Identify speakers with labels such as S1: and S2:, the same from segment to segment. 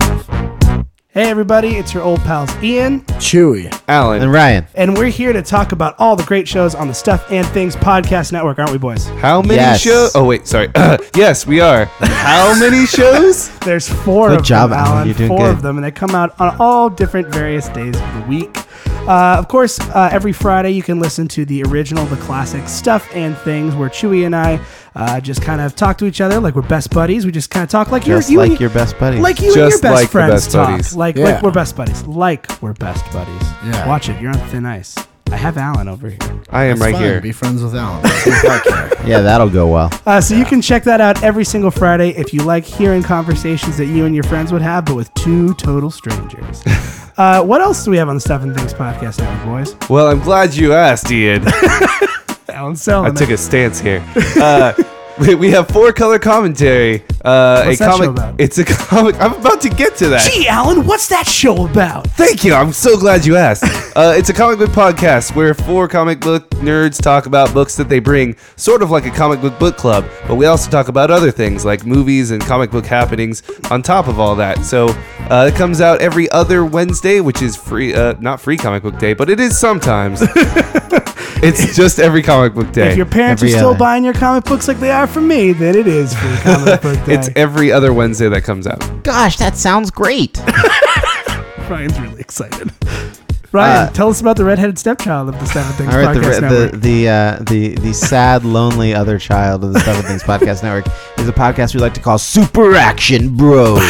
S1: Hey, everybody, it's your old pals Ian,
S2: Chewy.
S3: Alan,
S4: And Ryan,
S1: and we're here to talk about all the great shows on the Stuff and Things Podcast Network, aren't we, boys?
S3: how many
S4: Yes.
S3: shows? Oh wait, sorry. yes, we are. How many shows?
S1: There's four
S4: Good
S1: of
S4: job,
S1: them,
S4: Alan.
S1: Alan.
S4: You're doing
S1: four
S4: good.
S1: of them, and they come out on all different various days of the week. Uh, of course, uh, every Friday you can listen to the original, the classic stuff and things, where Chewy and I uh, just kind of talk to each other like we're best buddies. We just kind of talk like
S4: just
S1: you're, you
S4: like
S1: and-
S4: your best buddy.
S1: like you and your
S3: Just
S1: best
S3: like the
S1: friends
S3: best
S1: talk.
S3: buddies.
S1: Like,
S2: Yeah.
S1: like we're best buddies. Like we're best buddies.
S2: Yeah.
S1: Watch it. You're on thin ice. I have Alan over here.
S3: I am
S2: It's
S3: right
S2: fine.
S3: here.
S2: Be friends with Alan. That's what I care.
S4: yeah, that'll go well.
S1: Uh, so you can check that out every single Friday if you like hearing conversations that you and your friends would have, but with two total strangers. uh, what else do we have on the Stuff and Things podcast network, boys?
S3: Well, I'm glad you asked, Ian.
S1: Alan
S3: I
S1: Selman.
S3: took a stance here. Uh, we- we have four color commentary. Uh,
S1: What's
S3: a
S1: that show
S3: comic.
S1: about?
S3: It's a comic. I'm about to get to that.
S1: Gee, Alan, what's that show about?
S3: Thank you. I'm so glad you asked. Uh, it's a comic book podcast where four comic book nerds talk about books that they bring, sort of like a comic book book club, but we also talk about other things like movies and comic book happenings on top of all that. So uh, it comes out every other Wednesday, which is free, uh, not free comic book day, but it is sometimes. it's just every comic book day.
S1: If your parents
S4: Every
S1: are still
S4: other.
S1: buying your comic books like they are for me, then it is free comic book day.
S3: it's every other Wednesday that comes out.
S4: Gosh, that sounds great.
S1: Ryan's really excited. Ryan,
S4: Uh,
S1: tell us about the redheaded stepchild of the Stuff and Things
S4: All right, the
S1: podcast
S4: re-
S1: network.
S4: the the, uh, the the sad, lonely other child of the Stuff and Things Podcast Network is a podcast we like to call Super Action Bros.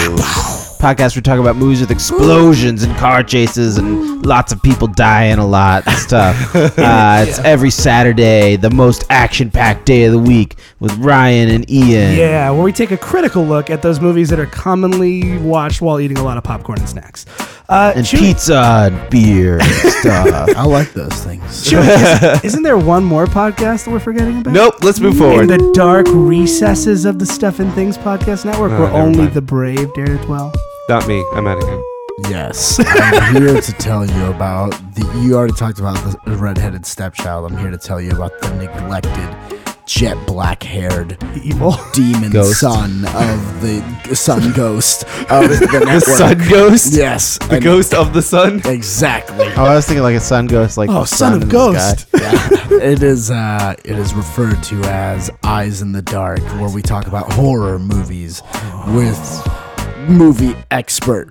S4: podcast we talk about movies with explosions and car chases and lots of people dying a lot and stuff. Uh, it's every Saturday, the most action-packed day of the week with Ryan and Ian.
S1: Yeah, where we take a critical look at those movies that are commonly watched while eating a lot of popcorn and snacks. Uh,
S4: And
S1: Chewy-
S4: pizza and beer and stuff.
S2: uh, I like those things.
S1: Chewy, is, isn't there one more podcast that we're forgetting about?
S3: Nope, let's move
S1: In
S3: forward.
S1: the dark recesses of the Stuff and Things podcast network,
S3: Oh,
S1: where
S3: never
S1: only
S3: mind.
S1: the brave dare to dwell.
S3: Not me. I'm out of here.
S2: Yes, I'm here to tell you about the. You already talked about the redheaded stepchild. I'm here to tell you about the neglected, jet black haired
S1: Evil.
S2: demon
S4: Ghost.
S2: son of the sun ghost of the network.
S3: The sun ghost?
S2: Yes,
S3: The
S2: and-
S3: ghost of the sun?
S2: Exactly.
S4: Oh, I was thinking like a sun ghost, like
S1: Oh,
S4: the
S1: son of
S4: in the sky.
S1: ghost.
S2: Yeah. it is uh, it is referred to as Eyes in the Dark, where we talk about horror movies with movie expert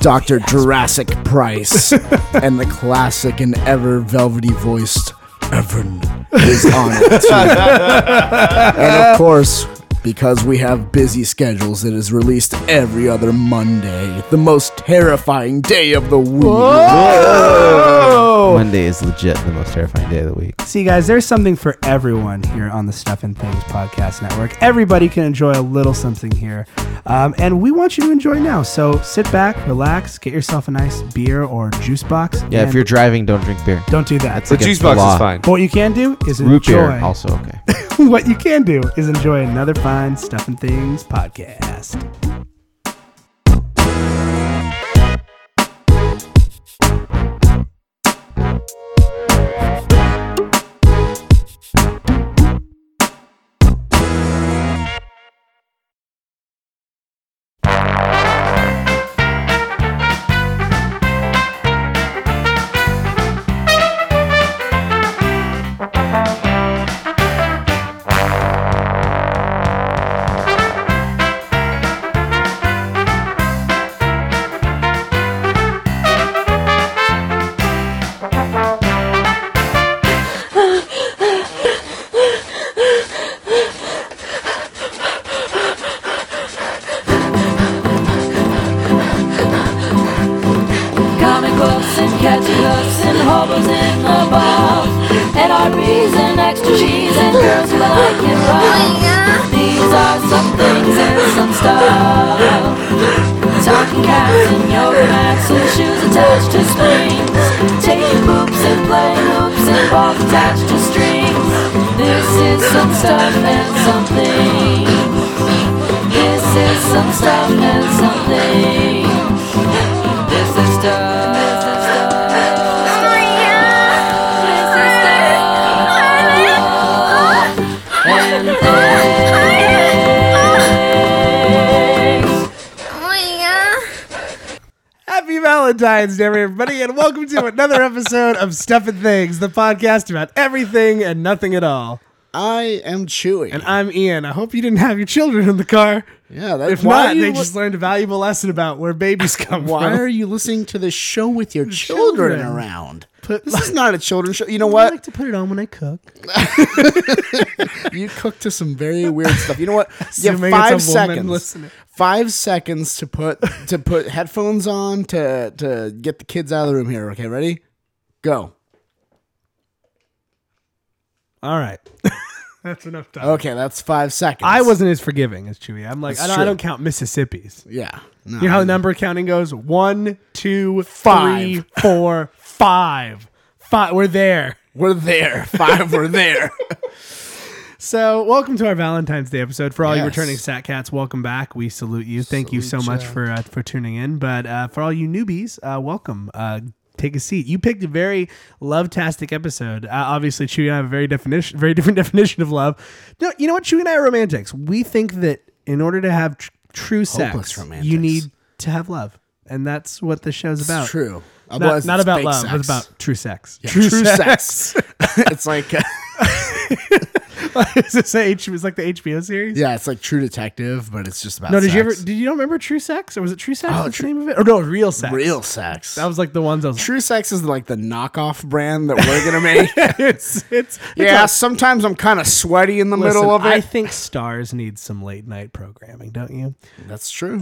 S2: Dr. Jurassic Price and the classic and ever velvety voiced Evan is on it too. and of course, because we have busy schedules, it is released every other Monday, the most terrifying day of the week.
S4: Monday is legit the most terrifying day of the week.
S1: Oh, See, guys, there's something for everyone here on the Stuff and Things podcast network. Everybody can enjoy a little something here, um, and we want you to enjoy now. So sit back, relax, get yourself a nice beer or juice box.
S4: Yeah, if
S1: and
S4: you're driving, don't drink beer.
S1: don't do that.
S3: The
S4: against
S3: juice
S4: the
S3: box
S4: law.
S3: is fine.
S1: But what you can do is
S4: Root
S1: enjoy.
S4: beer also okay.
S1: what you can do is enjoy another fine Stuff and Things podcast.
S5: Comic books and catchy hooks and hobos in the bars And RBs and extra cheese and girls who like it rough These are some things and some stuff Talking cats and yoga mats and shoes attached to strings Taking poops and playing hoops and balls attached to strings This is some stuff and something This is some stuff and something this is stuff. This is stuff. And this
S1: Diane's never everybody, and welcome to another episode of Stuff and Things, the podcast about everything and nothing at all.
S2: I am Chewy.
S1: And I'm Ian. I hope you didn't have your children in the car.
S2: yeah, that's
S1: If not, they just learned a valuable lesson about where babies come
S2: Why
S1: from.
S2: are you listening to this show with your
S1: children.
S2: children, around? this is not a children's show. You know what?
S1: to put it on when I cook.
S2: you cook to some very weird stuff. You know what? You have
S1: Assuming it's
S2: five
S1: a woman
S2: seconds.
S1: listening.
S2: Five seconds to put to put headphones on to to get the kids out of the room here. Okay, ready? Go.
S1: All right. That's enough time.
S2: Okay, that's five seconds.
S1: I wasn't as forgiving as Chewy. I'm like, I don't, I
S2: true.
S1: don't count Mississippi's.
S2: Yeah. No.
S1: You know how number counting goes? One, two, three,
S2: Five.
S1: four, five. Five. We're there.
S2: We're there. Five. We're there.
S1: So, welcome to our Valentine's Day episode. For all you
S2: Yes.
S1: returning Stat Cats, welcome back. We salute you. Thank you so much for uh, for tuning in. But uh, for all you newbies, uh, welcome. Uh, take a seat. You picked a very love-tastic episode. Uh, obviously, Chewy and I have a very definition, very different definition of love. No, you know what? Chewy and I are romantics. We think that in order to have tr- true
S2: Hopeless
S1: sex,
S2: romantics.
S1: you need to have love, and that's what the show's about.
S2: It's true.
S1: Not,
S2: Otherwise,
S1: not
S2: it's
S1: about
S2: fake
S1: love, but
S2: sex.
S1: about true sex.
S2: Yeah, true, sex. it's like uh,
S1: Is this a H? It was like the HBO series.
S2: yeah, it's like True Detective, but it's just about
S1: No, did you ever?
S2: sex.
S1: Did you not remember True Sex, or was it True Sex?
S2: Oh,
S1: that's
S2: True-
S1: the name of it, or no, Real Sex?
S2: real sex?
S1: That was like the ones I was.
S2: True Sex is like the knockoff brand that we're gonna make.
S1: it's it's
S2: yeah,
S1: it's
S2: sometimes I'm kind of sweaty in the
S1: a- listen,
S2: middle of it.
S1: I think stars need some late night programming, don't you?
S2: That's true.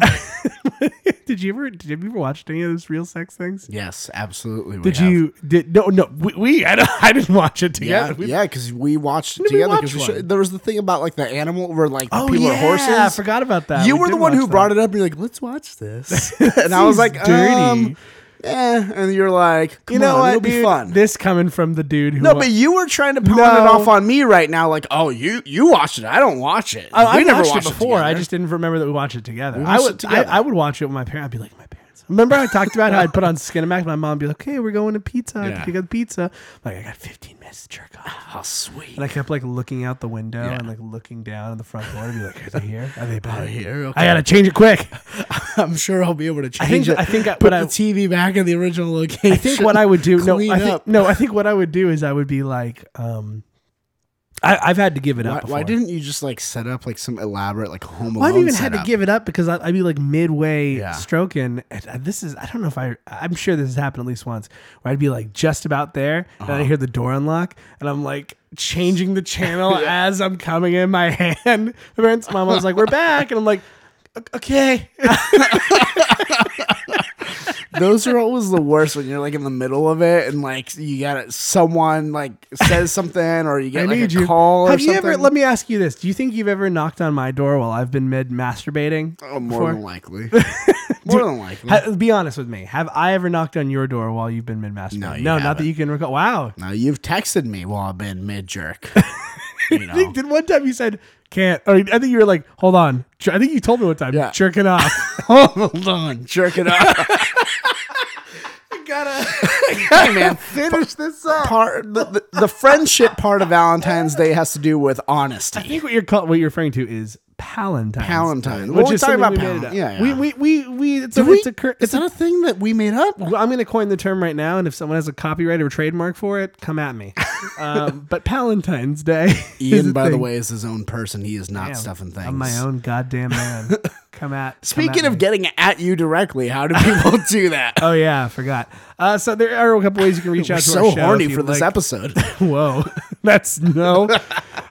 S1: did you ever? Did you ever watch any of those Real Sex things?
S2: yes, absolutely. we
S1: Did
S2: have.
S1: you? Did no no we, we I, don't, I didn't watch it
S2: Yeah,
S1: together.
S2: yeah,
S1: We-
S2: 'cause because we watched it
S1: Did we
S2: together.
S1: watch
S2: 'cause we
S1: one?
S2: should- there was the thing about like the animal where like the
S1: Oh,
S2: people
S1: yeah,
S2: are horses.
S1: I forgot about that.
S2: You
S1: We
S2: were
S1: did
S2: the one who
S1: watch
S2: brought
S1: that.
S2: it up. And you're like, let's watch this, and I was
S1: seems
S2: like,
S1: dirty.
S2: um, eh. And you're like,
S1: You know what?
S2: It'll be
S1: dude?
S2: fun.
S1: This coming from the dude who.
S2: no,
S1: wa-
S2: but you were trying to pawn
S1: No.
S2: it off on me right now. Like, oh, you you watched it. I don't watch it.
S1: I,
S2: we
S1: I
S2: never
S1: watched,
S2: watched
S1: it before. I
S2: together.
S1: just didn't remember that we watched it together.
S2: We
S1: I
S2: watched
S1: would
S2: it together.
S1: I, I would watch it with my parents. I'd be like, my parents. Remember I talked about how I'd put on Skinamax. My mom would be like, okay, we're going to pizza. I
S2: Yeah. Ah,
S1: pick up pizza. I'm like I got 15 minutes to jerk off.
S2: how sweet.
S1: And I kept like looking out the window and like looking down on the front door and be like, are they here? Are they back?
S2: here, okay.
S1: I gotta change it quick.
S2: I'm sure I'll be able to change
S1: think-
S2: it.
S1: I think I-
S2: put
S1: what
S2: the
S1: I-
S2: TV back in the original location.
S1: I think what I would do, no,
S2: Clean
S1: I think,
S2: up.
S1: no, I think what I would do is I would be like, um, I, I've had to give it
S2: Why,
S1: up.
S2: why
S1: before.
S2: didn't you just like set up like some elaborate like home?
S1: Well, I've
S2: Alone
S1: even had to
S2: setup?
S1: give it up because I, I'd be like midway
S2: Yeah.
S1: stroking. And I- this is, I don't know if I, I'm sure this has happened at least once where I'd be like just about there and
S2: Uh-huh.
S1: I hear the door unlock and I'm like changing the channel as I'm coming in my hand. My parents, mom, I was like, we're back. And I'm like, "O- okay.
S2: Those are always the worst when you're like in the middle of it and like you got someone like says something or you get
S1: I
S2: like
S1: need
S2: a
S1: you.
S2: call.
S1: Have
S2: or
S1: you ever,
S2: something.
S1: let me ask you this. Do you think you've ever knocked on my door while I've been mid masturbating?
S2: Oh, more
S1: before?
S2: than likely. more than likely.
S1: Ha- be honest with me. Have I ever knocked on your door while you've been mid masturbating?
S2: No, you
S1: no not that
S2: haven't.
S1: you can recall. Wow.
S2: now you've texted me while I've been mid jerk. you
S1: I think
S2: know.
S1: did one time you said can't. Or I think you were like, hold on. Jer- I think you told me one time,
S2: Yeah.
S1: jerking off.
S2: Hold on, jerk it up.
S1: gotta
S2: hey man,
S1: finish this up.
S2: part the, the, the friendship part of Valentine's Day has to do with honesty.
S1: I think what you're call- what you're referring to is Palantine.
S2: Palantine. Well, we're talking about Palin- yeah, yeah.
S1: We we we we. It's a,
S2: Did we-
S1: it's a cur-
S2: is
S1: it's a,
S2: that a thing that we made up?
S1: well, I'm going to coin the term right now, and if someone has a copyright or trademark for it, come at me. um, but Palentine's Day. is
S2: Ian,
S1: a
S2: by the
S1: thing.
S2: way, is his own person. He is not
S1: Damn,
S2: stuffing things.
S1: I'm my own goddamn man. come at. come
S2: Speaking
S1: at
S2: of
S1: me.
S2: getting at you directly, how do people do that?
S1: Oh yeah, I forgot. Uh, so there are a couple ways you can reach
S2: We're
S1: out to
S2: so
S1: our show if
S2: horny
S1: you'd
S2: for this
S1: like.
S2: episode.
S1: Whoa, that's no.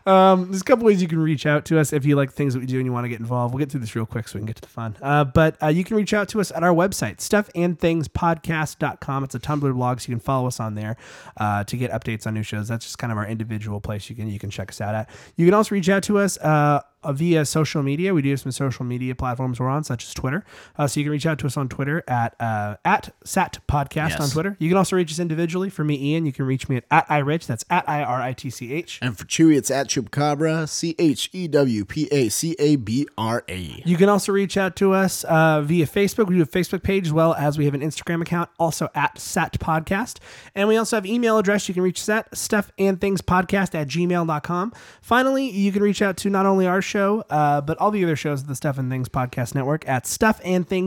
S1: Um, there's a couple ways you can reach out to us if you like things that we do and you want to get involved. We'll get through this real quick so we can get to the fun. Uh, but uh, you can reach out to us at our website, stuffandthingspodcast.com. It's a Tumblr blog, so you can follow us on there uh, to get updates on new shows. That's just kind of our individual place you can you can check us out at. You can also reach out to us uh, via social media. We do have some social media platforms we're on, such as Twitter. Uh, so you can reach out to us on Twitter at uh, at Sat Podcast on Twitter. You can also reach us individually. For me, Ian, you can reach me at, at irich. That's at I R I T C H.
S2: and for Chewy, it's at Chupacabra, C H E W P A C A B R A.
S1: You can also reach out to us uh, via Facebook. We do a Facebook page as well as we have an Instagram account, also at Sat Podcast. And we also have email address. You can reach us at stuffandthingspodcast at gmail.com. Finally, you can reach out to not only our show, uh, but all the other shows of the Stuff and Things Podcast Network at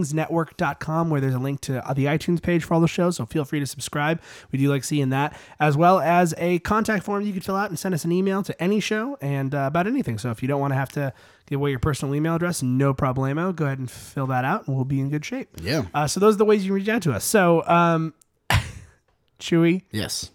S1: stuffandthingsnetwork.com, where there's a link to uh, the iTunes page for all the shows. So feel free to subscribe. We do like seeing that, as well as a contact form you can fill out and send us an email to any show and uh, about anything. So if you don't want to have to give away your personal email address, no problemo. Go ahead and fill that out, and we'll be in good shape.
S2: Yeah.
S1: Uh, so those are the ways you can reach out to us. So, um, Chewy,
S2: Yes.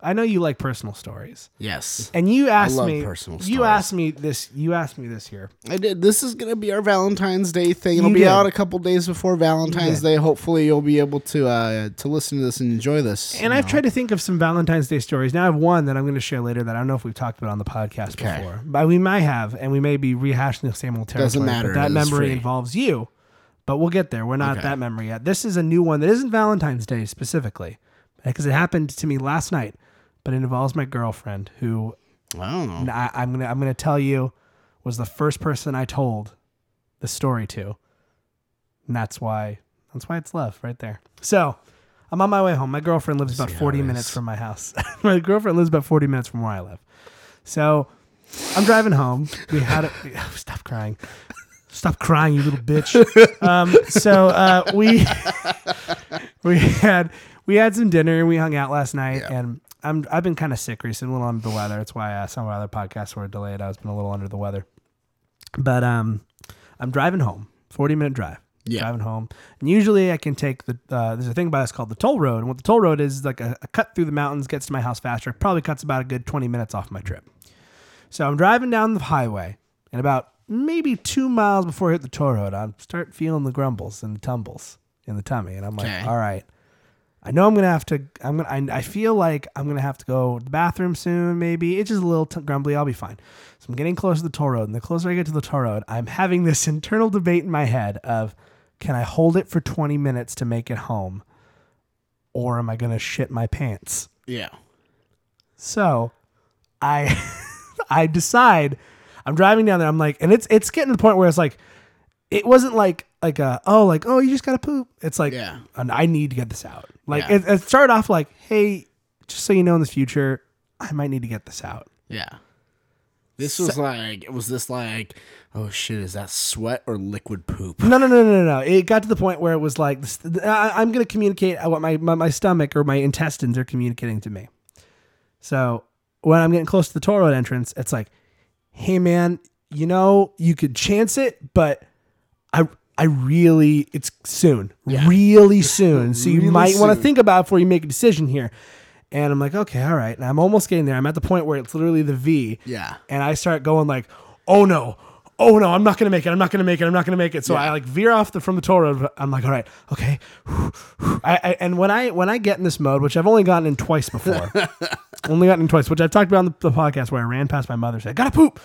S1: I know you like personal stories,
S2: Yes.
S1: and you asked
S2: love
S1: me.
S2: personal
S1: you
S2: stories.
S1: asked me this. You asked me this year.
S2: I did. This is gonna be our Valentine's Day thing. It'll
S1: You
S2: be
S1: did.
S2: out a couple days before Valentine's
S1: You
S2: Day. Hopefully, you'll be able to uh, to listen to this and enjoy this.
S1: And I've tried to think of some Valentine's Day stories. Now I have one that I'm going to share later that I don't know if we've talked about on the podcast
S2: Okay.
S1: before, but we might have, and we may be rehashing the same old territory.
S2: Doesn't matter,
S1: But that
S2: it is
S1: memory
S2: free.
S1: involves you. But we'll get there. We're not at
S2: Okay.
S1: that memory yet. This is a new one that isn't Valentine's Day specifically, because it happened to me last night, but it involves my girlfriend, who
S2: I don't know.
S1: and I, I'm gonna I'm gonna tell you was the first person I told the story to, and that's why that's why it's love right there. So I'm on my way home. My girlfriend lives about 40 minutes from my house. my girlfriend lives about 40 minutes from where I live. So I'm driving home. We had a stop crying. Stop crying, you little bitch. Um, so uh, we we had we had some dinner and we hung out last night and I'm I've been kind of sick recently, a little under the weather. That's why uh, some of our other podcasts were delayed. I was been a little under the weather, but um, I'm driving home, 40 minute drive.
S2: Yeah.
S1: Driving home, and usually I can take the. Uh, there's a thing by us called the toll road, and what the toll road is is like a, a cut through the mountains, gets to my house faster. Probably cuts about a good 20 minutes off my trip. So I'm driving down the highway, and about maybe two miles before I hit the toll road, I start feeling the grumbles and the tumbles in the tummy, and I'm like,
S2: Okay.
S1: all right, I know I'm gonna have to. I'm gonna. I, I feel like I'm gonna have to go to the bathroom soon. Maybe it's just a little t- grumbly. I'll be fine. So I'm getting close to the toll road, and the closer I get to the toll road, I'm having this internal debate in my head of, can I hold it for 20 minutes to make it home, or am I gonna shit my pants?
S2: Yeah.
S1: So I I decide I'm driving down there. I'm like, and it's it's getting to the point where it's like, it wasn't like like a oh like oh you just gotta poop. It's like
S2: Yeah.
S1: and I need to get this out. Like
S2: Yeah.
S1: it, it started off like hey, just so you know in the future, I might need to get this out.
S2: Yeah. This was like, was this like, oh shit, is that sweat or liquid poop?
S1: No, no, no, no, no. no. It got to the point where it was like, this- I, I'm going to communicate what my, my, my stomach or my intestines are communicating to me. So when I'm getting close to the toll road entrance, it's like, hey, man, you know, you could chance it, but I. I really, it's soon, really soon. So you might want to think about it before you make a decision here. And I'm like, okay, all right. And I'm almost getting there. I'm at the point where it's literally the V.
S2: Yeah.
S1: And I start going like, oh no, oh no, I'm not gonna make it. I'm not gonna make it. I'm not gonna make it. So I like veer off the from the toll road. I'm like, all right, okay. I, I, and when I when I get in this mode, which I've only gotten in twice before, only gotten in twice, which I've talked about on the, the podcast where I ran past my mother, and said, gotta poop.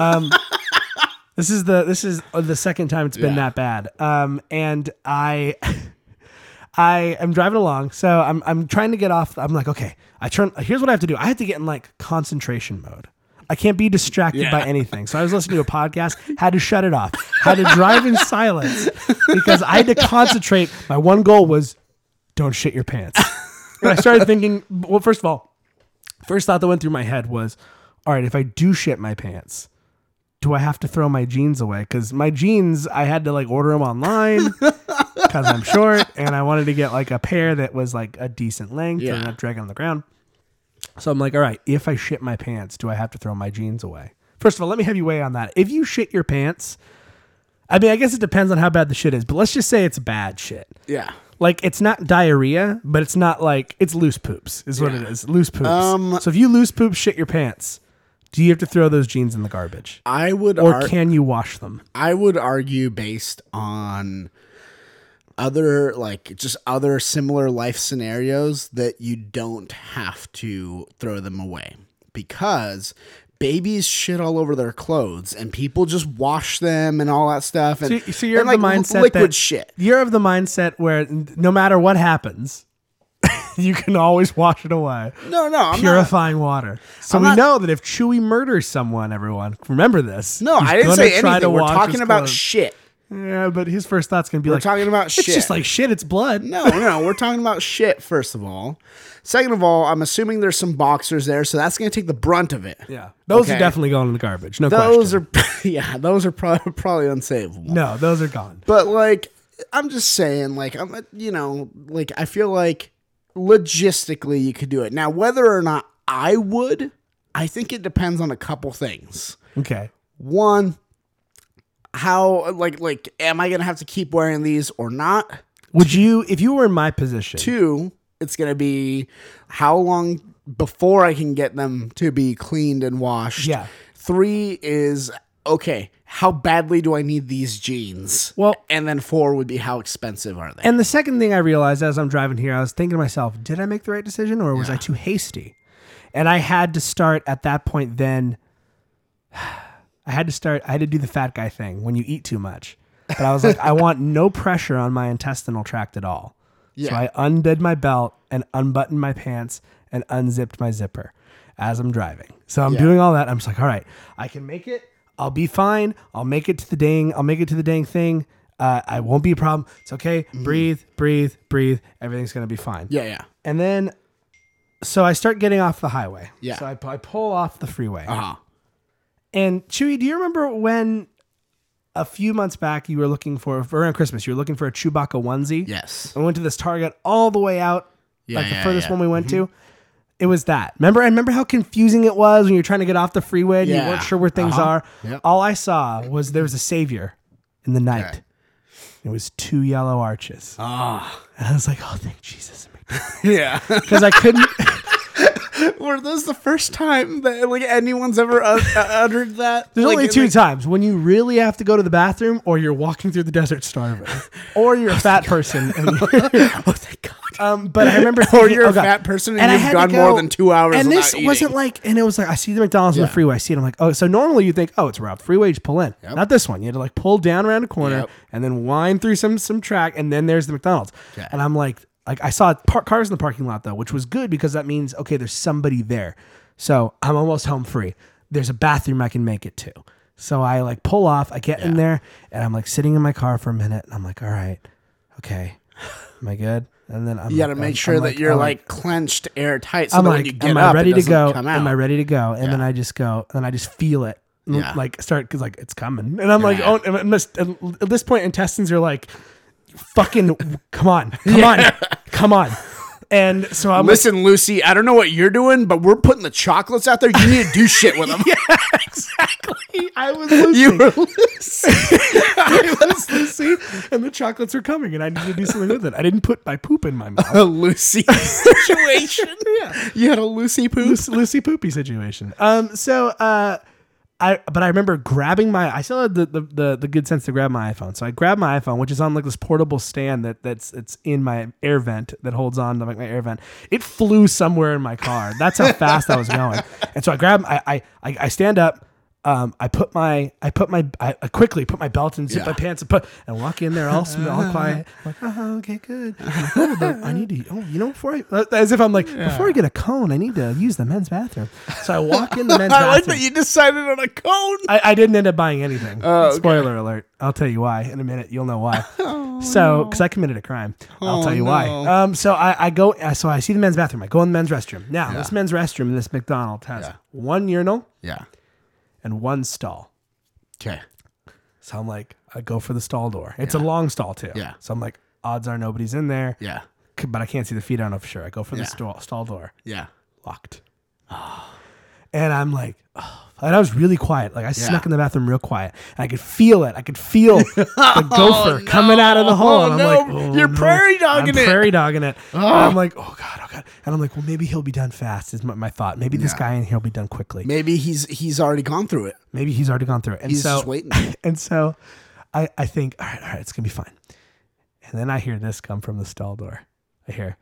S1: Um, this is the this is the second time it's been that bad. Um, and I. I am driving along, so I'm I'm trying to get off. I'm like, okay, I turn. Here's what I have to do. I have to get in like concentration mode. I can't be distracted by anything. So I was listening to a podcast, had to shut it off, had to drive in silence because I had to concentrate. My one goal was, don't shit your pants. And I started thinking. Well, first of all, first thought that went through my head was, all right, if I do shit my pants, do I have to throw my jeans away? Because my jeans, I had to like order them online because I'm short and I wanted to get like a pair that was like a decent length and
S2: Yeah.
S1: not dragging on the ground. So I'm like, all right, if I shit my pants, do I have to throw my jeans away? First of all, let me have you weigh on that. If you shit your pants, I mean, I guess it depends on how bad the shit is, but let's just say it's bad shit.
S2: Yeah.
S1: Like it's not diarrhea, but it's not like it's loose poops is what it is. Loose poops.
S2: Um,
S1: so if you loose poop shit your pants, do you have to throw those jeans in the garbage?
S2: I would
S1: Or
S2: ar-
S1: can you wash them?
S2: I would argue based on other like just other similar life scenarios that you don't have to throw them away because babies shit all over their clothes and people just wash them and all that stuff and
S1: So, so you're
S2: and,
S1: of the
S2: like,
S1: mindset
S2: liquid
S1: that
S2: shit
S1: You're of the mindset where n- no matter what happens, you can always wash it away.
S2: No, no, I'm not.
S1: Purifying water. So
S2: I'm
S1: we
S2: not-
S1: know that if Chewie murders someone, everyone remember this.
S2: No,
S1: He's
S2: I didn't
S1: gonna try
S2: say
S1: to
S2: anything. We're
S1: wash
S2: talking
S1: his
S2: about
S1: clothes.
S2: shit.
S1: yeah, but his first thought's gonna be
S2: We're
S1: like,
S2: talking about shit.
S1: It's just like shit. It's blood.
S2: No, no, we're talking about shit, first of all. Second of all, I'm assuming there's some boxers there, so that's going to take the brunt of it.
S1: Yeah, those are
S2: Okay.
S1: definitely going in the garbage. No
S2: Those
S1: question.
S2: are, yeah, those are probably, probably unsavable.
S1: no, those are gone.
S2: But like, I'm just saying, like, I'm, you know, like, I feel like logistically you could do it. Now, whether or not I would, I think it depends on a couple things.
S1: Okay.
S2: One, how, like, like, am I going to have to keep wearing these or not?
S1: Would you, if you were in my position,
S2: Two, it's going to be how long before I can get them to be cleaned and washed.
S1: Yeah.
S2: Three is okay, how badly do I need these jeans?
S1: Well-
S2: and then four would be how expensive are they?
S1: And the second thing I realized as I'm driving here, I was thinking to myself, did I make the right decision or was I too hasty? And I had to start at that point then. I had to start, I had to do the fat guy thing when you eat too much. But I was like, I want no pressure on my intestinal tract at all. So I undid my belt and unbuttoned my pants and unzipped my zipper as I'm driving. So I'm doing all that. I'm just like, all right, I can make it. I'll be fine. I'll make it to the dang. I'll make it to the dang thing. Uh, I won't be a problem. It's okay. Breathe, breathe, breathe. Everything's gonna be fine.
S2: yeah, yeah.
S1: And then, so I start getting off the highway.
S2: Yeah.
S1: So I, I pull off the freeway.
S2: Uh-huh.
S1: And Chewy, do you remember when a few months back you were looking for around Christmas? You were looking for a Chewbacca onesie.
S2: Yes.
S1: I went to this Target all the way out, like the
S2: yeah,
S1: furthest
S2: yeah.
S1: one
S2: Mm-hmm.
S1: we went to. It was that. Remember, I remember how confusing it was when you're trying to get off the freeway and you
S2: Yeah. Uh-huh.
S1: weren't sure where things are.
S2: Yep.
S1: All I saw was there was a savior in the night. It was two yellow arches. Ah. And I was like, oh, thank Jesus.
S2: Yeah.
S1: Because I couldn't.
S2: Were those the first time that like anyone's ever ut- uh, uttered that?
S1: There's
S2: Like,
S1: only
S2: it-
S1: two
S2: like-
S1: times when you really have to go to the bathroom, or you're walking through the desert starving, or you're a fat person. And
S2: Oh, thank God.
S1: Um, but I remember,
S2: Or
S1: thinking,
S2: you're
S1: oh,
S2: a
S1: God.
S2: fat person and
S1: I
S2: you've
S1: had to
S2: gone more than two hours
S1: And this
S2: without
S1: wasn't
S2: eating.
S1: like, and it was like, I see the McDonald's on
S2: Yeah.
S1: the freeway. I see it. I'm like, oh, so normally you think, oh, it's route freeway, just pull in. Not this one. You had to like pull down around a corner
S2: Yep.
S1: and then wind through some some track, and then there's the McDonald's. And I'm like, like I saw par- cars in the parking lot though, which was good because that means okay, there's somebody there. So I'm almost home free. There's a bathroom I can make it to. So I like pull off. I get in there, and I'm like sitting in my car for a minute, and I'm like, all right, okay. Am I good? And then I'm
S2: You got to
S1: like-
S2: make
S1: I'm-
S2: sure
S1: I'm
S2: that you're
S1: I'm
S2: like, clenched airtight. So
S1: I'm
S2: that
S1: like,
S2: when you get
S1: am
S2: up,
S1: I
S2: it
S1: ready to
S2: doesn't
S1: go?
S2: Come out.
S1: Am I ready to go? And then I just go, and I just feel it, and,
S2: Yeah.
S1: like start because like it's coming, and I'm like, oh, and I'm just- and at this point, intestines are like, fucking, come on, come on, come on, and so I'm like,
S2: Listen, Lucy, I don't know what you're doing, but we're putting the chocolates out there. You need to do shit with them.
S1: exactly, I was losing,
S2: you were
S1: I was losing, and the chocolates were coming, and I needed to do something with it. I didn't put my poop in my mouth.
S2: a Lucy situation.
S1: Yeah.
S2: You had a Lucy poop.
S1: Lucy, Lucy poopy situation. Um, so uh, I but I remember grabbing my I still had the, the the the good sense to grab my iPhone. So I grabbed my iPhone, which is on like this portable stand that that's it's in my air vent that holds on to like my air vent. It flew somewhere in my car. That's how fast I was going. And so I grab I I I, I stand up. Um, I put my I put my I I quickly put my belt and zip my pants and put and walk in there all smooth,
S2: Uh,
S1: all quiet. I'm like,
S2: uh-huh,
S1: oh, okay, good. I'm like, oh, the- I need to. Oh, you know, before I as if I'm like before I get a cone, I need to use the men's bathroom. So I walk in the men's
S2: I
S1: bathroom.
S2: like that you decided on a cone.
S1: I, I didn't end up buying anything.
S2: Oh,
S1: Spoiler alert. I'll tell you why in a minute. You'll know why.
S2: Oh,
S1: so, because I committed a crime. I'll tell you why. Um, so I, I go, uh, so I see the men's bathroom. I go in the men's restroom. Now, this men's restroom in this McDonald's has one urinal
S2: Yeah.
S1: and one stall.
S2: Okay.
S1: So I'm like, I go for the stall door. It's a long stall too.
S2: Yeah.
S1: So I'm like, odds are nobody's in there.
S2: Yeah.
S1: C- But I can't see the feet. I don't know for sure. I go for the
S2: Yeah.
S1: stall, stall door.
S2: Yeah.
S1: locked. And I'm like, oh. and I was really quiet. Like I snuck in the bathroom real quiet. And I could feel it. I could feel the gopher coming out of the hole. And I'm
S2: Oh, no.
S1: like, oh,
S2: You're
S1: no.
S2: prairie dogging
S1: I'm
S2: it.
S1: Prairie dogging it. And I'm like, oh god, oh god. And I'm like, well, maybe he'll be done fast. Is my, my thought. Maybe this guy in here will be done quickly.
S2: Maybe he's he's already gone through it.
S1: Maybe he's already gone through it. And
S2: He's
S1: so
S2: just waiting.
S1: and so I, I think, all right, all right, it's gonna be fine. And then I hear this come from the stall door. I hear,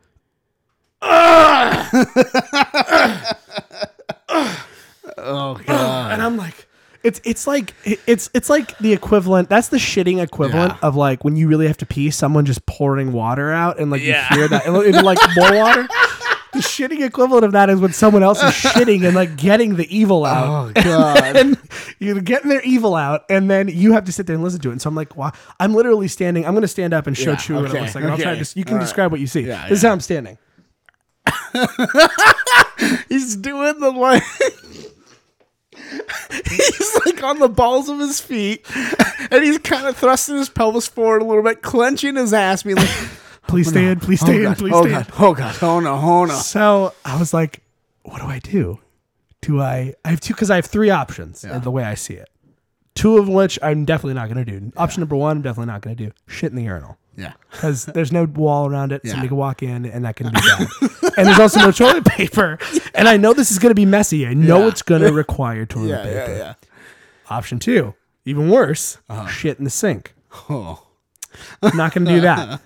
S2: Oh god.
S1: and I'm like, it's it's like it's it's like the equivalent. That's the shitting equivalent
S2: Yeah.
S1: of like when you really have to pee, someone just pouring water out, and like you hear that, and, like, more water. the shitting equivalent of that is when someone else is shitting and like getting the evil out. Oh god. and you're getting their evil out and then you have to sit there and listen to it. And so I'm like, wow, I'm literally standing. I'm going to stand up and show
S2: Yeah,
S1: Chew what it
S2: okay,
S1: looks like. And I'll try
S2: okay,
S1: to you can
S2: all right.
S1: describe what you see.
S2: Yeah,
S1: this is
S2: yeah. Oh,
S1: how I'm standing.
S2: He's doing the like. he's like on the balls of his feet, and he's kind of thrusting his pelvis forward a little bit, clenching his ass, being like,
S1: Please stay in. Please stay in.
S2: God,
S1: Please
S2: oh
S1: stay in.
S2: god, oh god, oh no, oh no.
S1: So I was like, what do I do? Do I? I have two because I have three options, and the way I see it, two of which I'm definitely not going to do. Option number one, I'm definitely not going to do. Shit in the urinal
S2: Yeah,
S1: because there's no wall around it. Somebody can walk in, and that can be bad. and there's also no toilet paper. And I know this is going to be messy. I know
S2: Yeah.
S1: it's going to require toilet
S2: yeah,
S1: paper.
S2: yeah, Uh-huh. yeah.
S1: Option two, even worse, shit in the sink.
S2: Oh,
S1: Not going to do that.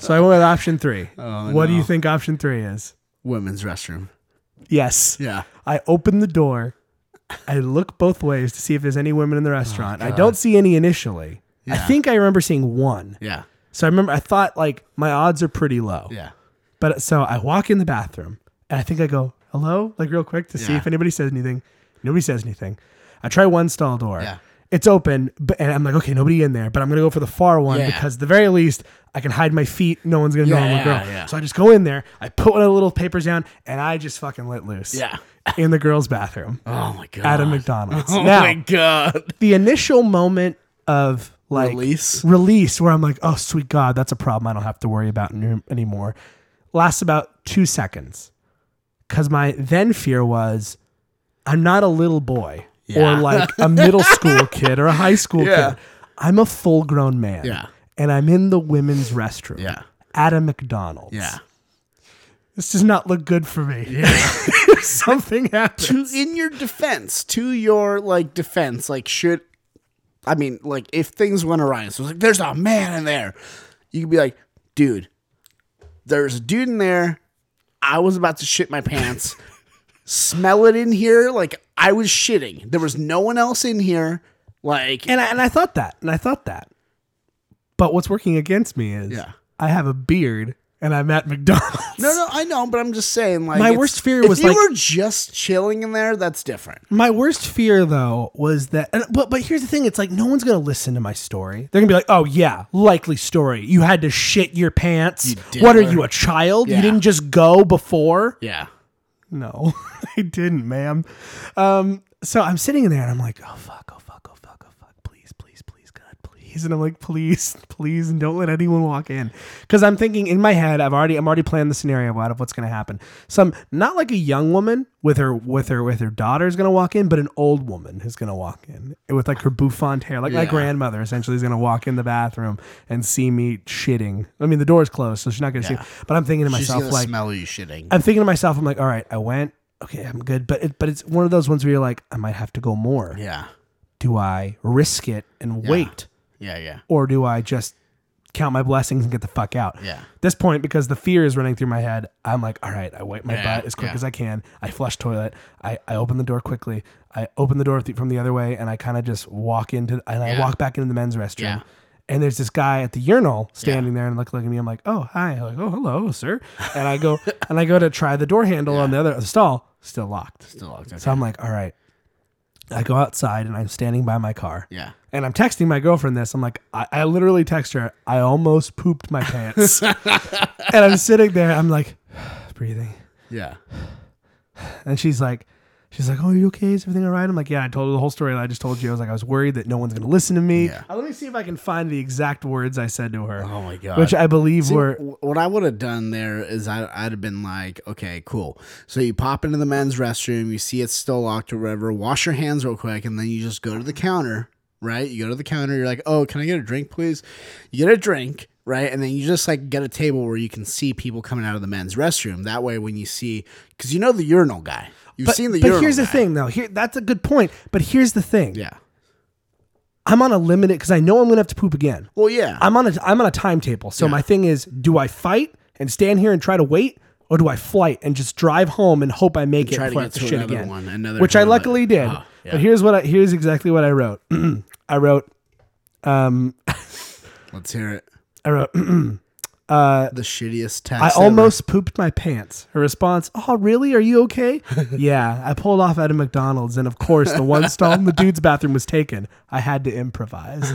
S1: so I went with option three.
S2: Oh,
S1: what do you think option three is?
S2: women's restroom.
S1: Yes.
S2: Yeah,
S1: I open the door. I look both ways to see if there's any women
S2: Oh,
S1: in the restaurant. I don't see any initially. I think I remember seeing one.
S2: yeah,
S1: So I remember I thought like my odds are pretty low.
S2: yeah.
S1: But so I walk in the bathroom and I think I go, hello, like real quick to see
S2: Yeah.
S1: if anybody says anything. Nobody says anything. I try one stall door.
S2: Yeah.
S1: It's open, but, and I'm like, okay, nobody in there, but I'm going to go for the far one
S2: Yeah.
S1: because at the very least I can hide my feet. No one's going to know I'm a
S2: Yeah,
S1: girl.
S2: yeah.
S1: So I just go in there, I put one of the little papers down and I just fucking let loose
S2: Yeah.
S1: in the girls' bathroom
S2: Oh my god.
S1: at a McDonald's.
S2: Oh
S1: now,
S2: my god.
S1: the initial moment of like
S2: Release?
S1: release where I'm like, oh sweet God, that's a problem I don't have to worry about n- anymore, lasts about two seconds, because my then fear was, I'm not a little boy
S2: Yeah.
S1: or like a middle school kid or a high school
S2: Yeah.
S1: kid. I'm a full grown man.
S2: Yeah.
S1: And I'm in the women's restroom.
S2: Yeah.
S1: At a McDonald's.
S2: Yeah.
S1: This does not look good for me. Something happened.
S2: to in your defense, to your like defense, like should I mean like if things went awry, so it's like there's a man in there, you could be like, dude, there's a dude in there. I was about to shit my pants. Smell it in here, like I was shitting. There was no one else in here. Like
S1: And I, and I thought that, and I thought that. But what's working against me is
S2: Yeah.
S1: I have a beard and I'm at McDonald's.
S2: no, no, I know, but I'm just saying. Like
S1: My
S2: it's-
S1: worst fear
S2: if
S1: was,
S2: you
S1: like-
S2: were just chilling in there. That's different.
S1: My worst fear though was that and, but but here's the thing, it's like no one's going to listen to my story. They're going to be like, "Oh yeah, likely story. You had to shit your pants.
S2: did.
S1: What are you, a child? You
S2: Yeah.
S1: didn't just go before?"
S2: Yeah,
S1: No, I didn't, ma'am. Um, so I'm sitting in there and I'm like, oh fuck, oh fuck, oh fuck, oh fuck, please, please, please, God, please. And I'm like, please, please, and don't let anyone walk in. Cause I'm thinking in my head, I've already I'm already planning the scenario out of what's gonna happen. Some not like a young woman with her with her with her daughter is gonna walk in, but an old woman is gonna walk in with like her bouffant hair. Like my
S2: Yeah.
S1: grandmother essentially is gonna walk in the bathroom and see me shitting. I mean the door's closed, so she's not gonna
S2: Yeah.
S1: see. But I'm thinking to
S2: she's
S1: myself
S2: gonna
S1: like
S2: smell you shitting.
S1: I'm thinking to myself, I'm like, all right, I went. Okay, I'm good. But it, but it's one of those ones where you're like, I might have to go more.
S2: yeah,
S1: Do I risk it and wait,
S2: yeah, yeah,
S1: or do I just count my blessings and get the fuck out?
S2: Yeah.
S1: This point, because the fear is running through my head, I'm like, all right, I wipe my
S2: Yeah,
S1: butt as quick
S2: yeah.
S1: as I can. I flush toilet. I, I open the door quickly. I open the door th- from the other way, and I kind of just walk into and I
S2: Yeah.
S1: walk back into the men's restroom.
S2: Yeah.
S1: And there's this guy at the urinal standing there and like looking at me. I'm like, oh hi, I'm like oh hello sir. And I go and I go to try the door handle on the other the stall, still locked.
S2: Still locked in.
S1: So I'm like, all right. I go outside and I'm standing by my car.
S2: Yeah.
S1: And I'm texting my girlfriend this. I'm like, I, I literally text her, I almost pooped my pants. and I'm sitting there, I'm like, breathing.
S2: yeah,
S1: And she's like, she's like, oh, are you okay? Is everything all right? I'm like, yeah, I told her the whole story. that I just told you. I was like, I was worried that no one's going to listen to me.
S2: Yeah.
S1: Uh, let me see if I can find the exact words I said to her.
S2: Oh my God.
S1: Which I believe
S2: See,
S1: were,
S2: wh- what I would have done there is I, I'd have been like, okay, cool. So you pop into the men's restroom, you see it's still locked or whatever, wash your hands real quick, and then you just go to the counter, right? You go to the counter, you're like, oh, can I get a drink, please? You get a drink, right? And then you just like get a table where you can see people coming out of the men's restroom. That way, when you see, because you know the urinal guy, you've
S1: but,
S2: seen the
S1: but
S2: urinal.
S1: here's the
S2: guy.
S1: thing though. Here, that's a good point. But here's the thing.
S2: Yeah.
S1: I'm on a limited, because I know I'm going to have to poop again.
S2: Well, yeah.
S1: I'm on a I'm on a timetable. So my thing is, do I fight and stand here and try to wait, or do I flight and just drive home and hope I make it
S2: try to
S1: before I
S2: get
S1: have
S2: to
S1: shit
S2: another
S1: again?
S2: one, another
S1: which I
S2: toilet.
S1: luckily did.
S2: Ah, yeah.
S1: But here's what I, here's exactly what I wrote. I wrote, um,
S2: Let's hear it.
S1: I wrote, Uh,
S2: the shittiest text.
S1: I
S2: ever.
S1: almost pooped my pants. Her response, Oh, really? Are you okay? yeah, I pulled off at a McDonald's, and of course, the one stall in the dude's bathroom was taken. I had to improvise.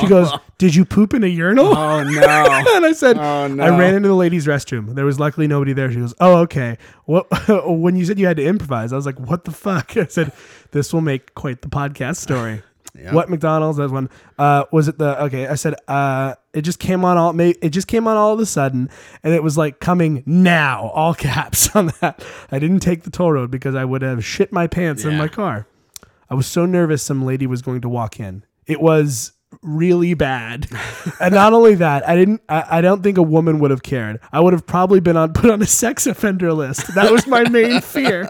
S1: She goes, Did you poop in a urinal?
S2: Oh no.
S1: and I said,
S2: Oh, no.
S1: I ran into the ladies' restroom. There was luckily nobody there. She goes, Oh, okay. What, when you said you had to improvise, I was like, What the fuck? I said, This will make quite the podcast story. What McDonald's? That was one. Uh, was it the okay? I said uh, it just came on all. ma- It just came on all of a sudden, and it was like coming now, all caps on that. I didn't take the toll road because I would have shit my pants in
S2: Yeah.
S1: my car. I was so nervous some lady was going to walk in. It was really bad. and not only that, I didn't I, I don't think a woman would have cared. I would have probably been on put on a sex offender list. That was my main fear.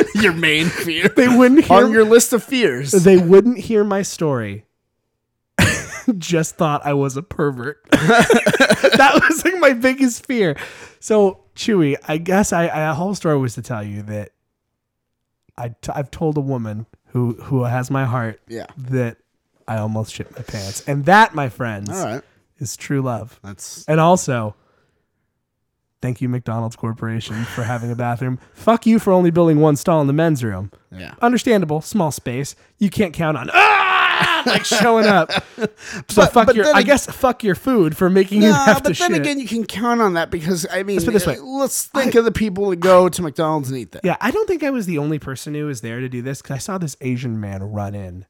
S2: your main fear
S1: They wouldn't hear
S2: on your list of fears.
S1: they wouldn't hear my story. Just thought I was a pervert. that was like my biggest fear. So Chewy, I guess I, I a whole story was to tell you that I t- I've told a woman who who has my heart
S2: Yeah.
S1: that I almost shit my pants, and that, my friends,
S2: All right.
S1: is true love.
S2: That's
S1: And also, thank you McDonald's Corporation for having a bathroom. Fuck you for only building one stall in the men's room
S2: yeah.
S1: understandable, small space. You can't count on ah, like showing up. So
S2: But-
S1: fuck
S2: but
S1: your.
S2: then
S1: I
S2: ag-
S1: guess fuck your food for making you
S2: No,
S1: have
S2: but
S1: to
S2: then
S1: shit.
S2: again, you can count on that because I mean,
S1: put it this way.
S2: uh, let's think of the people that go to McDonald's and eat that.
S1: yeah, I don't think I was the only person who was there to do this because I saw this Asian man run in,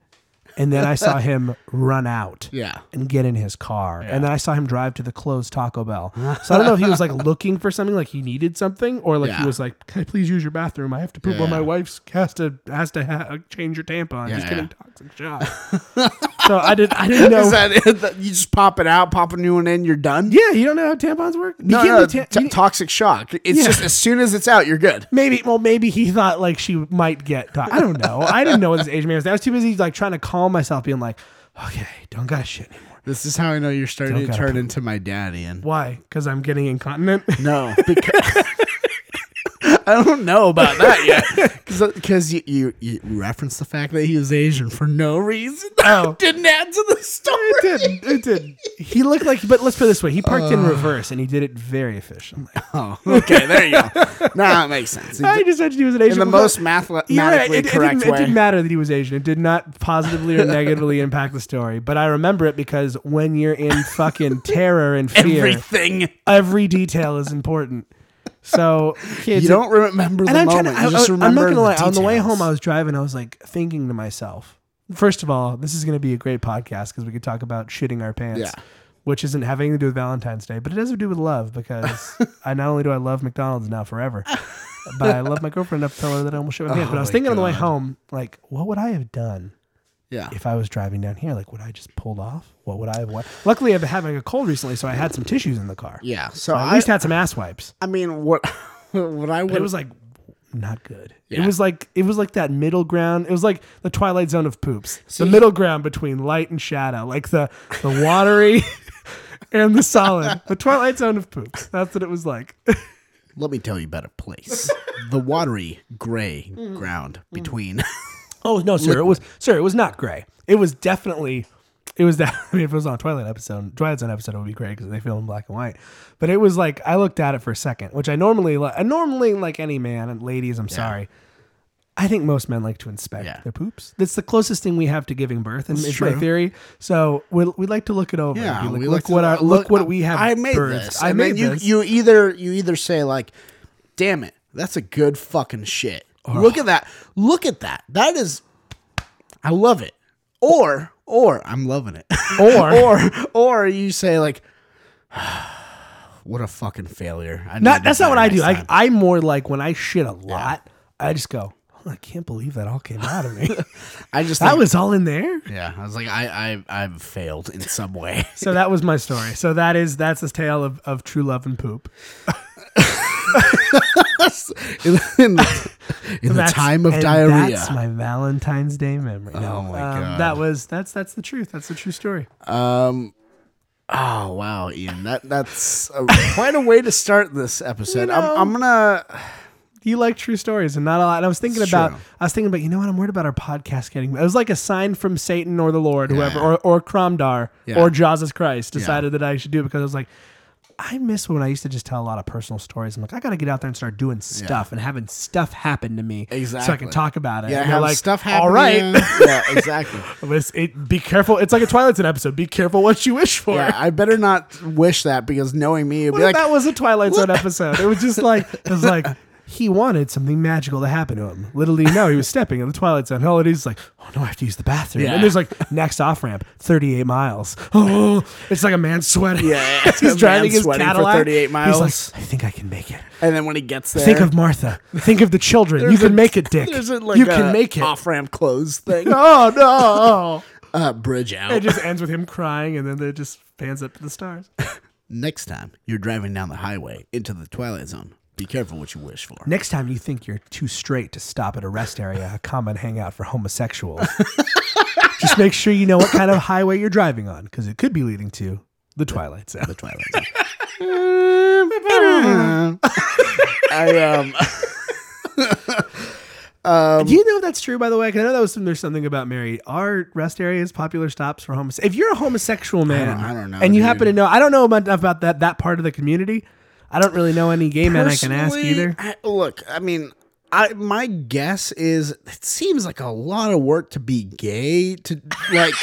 S1: and then I saw him run out.
S2: Yeah.
S1: and get in his car. And then I saw him drive to the closed Taco Bell. So I don't know if he was like looking for something, like he needed something, or like he
S2: Yeah.
S1: was like, "Can I please use your bathroom? I have to poop, or
S2: Yeah.
S1: my wife's has to has to ha- change your tampon.
S2: Yeah,
S1: She's
S2: yeah.
S1: getting toxic shock." so I didn't I didn't know
S2: Is that it? That You just pop it out, pop a new one in, you're done.
S1: Yeah, you don't know how tampons work. You
S2: No,
S1: can't
S2: no,
S1: do ta-
S2: t-
S1: you-
S2: toxic shock. It's
S1: Yeah.
S2: just as soon as it's out, you're good.
S1: maybe, well, maybe he thought like she might get. To- I don't know. I didn't know what this Asian man was. I was too busy like trying to calm myself, being like, okay, don't got shit anymore.
S2: This is how I know you're starting
S1: Don't
S2: to
S1: gotta
S2: turn
S1: poop.
S2: into my daddy. And
S1: Why? Because I'm getting incontinent.
S2: no, because I don't know about that yet. Because you, you you referenced the fact that he was Asian for no reason.
S1: Oh.
S2: didn't add to the story.
S1: it did. It did. He looked like, but let's put it this way: he parked
S2: Uh.
S1: in reverse, and he did it very efficiently.
S2: Oh, okay, there you go. nah, it makes sense.
S1: I just mentioned he was an Asian.
S2: in the
S1: Well,
S2: most mathematically
S1: you're right. It, it
S2: correct
S1: didn't, it
S2: way.
S1: didn't matter that he was Asian. It did not positively or negatively impact the story. But I remember it because when you're in fucking terror and fear,
S2: Everything.
S1: every detail is important. So kids,
S2: You don't remember the
S1: and I'm trying
S2: moment.
S1: to, I,
S2: you just
S1: am
S2: remember
S1: not gonna
S2: the
S1: lie. On the way
S2: details.
S1: home, I was driving. I was like thinking to myself, first of all, this is gonna be a great podcast because we could talk about shitting our pants.
S2: Yeah.
S1: Which isn't having to do with Valentine's Day, but it does have to do with love because I not only do I love McDonald's now forever, but I love my girlfriend enough to tell her that I almost shit my pants. but I
S2: Oh
S1: was thinking on the way home, like, what would I have done
S2: yeah.
S1: if I was driving down here? Like, would I just pulled off? What would I have? What? Luckily, I've been having a cold recently, so I had some tissues in the car.
S2: Yeah. So
S1: So I at
S2: I,
S1: least had some ass wipes.
S2: I mean, what what I
S1: But
S2: would
S1: it was like not good. It
S2: Yeah.
S1: was like it was like that middle ground. It was like the twilight zone of poops. the
S2: See-
S1: middle ground between light and shadow, like the the watery and the solid. The twilight zone of poops. That's what it was like.
S2: let me tell you about a place. the watery gray
S1: Mm.
S2: ground between.
S1: Oh no, sir! It was sir. It was not gray. It was definitely. It was that. I mean, if it was on a Twilight episode, Twilight Zone episode, it would be great because they film in black and white. But it was like I looked at it for a second, which I normally, li- I normally like any man and ladies. I'm sorry. I think most men like to inspect
S2: Yeah.
S1: their poops. That's the closest thing we have to giving birth, and it's my
S2: true.
S1: theory. So we we like to look it over. and
S2: Yeah,
S1: be like,
S2: we
S1: look
S2: looked
S1: what
S2: it
S1: our,
S2: up.
S1: look what we have.
S2: I made
S1: birthed.
S2: this.
S1: I
S2: and
S1: made
S2: then you,
S1: this.
S2: You either you either say like, "Damn it, that's a good fucking shit." Look at that. Look at that. That is, I love it. Or or I'm loving it.
S1: or
S2: or or you say like, "What a fucking failure."
S1: Not,
S2: I need to
S1: that's not what I
S2: better
S1: do.
S2: next
S1: I,
S2: time."
S1: I more like when I shit a lot, I just go, oh, I can't believe that all came out of me.
S2: I just
S1: that
S2: think,
S1: was all in there.
S2: yeah. I was like, I I I've failed in some way.
S1: So that was my story. So that is that's this tale of, of true love and poop.
S2: in, in the, in the
S1: That's-
S2: time of
S1: and
S2: diarrhea.
S1: That's my Valentine's Day memory. No,
S2: Oh my God.
S1: That was that's that's the truth. That's the true story.
S2: Um. Oh wow, Ian, that that's a, quite a way to start this episode.
S1: know.
S2: I'm, I'm gonna.
S1: You like true stories and not a lot. And I was thinking
S2: It's
S1: about
S2: true.
S1: I was thinking about you know what I'm worried about our podcast getting. It was like a sign from Satan or the Lord, whoever, or or Cromdar
S2: Yeah.
S1: or Jesus Christ decided
S2: Yeah.
S1: that I should do it because I was like. I miss when I used to just tell a lot of personal stories. I'm like, I got to get out there and start doing stuff and having stuff happen to me, so I can
S2: Exactly.
S1: talk about it.
S2: Yeah,
S1: And
S2: have
S1: you're like,
S2: stuff happen.
S1: All right,
S2: to you. yeah, exactly.
S1: It's- it- be careful. It's like a Twilight Zone episode. Be careful what you wish for.
S2: Yeah, I better not wish that because knowing me, it'd
S1: What
S2: be
S1: if
S2: like,
S1: that was a Twilight Zone episode? It was just like it was like he wanted something magical to happen to him. Little did he know he was stepping in the Twilight Zone. All it is like, oh no, I have to use the bathroom.
S2: Yeah.
S1: And there's like next off ramp, 38 miles. Oh, it's like a man sweating.
S2: Yeah, it's a
S1: he's
S2: man
S1: driving his
S2: sweating for
S1: Cadillac.
S2: 38
S1: He's
S2: miles.
S1: like, I think I can make it.
S2: and then when he gets there,
S1: Think of Martha. Think of the children. you can make it, Dick.
S2: There's a, like
S1: you can make it.
S2: off ramp clothes thing.
S1: Oh no!
S2: uh, bridge out.
S1: it just ends with him crying, and then it just pans up to the stars.
S2: Next time you're driving down the highway into the twilight zone, be careful what you wish for.
S1: Next time you think you're too straight to stop at a rest area, a common hangout for homosexuals, just make sure you know what kind of highway you're driving on, because it could be leading to the Twilight Zone. The Twilight Zone.
S2: I um,
S1: Do you know if that's true, by the way? 'Cause I know that was some, there's something about Mary. Are rest areas popular stops for homosexuals? If you're a homosexual man,
S2: I don't know,
S1: and you
S2: dude.
S1: happen to know, I don't know about- enough about that that part of the community. I don't really know any gay men I can ask
S2: personally,
S1: either.
S2: I- look, I mean, I my guess is it seems like a lot of work to be gay to like.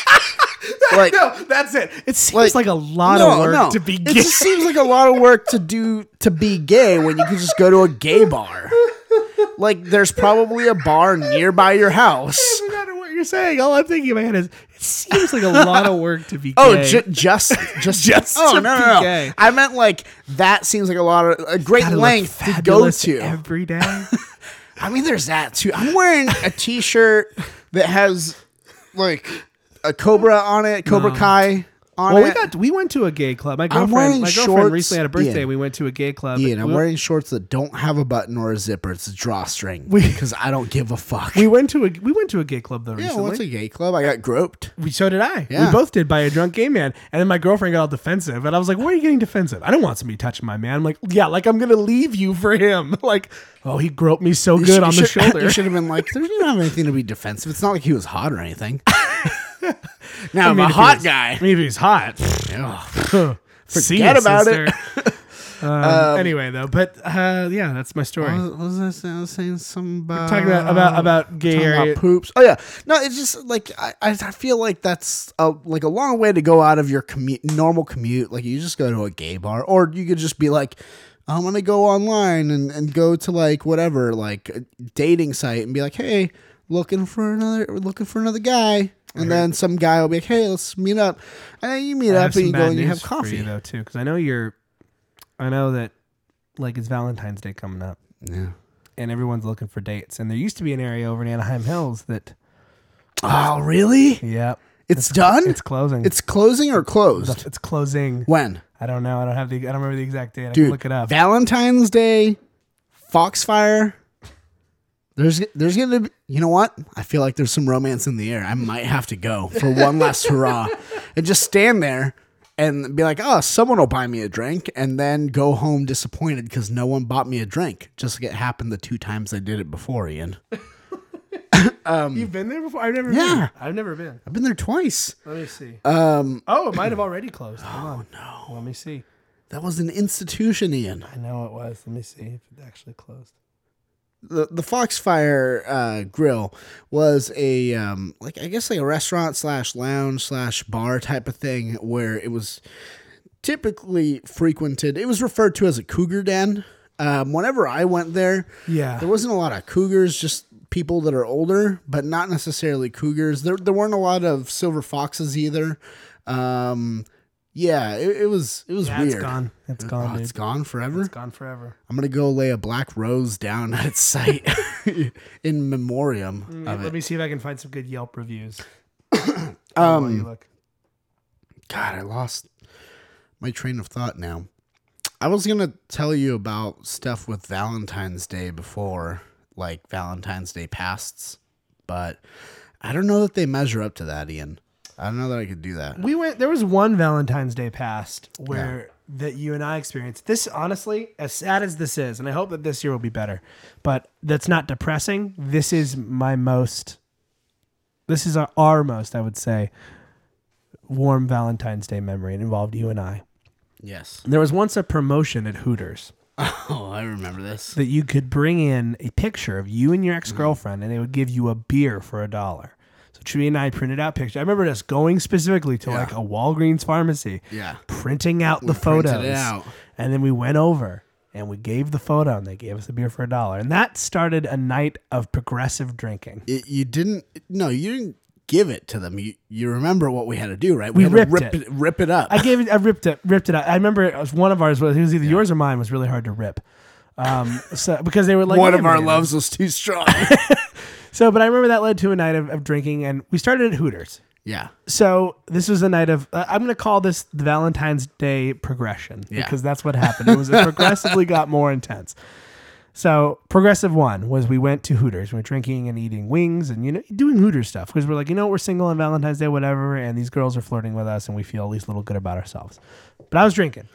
S2: Like
S1: that's it. It seems like, a lot of work to be
S2: It
S1: gay.
S2: just seems like a lot of work to do to be gay when you can just go to a gay bar. Like there's probably a bar nearby your house.
S1: I don't know what you're saying. All I'm thinking in my head is, it seems like a lot of work to be.
S2: Oh,
S1: gay.
S2: ju- just just
S1: Just
S2: Oh
S1: to
S2: no,
S1: be
S2: no, no.
S1: gay.
S2: I meant like that seems like a lot of a great
S1: Gotta look
S2: length to go
S1: fabulous
S2: to.
S1: every day.
S2: I mean, there's that too. I'm wearing a T-shirt that has like a cobra on it, Cobra Kai on
S1: well,
S2: it.
S1: we got we went to a gay club. My
S2: I'm
S1: girlfriend,
S2: wearing
S1: my girlfriend
S2: shorts,
S1: recently had a birthday.
S2: Ian.
S1: We went to a gay club.
S2: Ian, I'm
S1: we,
S2: wearing shorts that don't have a button or a zipper. It's a drawstring because I don't give a fuck.
S1: we went to a we went to a gay club though
S2: yeah,
S1: recently.
S2: what's a gay club? I got groped.
S1: We so did I. We
S2: Yeah.
S1: both did by a drunk gay man. And then my girlfriend got all defensive, and I was like, "Why are you getting defensive? I don't want somebody touching my man." I'm like, "Yeah, like I'm gonna leave you for him." Like, oh, he groped me so
S2: You
S1: good
S2: should-
S1: on
S2: you
S1: the
S2: should-
S1: shoulder.
S2: You should have been like, "There's not anything to be defensive. It's not like he was hot or anything." now I am
S1: mean,
S2: a
S1: if he
S2: hot
S1: was-
S2: guy.
S1: I mean, if he's hot, forget
S2: Forget about it.
S1: um, anyway, though, but uh, yeah, that's my story.
S2: What was I saying? I was saying something about
S1: talking about about about gay
S2: talking
S1: area.
S2: about poops. Oh yeah, no, it's just like I, I I feel like that's a, like a long way to go out of your commute, normal commute. Like you just go to a gay bar, or you could just be like, I'm gonna go online and and go to like whatever like a dating site and be like, hey, looking for another, looking for another guy. And then some guy will be like, "Hey, let's meet up." And then you
S1: I
S2: meet up,
S1: have
S2: and
S1: some
S2: you go
S1: bad
S2: and you
S1: news
S2: have
S1: for
S2: coffee.
S1: though too, because I know you're. I know that, like, it's Valentine's Day coming up,
S2: yeah.
S1: and everyone's looking for dates. And there used to be an area over in Anaheim Hills that,
S2: Oh, really?
S1: yeah,
S2: It's done.
S1: it's closing.
S2: It's closing or closed.
S1: it's closing.
S2: When?
S1: I don't know. I don't have the. I don't remember the exact date. I
S2: Dude,
S1: can look it up.
S2: Valentine's Day, Foxfire. There's there's gonna be you know what? I feel like there's some romance in the air. I might have to go for one last hurrah and just stand there and be like, oh, someone will buy me a drink, and then go home disappointed because no one bought me a drink. Just like it happened the two times I did it before, Ian.
S1: You've been there before? I've never.
S2: Yeah.
S1: been. I've never been.
S2: I've been there twice.
S1: Let me see.
S2: Um,
S1: Oh, it might have already closed. Hold on. no. Let me see.
S2: that was an institution, Ian.
S1: I know it was. Let me see if it actually closed.
S2: the the Foxfire uh, Grill was a um, like I guess like a restaurant slash lounge slash bar type of thing where it was typically frequented. It was referred to as a cougar den. Um, whenever I went there,
S1: Yeah.
S2: there wasn't a lot of cougars, just people that are older, but not necessarily cougars. There there weren't a lot of silver foxes either. Um, yeah, it, it was it was
S1: Yeah,
S2: weird.
S1: it's gone. It's
S2: Oh,
S1: gone. dude.
S2: it's gone forever.
S1: It's gone forever.
S2: I'm gonna go lay a black rose down at its site in memoriam of
S1: Let
S2: it.
S1: me see if I can find some good Yelp reviews. While you
S2: Um,
S1: look.
S2: God, I lost my train of thought now. I was gonna tell you about stuff with Valentine's Day before, like Valentine's Day pasts, but I don't know that they measure up to that, Ian. I don't know that I could do that.
S1: We went. There was one Valentine's Day past where that you and I experienced. This honestly, as sad as this is, and I hope that this year will be better, but that's not depressing. This is my most. This is our, our most, I would say, warm Valentine's Day memory. It involved you and I.
S2: Yes.
S1: There was once a promotion at Hooters
S2: Oh, I remember this.
S1: that you could bring in a picture of you and your ex girlfriend, and they would give you a beer for a dollar. So Chewy and I printed out pictures. I remember us going specifically to like a Walgreens pharmacy,
S2: Yeah.
S1: printing out the
S2: printed it
S1: photos,
S2: out.
S1: and then we went over and we gave the photo, and they gave us a beer for a dollar, and that started a night of progressive drinking.
S2: It, you didn't. No, you didn't give it to them. You you remember what we had to do, right?
S1: We
S2: had
S1: ripped
S2: to rip
S1: it.
S2: Rip it up.
S1: I gave it. I ripped it. Ripped it out. I remember it was one of ours. Was it was either yours or mine. Was really hard to rip. Um, so because they were like
S2: One
S1: "Wait
S2: of
S1: a
S2: our
S1: minute."
S2: loves was too strong.
S1: So, but I remember that led to a night of, of drinking, and we started at Hooters.
S2: yeah.
S1: So this was a night of. Uh, I'm going to call this the Valentine's Day progression
S2: Yeah.
S1: because that's what happened. It was it progressively got more intense. So progressive one was we went to Hooters. We were drinking and eating wings and you know doing Hooters stuff because we're like you know we're single on Valentine's Day whatever and these girls are flirting with us and we feel at least a little good about ourselves. But I was drinking.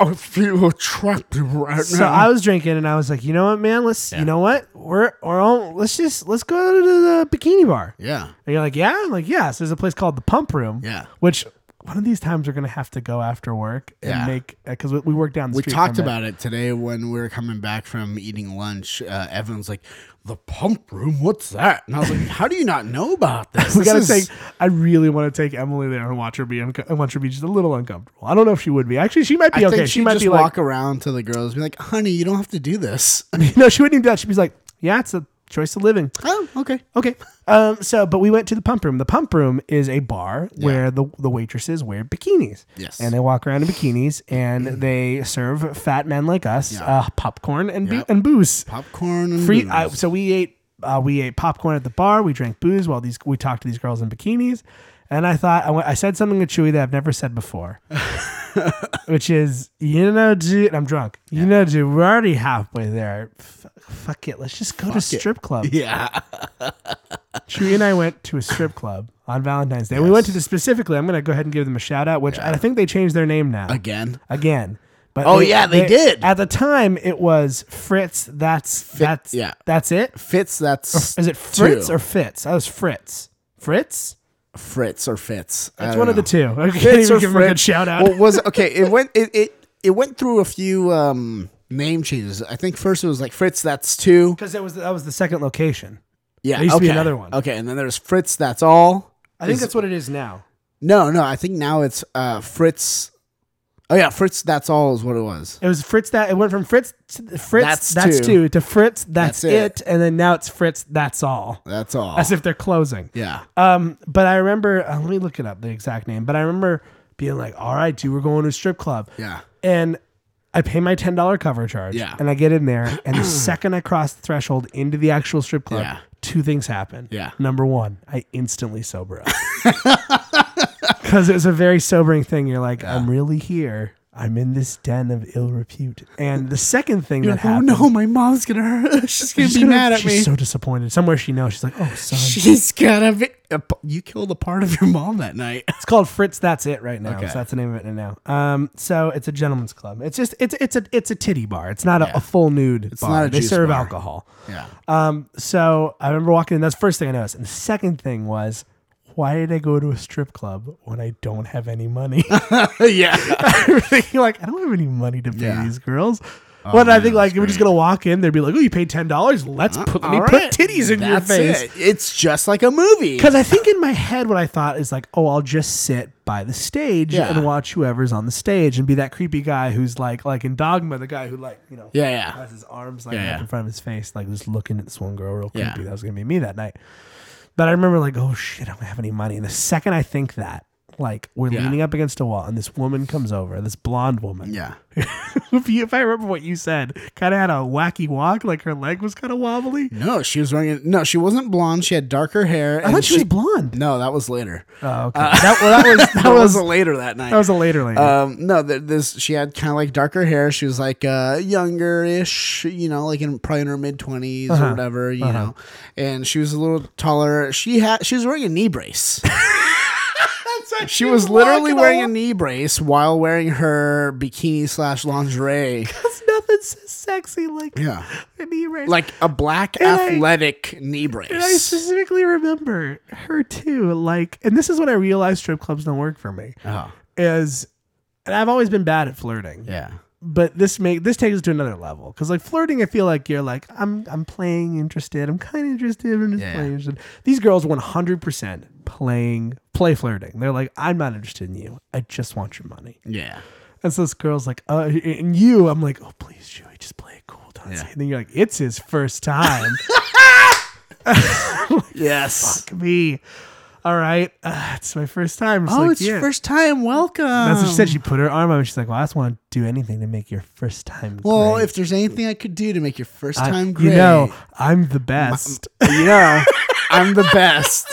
S2: I feel attractive right
S1: So I was drinking, and I was like, you know what, man, let's, you know what, we're, we're all, let's just, let's go to the bikini bar.
S2: yeah.
S1: And you're like, yeah, I'm like yeah. So there's a place called the Pump Room.
S2: Yeah.
S1: Which one of these times we're gonna have to go after work and
S2: Yeah.
S1: make because we, we work down the
S2: We
S1: street.
S2: talked
S1: from it.
S2: about it today when we were coming back from eating lunch. Uh, Evan's like, "The pump room, what's that?" And I was like, "How do you not know about this?"
S1: We
S2: This
S1: gotta
S2: is-
S1: take. I really want to take Emily there and watch her be unco- and watch her be just a little uncomfortable. I don't know if she would be. Actually, she might
S2: I
S1: be okay.
S2: think
S1: She
S2: she'd
S1: might
S2: just
S1: be
S2: walk
S1: like,
S2: around to the girls, and be like, "Honey, you don't have to do this."
S1: no, she wouldn't even do that. She'd be like, yeah, it's a choice of living.
S2: oh, okay.
S1: Okay. Um, so, but we went to the pump room. The pump room is a bar where the, the waitresses wear bikinis.
S2: Yes.
S1: And they walk around in bikinis and they serve fat men like us uh, popcorn and, boo- and booze.
S2: Popcorn and
S1: Free.
S2: booze.
S1: I, so we ate uh, we ate popcorn at the bar. We drank booze while these we talked to these girls in bikinis. And I thought I, went, I said something to Chewy that I've never said before, which is you know, dude, I'm drunk. You know, dude, we're already halfway there. F- fuck it, let's just go to strip club.
S2: yeah.
S1: Chewy and I went to a strip club on Valentine's Day. We went to this specifically. I'm going to go ahead and give them a shout out, which I think they changed their name now
S2: Again.
S1: again. But
S2: Oh, yeah, they did.
S1: At the time, it was Fritz. That's that's
S2: yeah.
S1: That's it.
S2: Fitz, that's
S1: Is it Fritz or Fitz? I was Fritz. Fritz.
S2: Fritz or Fitz?
S1: It's one of the two. I can't
S2: Fitz
S1: even
S2: or
S1: give him a good
S2: Fritz?
S1: shout out.
S2: Well, was okay. It went it, it it went through a few um name changes. I think first it was like Fritz, that's two.
S1: because that was that was the second location.
S2: Yeah,
S1: There used to
S2: okay.
S1: be another one.
S2: Okay, and then there's Fritz, that's all.
S1: I think that's what it is now.
S2: No, no, I think now it's uh Fritz. Oh yeah, Fritz, that's all is what it was.
S1: It was Fritz that it went from Fritz to Fritz that's,
S2: That's
S1: two.
S2: two.
S1: to Fritz that's,
S2: That's it.
S1: it. and then now it's Fritz that's all.
S2: That's all.
S1: As if they're closing.
S2: yeah,
S1: Um, but I remember, uh, let me look it up, the exact name. But I remember being like, all right, dude, we're going to a strip club.
S2: yeah.
S1: And I pay my $10 cover charge.
S2: Yeah.
S1: And I get in there. And the second I cross the threshold into the actual strip club,
S2: Yeah.
S1: two things happen.
S2: Yeah.
S1: Number one, I instantly sober up. Because it was a very sobering thing. You're like, I'm really here. I'm in this den of ill repute. And the second thing that
S2: Oh
S1: happened.
S2: no, my mom's gonna hurt. She's gonna
S1: she's
S2: be
S1: gonna-
S2: mad at
S1: she's
S2: me.
S1: so disappointed. Somewhere she knows. She's like, oh, son.
S2: she's gonna be. uh, You killed a part of your mom that night.
S1: It's called Fritz. That's it right now.
S2: Okay.
S1: So that's the name of it right now. Um, so it's a gentleman's club. It's just it's it's a it's a titty bar. It's not a, a full nude. It's
S2: not a
S1: They
S2: juice
S1: serve
S2: bar.
S1: alcohol.
S2: Yeah.
S1: Um, so I remember walking in. That's the first thing I noticed. And the second thing was, why did I go to a strip club when I don't have any money?
S2: yeah.
S1: I'm thinking like I don't have any money to pay
S2: Yeah. Oh,
S1: these girls. Well, and I think like we're just gonna walk in. They'd be like, "Oh, you paid ten dollars. Let's put let me
S2: Uh, All
S1: put
S2: right.
S1: titties in
S2: That's
S1: your face."
S2: it. It's just like a movie.
S1: Because I think in my head, what I thought is like, oh, I'll just sit by the stage
S2: Yeah.
S1: and watch whoever's on the stage and be that creepy guy who's like, like in Dogma, the guy who like, you know,
S2: Yeah, yeah.
S1: has his arms like
S2: Yeah,
S1: up
S2: yeah.
S1: in front of his face, like just looking at this one girl real
S2: Yeah.
S1: creepy. That was gonna be me that night. But I remember like, oh shit, I don't have any money. And the second I think that, like, we're
S2: Yeah.
S1: leaning up against a wall and this woman comes over, this blonde woman.
S2: Yeah.
S1: if, you, if I remember what you said, kind of had a wacky walk, like her leg was kind of wobbly.
S2: No, she was wearing it. No, she wasn't blonde. She had darker hair.
S1: I thought she, was blonde.
S2: No, that was later. Uh,
S1: Oh, okay. that, well, that was that,
S2: That was
S1: was
S2: later that night.
S1: that was a later lady.
S2: um, no, th- this she had kind of like darker hair. She was like uh, younger-ish, you know, like in probably in her mid 20s
S1: Uh-huh.
S2: or whatever, you know. And she was a little taller. She had she was wearing a knee brace. she was literally wearing a knee brace while wearing her bikini slash lingerie.
S1: That's nothing so sexy like
S2: Yeah,
S1: a knee raise.
S2: like a black
S1: And I-
S2: athletic knee
S1: and I
S2: brace.
S1: specifically remember
S2: Oh,
S1: her too. Like, and this is when I realized strip clubs don't work for me. Is and I've always been bad at flirting.
S2: Uh-huh. Yeah.
S1: But this make this takes it to another level because like flirting, I feel like you're like I'm I'm playing interested. I'm kind of interested. I'm just
S2: Yeah.
S1: playing interested. These girls 100 percent playing play flirting. They're like I'm not interested in you. I just want your money.
S2: Yeah.
S1: And so this girl's like, uh, and you, I'm like, oh please, Chewy, just play it cool. Don't say. And then you're like, it's his first time.
S2: Yes.
S1: Fuck me. All right, uh, it's my first time. It's
S2: Oh,
S1: like,
S2: it's your
S1: yeah.
S2: first time. Welcome.
S1: That's what she said. She put her arm on me. She's like, "Well, I just want to do anything to make your first time."
S2: Well,
S1: great.
S2: if there's anything I could do to make your first
S1: I-
S2: time
S1: you
S2: great,
S1: know, I'm the best.
S2: you know, I'm the best.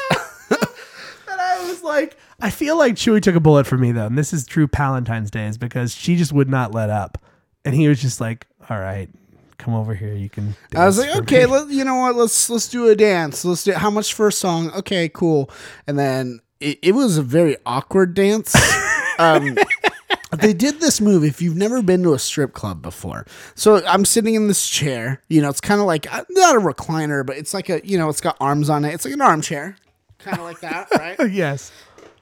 S1: I was like, I feel like Chewy took a bullet for me though, and this is true Palentine's days because she just would not let up, and he was just like, "All right, come over here. You can."
S2: I was
S1: dance
S2: like,
S1: for
S2: okay,
S1: me."
S2: let, you know what? Let's let's do a dance. Let's do how much for a song? Okay, cool. And then it, it was a very awkward dance. um, they did this move if you've never been to a strip club before. So I'm sitting in this chair. You know, it's kind of like uh, not a recliner, but it's like a you know, it's got arms on it. It's like an armchair, kind of like that, right?
S1: yes,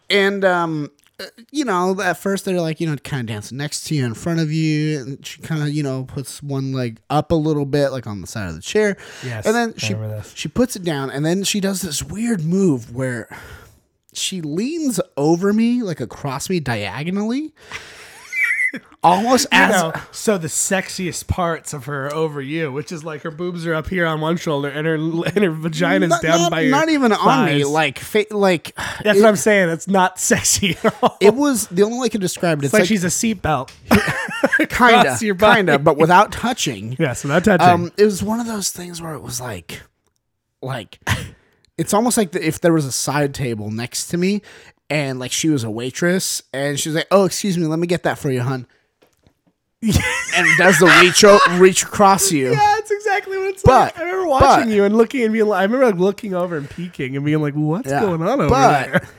S2: and um uh, you know at first they're like you know kind of dancing next to you in front of you and she kind of you know puts one leg up a little bit like on the side of the chair
S1: Yes,
S2: and then
S1: I
S2: she
S1: remember this.
S2: she puts it down and then she does this weird move where she leans over me like across me diagonally almost as
S1: so the sexiest parts of her are over you, which is like her boobs are up here on one shoulder and her and her vagina's
S2: not,
S1: down
S2: not-
S1: by your
S2: not even on me
S1: thighs.
S2: like fa- like
S1: That's
S2: it,
S1: what I'm saying. That's not sexy at all.
S2: it was the only way I could describe it. It's,
S1: it's like,
S2: like,
S1: she's a seatbelt.
S2: kinda,
S1: across your body.
S2: kinda, but without touching.
S1: yes, without touching.
S2: um, it was one of those things where it was like, like, it's almost like the, if there was a side table next to me, and like she was a waitress, and she's like, "Oh, excuse me, let me get that for you, hun," and does the reach o- reach across you.
S1: yeah, that's exactly what it's
S2: But-
S1: like. I remember watching
S2: but-
S1: you and looking and being like, I remember like looking over and peeking and being like, what's
S2: Yeah.
S1: going on over
S2: But-
S1: there?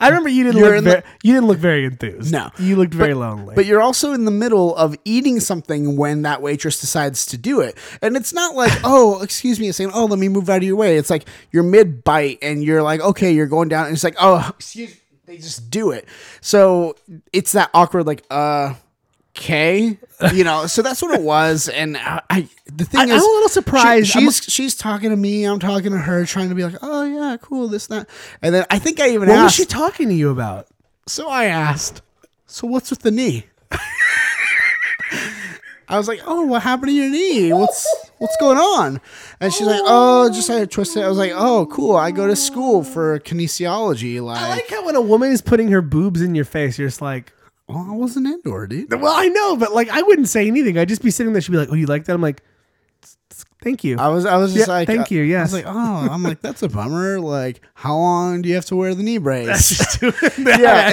S1: I remember you didn't
S2: You're
S1: look
S2: in the-
S1: very, you didn't look very enthused.
S2: No.
S1: you looked very lonely.
S2: But you're also in the middle of eating something when that waitress decides to do it. And it's not like, oh, excuse me, it's saying, oh, let me move out of your way. It's like you're mid bite and you're like, okay, you're going down. And it's like, oh, excuse They just do it. So it's that awkward, like, uh, okay. You know, so that's what it was. And I, I the thing
S1: I-
S2: is,
S1: I'm a little
S2: she-
S1: surprised. I'm a-
S2: she's, she's talking to me. I'm talking to her, trying to be like, oh, yeah, cool, this, that. And then I think I even
S1: what was
S2: asked.
S1: she talking to you about?
S2: So I asked, So what's with the knee? I was like, Oh, what happened to your knee? What's what's going on? And she's like, Oh, just I twisted. it." I was like, Oh, cool. I go to school for kinesiology. Like,
S1: I like how when a woman is putting her boobs in your face, you're just like,
S2: well, I wasn't into her, dude.
S1: well, I know, but like, I wouldn't say anything. I'd just be sitting there. She'd be like, oh, you like that? I'm like, thank you.
S2: I was I was just
S1: Yeah,
S2: like uh,
S1: thank you,
S2: I
S1: yes.
S2: was like, Oh, I'm like, that's a bummer. Like, how long do you have to wear the knee brace? yeah.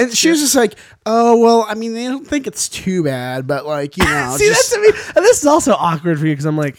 S2: And she was just like, Oh, well, I mean, they don't think it's too bad, but like, you know,
S1: See,
S2: just-
S1: that's I mean, and this is also awkward for you because I'm like,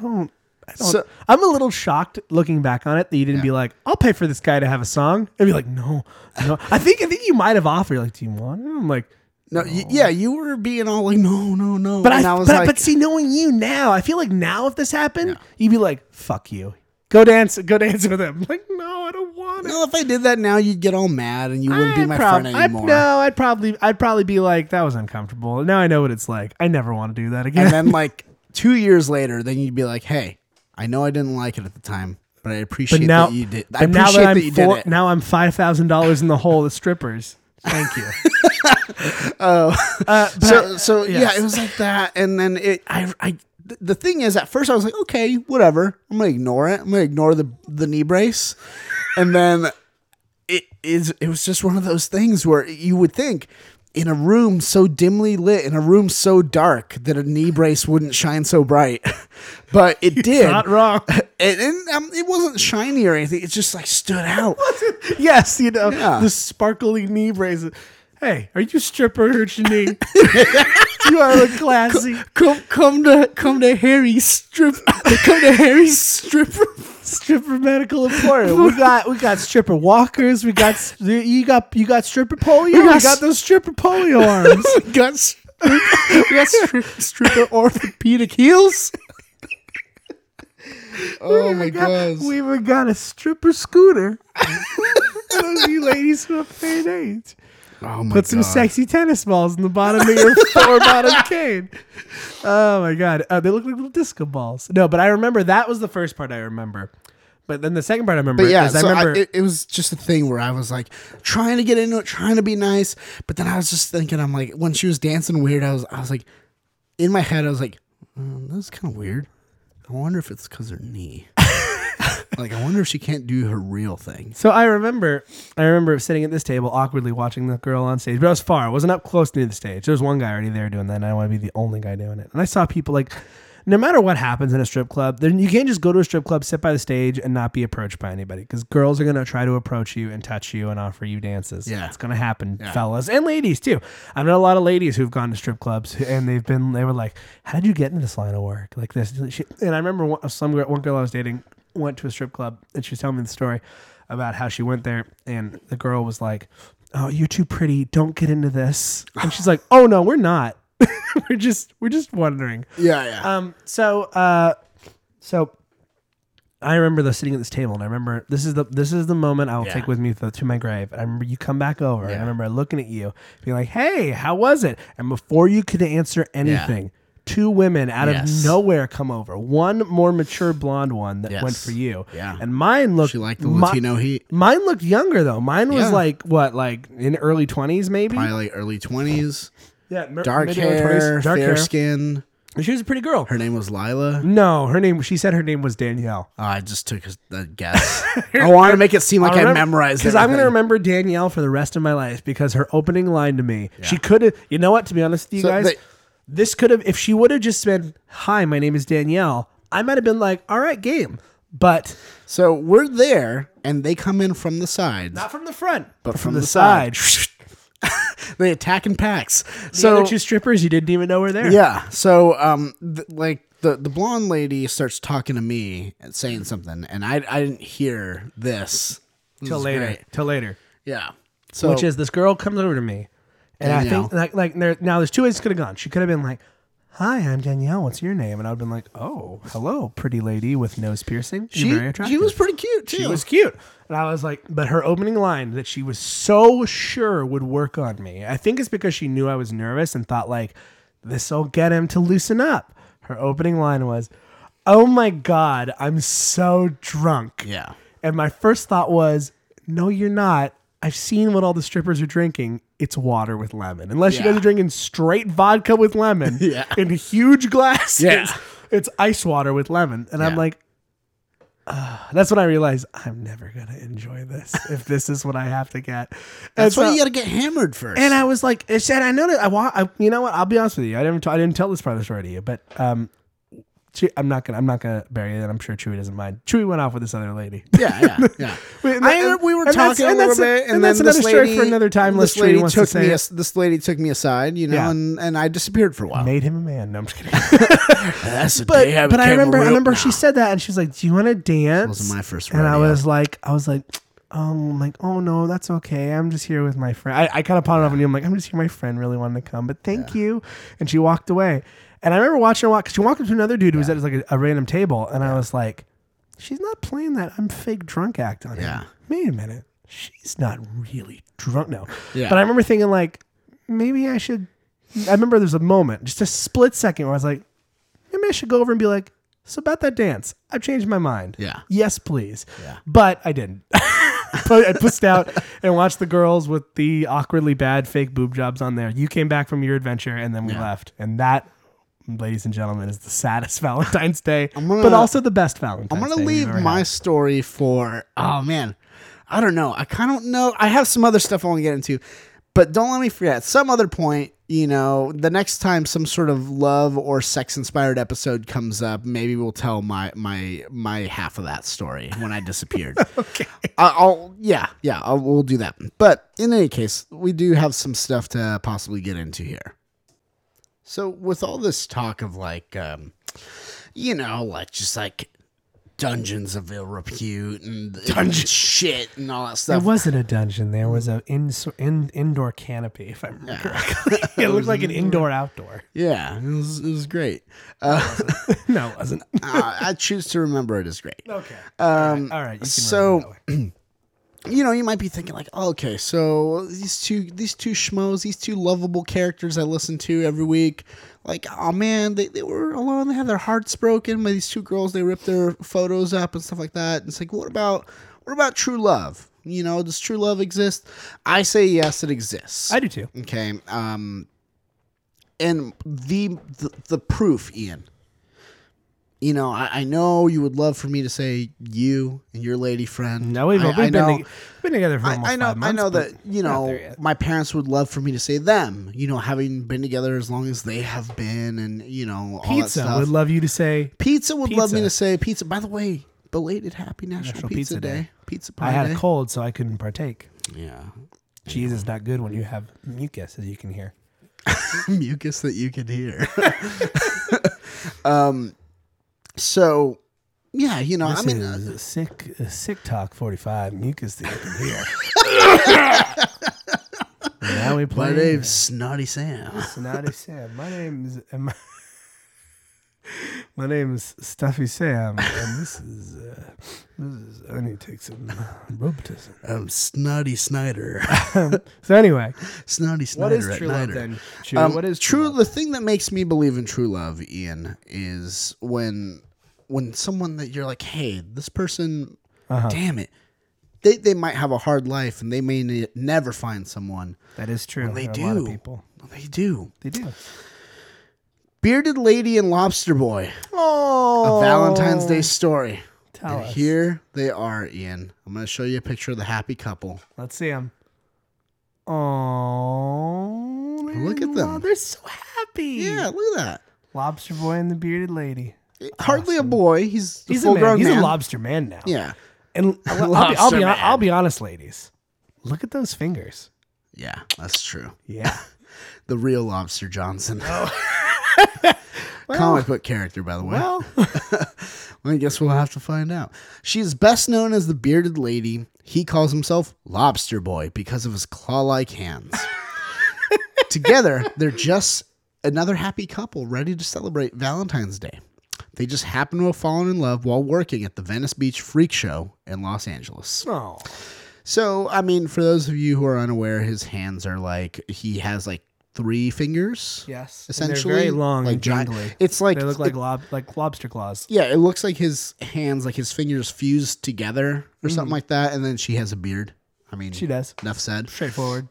S1: don't. I don't.
S2: So-
S1: I'm a little shocked looking back on it that you didn't be like, I'll pay for this guy to have a song, and be like, no, no. I think I think you might have offered like, do you want it? I'm like,
S2: No, y- yeah, you were being all like, no, no, no.
S1: Oh. but
S2: and
S1: I,
S2: was
S1: but,
S2: like,
S1: but see, knowing you now, I feel like now if this happened, you'd be like, fuck you, go dance, go dance with him. like, no, I don't want it.
S2: well, if I did that now, you'd get all mad and you wouldn't be
S1: I'd
S2: my
S1: prob-
S2: friend
S1: I'd-
S2: anymore.
S1: no, I'd probably, I'd probably be like, that was uncomfortable. Now I know what it's like. I never want to do that again.
S2: And then, like, two years later, then you'd be like, hey, I know I didn't like it at the time, but I appreciate
S1: but now,
S2: that you did. I
S1: but now that
S2: appreciate that,
S1: I'm
S2: you
S1: four-
S2: did it.
S1: now I'm five thousand dollars in the hole with strippers. Thank you. oh,
S2: so, so
S1: yes.
S2: yeah, it was like that. And then it, I, I, th- the thing is, at first I was like, okay, whatever. I'm gonna ignore it. I'm gonna ignore the the knee brace. And then it is. It was just one of those things where you would think. In a room so dimly lit, in a room so dark that a knee brace wouldn't shine so bright, but it did.
S1: not wrong.
S2: And, and, um, it wasn't shiny or anything. It just like stood out.
S1: yes, you know
S2: Yeah.
S1: the sparkly knee braces. Hey, are you stripper hurt your knee? you are look classy.
S2: Come, come to, come to Harry's strip. come to Harry's stripper.
S1: stripper medical emporium. We got we got stripper walkers. We got s- you got you got stripper polio. We
S2: got
S1: got,
S2: s-
S1: those stripper polio arms.
S2: we got, s- we got stri- stripper orthopedic heels. oh my gosh.
S1: we even got a stripper scooter. For those of you ladies who are paying age.
S2: Oh my
S1: Put some sexy tennis balls in the bottom of your four bottom cane. Oh my god, uh, they look like little disco balls. No, but I remember that was the first part I remember. But then the second part I remember
S2: But yeah,
S1: is
S2: so
S1: I
S2: I
S1: remember.
S2: it, it was just a thing where I was like trying to get into it, trying to be nice, but then I was just thinking, I'm like, when she was dancing weird, I was, I was like, in my head, I was like, um, that's kind of weird. I wonder if it's because her knee. like, I wonder if she can't do her real thing.
S1: so I remember, I remember sitting at this table awkwardly watching the girl on stage, but I was far. I wasn't up close near the stage. There was one guy already there doing that, and I don't want to be the only guy doing it. And I saw people like, no matter what happens in a strip club, then you can't just go to a strip club, sit by the stage, and not be approached by anybody because girls are gonna try to approach you and touch you and offer you dances.
S2: Yeah.
S1: it's gonna happen, fellas and ladies too. I've known a lot of ladies who've gone to strip clubs who- and they've been they were like, "How did you get into this line of work?" Like this. She, and I remember one, some girl, one girl I was dating went to a strip club and she was telling me the story about how she went there and the girl was like, "Oh, you're too pretty. Don't get into this." And she's like, "Oh no, we're not. we're just we're just wondering."
S2: Yeah, yeah.
S1: Um. So. Uh. So. I remember though sitting at this table, and I remember this is the this is the moment I will take with me to, to my grave. I remember you come back over, and I remember looking at you, being like, "Hey, how was it?" And before you could answer anything, two women out
S2: Yes.
S1: of nowhere come over. One more mature blonde one that went
S2: Yes.
S1: for you,
S2: Yeah.
S1: and mine looked
S2: she liked the
S1: mi-
S2: Latino heat.
S1: Mine looked younger though. Mine was
S2: Yeah.
S1: like what, like in early twenties, maybe.
S2: Probably like early 20s,
S1: yeah, mer-
S2: dark
S1: mid- early
S2: hair,
S1: 20s, dark
S2: fair
S1: hair.
S2: skin.
S1: And she was a pretty girl.
S2: Her name was Lila.
S1: no, her name. She said her name was Danielle.
S2: Oh, I just took a, a guess. I wanted to make it seem like I, memorized
S1: because I'm going to
S2: everything.
S1: remember Danielle for the rest of my life because her opening line to me, she could have. You know what? To be honest with you
S2: So
S1: guys,
S2: they-
S1: this could have if she would have just said, "Hi, my name is Danielle." I might have been like, "All right, game," but
S2: So we're there, and they come in from the sides.
S1: not from the front, but
S2: from the side. they attack in packs.
S1: so
S2: So
S1: two strippers you didn't even know were there.
S2: yeah, so um, th- like the the blonde lady starts talking to me and saying something, and I I didn't hear this This
S1: till
S2: is
S1: later.
S2: great.
S1: Till later.
S2: Yeah. So
S1: which is this girl comes over to me, and I
S2: Oh. Danielle.
S1: think like like there, now there's two ways it could have gone. She could have been like, "Hi, I'm Danielle. What's your name?" And I'd have been like, "Oh, hello, pretty lady with nose piercing. You're
S2: she
S1: very attractive."
S2: she was pretty cute too.
S1: She was cute. And I was like, but her opening line that she was so sure would work on me. I think it's because she knew I was nervous and thought like, this'll get him to loosen up. Her opening line was, Oh my God, I'm so drunk.
S2: yeah.
S1: And my first thought was, No, you're not. I've seen what all the strippers are drinking. It's water with lemon. Unless you
S2: Yeah.
S1: guys are drinking straight vodka with lemon
S2: Yeah.
S1: in huge glasses.
S2: Yeah.
S1: It's ice water with lemon. And I'm
S2: Yeah.
S1: like, "Ah," that's when I realized I'm never gonna enjoy this if this is what I have to get.
S2: That's
S1: and
S2: why
S1: so-
S2: you got to get hammered first.
S1: and I was like, I said, I know that I want. I, you know what? I'll be honest with you. I didn't. I didn't tell this part of the story to you, but um, Chewy, I'm not gonna. I'm not gonna bury it. And I'm sure Chewy doesn't mind. Chewy went off with this other lady.
S2: yeah, yeah, yeah.
S1: Wait, and
S2: I,
S1: that-
S2: we were
S1: and that's-
S2: talking a
S1: and
S2: little
S1: that's a-
S2: bit, and,
S1: and
S2: then
S1: that's another
S2: this
S1: story
S2: lady-
S1: for another time, unless
S2: This
S1: Trina
S2: lady
S1: wants to
S2: took
S1: say
S2: me.
S1: it.
S2: as- This lady took me aside, you know,
S1: Yeah.
S2: and, and I disappeared for a while.
S1: Made him a man. No, I'm just kidding.
S2: That's the
S1: But
S2: day I
S1: but I
S2: became a
S1: remember I
S2: real-
S1: remember
S2: Nah.
S1: she said that and she was like, "Do you want to dance?"
S2: wasn't my first
S1: And I
S2: rodeo.
S1: was like, I was like, oh, I'm like, oh no, that's okay. I'm just here with my friend. I, I kind of pawned off on you. I'm like, I'm just here. My friend really wanted to come, but thank you. And she walked away. And I remember watching her walk. 'cause She walked up to another dude who was at like a, a random table, and I was like, she's not playing that. I'm fake drunk act on
S2: Yeah.
S1: him. Wait a minute. She's not really drunk now.
S2: Yeah.
S1: But I remember thinking like, maybe I should. I remember there's a moment, just a split second, where I was like, maybe I should go over and be like, so about that dance, I've changed my mind.
S2: Yeah.
S1: Yes, please. Yeah. But I didn't. but I pushed out and watched the girls with the awkwardly bad fake boob jobs on there. You came back from your adventure and then we left. And that, ladies and gentlemen, is the saddest Valentine's Day,
S2: gonna-
S1: but also the best Valentine's
S2: I'm gonna
S1: Day we've
S2: leave
S1: ever
S2: my
S1: had.
S2: story for oh man, I don't know. I kind of don't know. I have some other stuff I want to get into, but don't let me forget. At some other point, you know, the next time some sort of love or sex inspired episode comes up, maybe we'll tell my my my half of that story when I disappeared. okay. I, I'll yeah yeah I'll, we'll do that. But in any case, we do have some stuff to possibly get into here. So with all this talk of like, um, you know, like just like dungeons of ill repute and dungeon shit and all that
S1: It
S2: stuff.
S1: wasn't a dungeon. There was an in, in, indoor canopy, if I remember correctly. it looked like an indoor outdoor.
S2: yeah, it was, it was great.
S1: No, it wasn't.
S2: uh, I choose to remember it as great.
S1: Okay.
S2: Um,
S1: All right. You can
S2: so, you know, you might be thinking like, oh, okay, so these two, these two schmoes, these two lovable characters I listen to every week, like, oh man, they, they were alone, they had their hearts broken by these two girls, they ripped their photos up and stuff like that. And it's like, what about, what about true love? You know, does true love exist? I say yes, it exists.
S1: I do too.
S2: Okay. Um, and the, the the proof, Ian. You know, I, I know you would love for me to say you and your lady friend.
S1: No, we've,
S2: I,
S1: we've
S2: I
S1: been,
S2: know,
S1: to- been together for almost
S2: I, I know.
S1: five months.
S2: I know
S1: but
S2: that you
S1: not
S2: know
S1: there yet.
S2: my parents would love for me to say them. You know, having been together as long as they have been, and you know, all that
S1: Pizza
S2: stuff.
S1: would love you to say,
S2: pizza would love me
S1: Pizza.
S2: to say pizza. By the way, belated happy National,
S1: National
S2: Pizza,
S1: Pizza
S2: Day.
S1: Day.
S2: Pizza pie
S1: I had
S2: day.
S1: a cold, so I couldn't partake.
S2: Yeah,
S1: Cheese is not good when you have mucus, as you can hear.
S2: mucus that you can hear. um, so yeah, you know, I
S1: This
S2: mean, uh,
S1: is sick, uh, sick talk forty five mucus that you can hear. now we
S2: my
S1: play.
S2: name's Snotty Sam.
S1: Snotty Sam. My name's my, my name's Stuffy Sam, and this is uh, this is I need to take some robitussin.
S2: I'm um, Snotty Snyder.
S1: So anyway,
S2: Snotty Snyder.
S1: what is
S2: at
S1: true love
S2: Nighter.
S1: then?
S2: Um,
S1: what is
S2: true? The thing that makes me believe in true love, Ian, is when when someone that you're like, hey, this person,
S1: Uh-huh.
S2: damn it. They, they might have a hard life and they may ne- never find someone.
S1: That is true.
S2: They
S1: for
S2: do.
S1: A lot of people.
S2: They do.
S1: They do.
S2: Bearded Lady and Lobster Boy. Oh. A Valentine's Day story.
S1: Tell
S2: and
S1: us.
S2: here they are, Ian. I'm going to show you a picture of the happy couple.
S1: Let's see them. Oh,
S2: Look at them.
S1: They're so happy.
S2: Yeah, look at that.
S1: Lobster boy and the bearded lady.
S2: Hardly a boy. He's,
S1: He's
S2: full
S1: a man.
S2: grown
S1: He's
S2: man.
S1: a lobster man now.
S2: Yeah.
S1: And I'll, I'll be, I'll,
S2: Lobster
S1: be,
S2: man.
S1: I'll be honest, ladies. Look at those fingers.
S2: Yeah, that's true.
S1: Yeah.
S2: The real Lobster Johnson. Comic book character, by the way. Oh. Well, I guess we'll have to find out. She is best known as the bearded lady. He calls himself Lobster Boy because of his claw like hands. Together, they're just another happy couple ready to celebrate Valentine's Day. They just happen to have fallen in love while working at the Venice Beach Freak Show in Los Angeles.
S1: Oh.
S2: So, I mean, for those of you who are unaware, his hands are like he has like three fingers.
S1: Yes. And they're
S2: essentially,
S1: very long
S2: like
S1: and
S2: giant-
S1: jingly.
S2: It's like
S1: They look like
S2: it-
S1: lob, like lobster claws.
S2: yeah, it looks like his hands, like his fingers, fused together or something like that. And then she has a beard. I mean,
S1: Mm. She does.
S2: Enough said.
S1: Straightforward.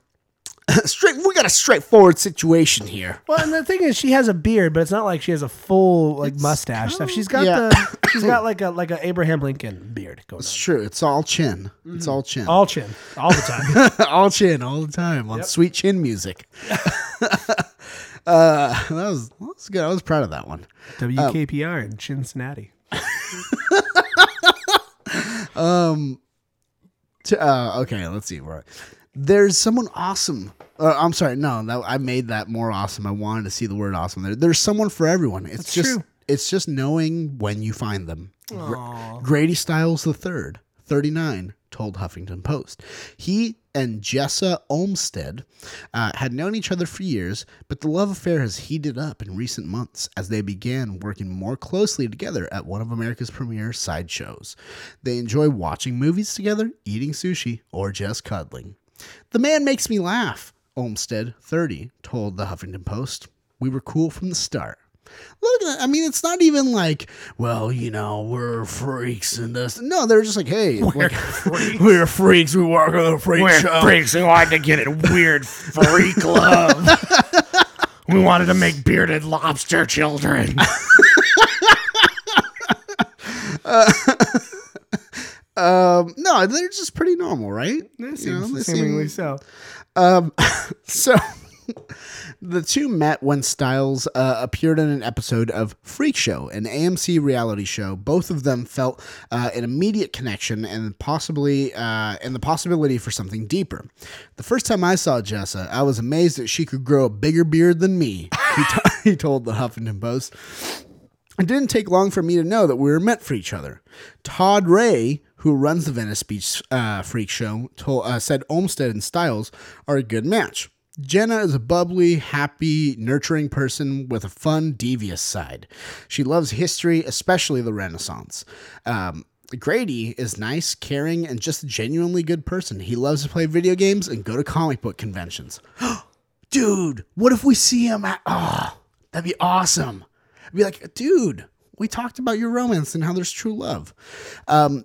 S2: Straight, we got a straightforward situation here.
S1: Well, and the thing is, she has a beard, but it's not like she has a full like mustache stuff. She's got
S2: yeah.
S1: the she's got like a like a Abraham Lincoln beard going
S2: It's
S1: on.
S2: true. It's all chin. It's all chin.
S1: Mm-hmm. All chin, all the time.
S2: all chin all the time on sweet chin music. uh, that was that was good. I was proud of that one.
S1: WKPR in Cincinnati.
S2: To, uh, okay, let's see. Right. There's someone awesome. Uh, I'm sorry. No, that, I made that more awesome. I wanted to see the word awesome there. There's someone for everyone. It's just
S1: true.
S2: it's just knowing when you find them. Gr- Grady Stiles the third, 39, told Huffington Post. He and Jessa Olmsted uh, had known each other for years, but the love affair has heated up in recent months as they began working more closely together at one of America's premier sideshows. They enjoy watching movies together, eating sushi, or just cuddling. The man makes me laugh, Olmsted, 30, told the Huffington Post. We were cool from the start. Look, at that. I mean, it's not even like, well, you know, we're freaks and this. No, they're just like, hey, we're freaks. We're freaks. We work on a freak show.
S6: freaks who like to get it weird freak love. we wanted to make bearded lobster children.
S2: Um, no, they're just pretty normal, right? You know, they seem-
S1: Seemingly so.
S2: So the two met when Styles uh, appeared in an episode of Freak Show, an AMC reality show. Both of them felt uh, an immediate connection and possibly uh, and the possibility for something deeper. The first time I saw Jessa, I was amazed that she could grow a bigger beard than me. He, t- he told the Huffington Post. It didn't take long for me to know that we were meant for each other. Todd Ray, who runs the Venice Beach uh, Freak Show, told, uh, said Olmsted and Styles are a good match. Jenna is a bubbly, happy, nurturing person with a fun, devious side. She loves history, especially the Renaissance. Um, Grady is nice, caring, and just a genuinely good person. He loves to play video games and go to comic book conventions. dude, what if we see him at oh, that'd be awesome. I'd be like, dude, we talked about your romance and how there's true love. Um,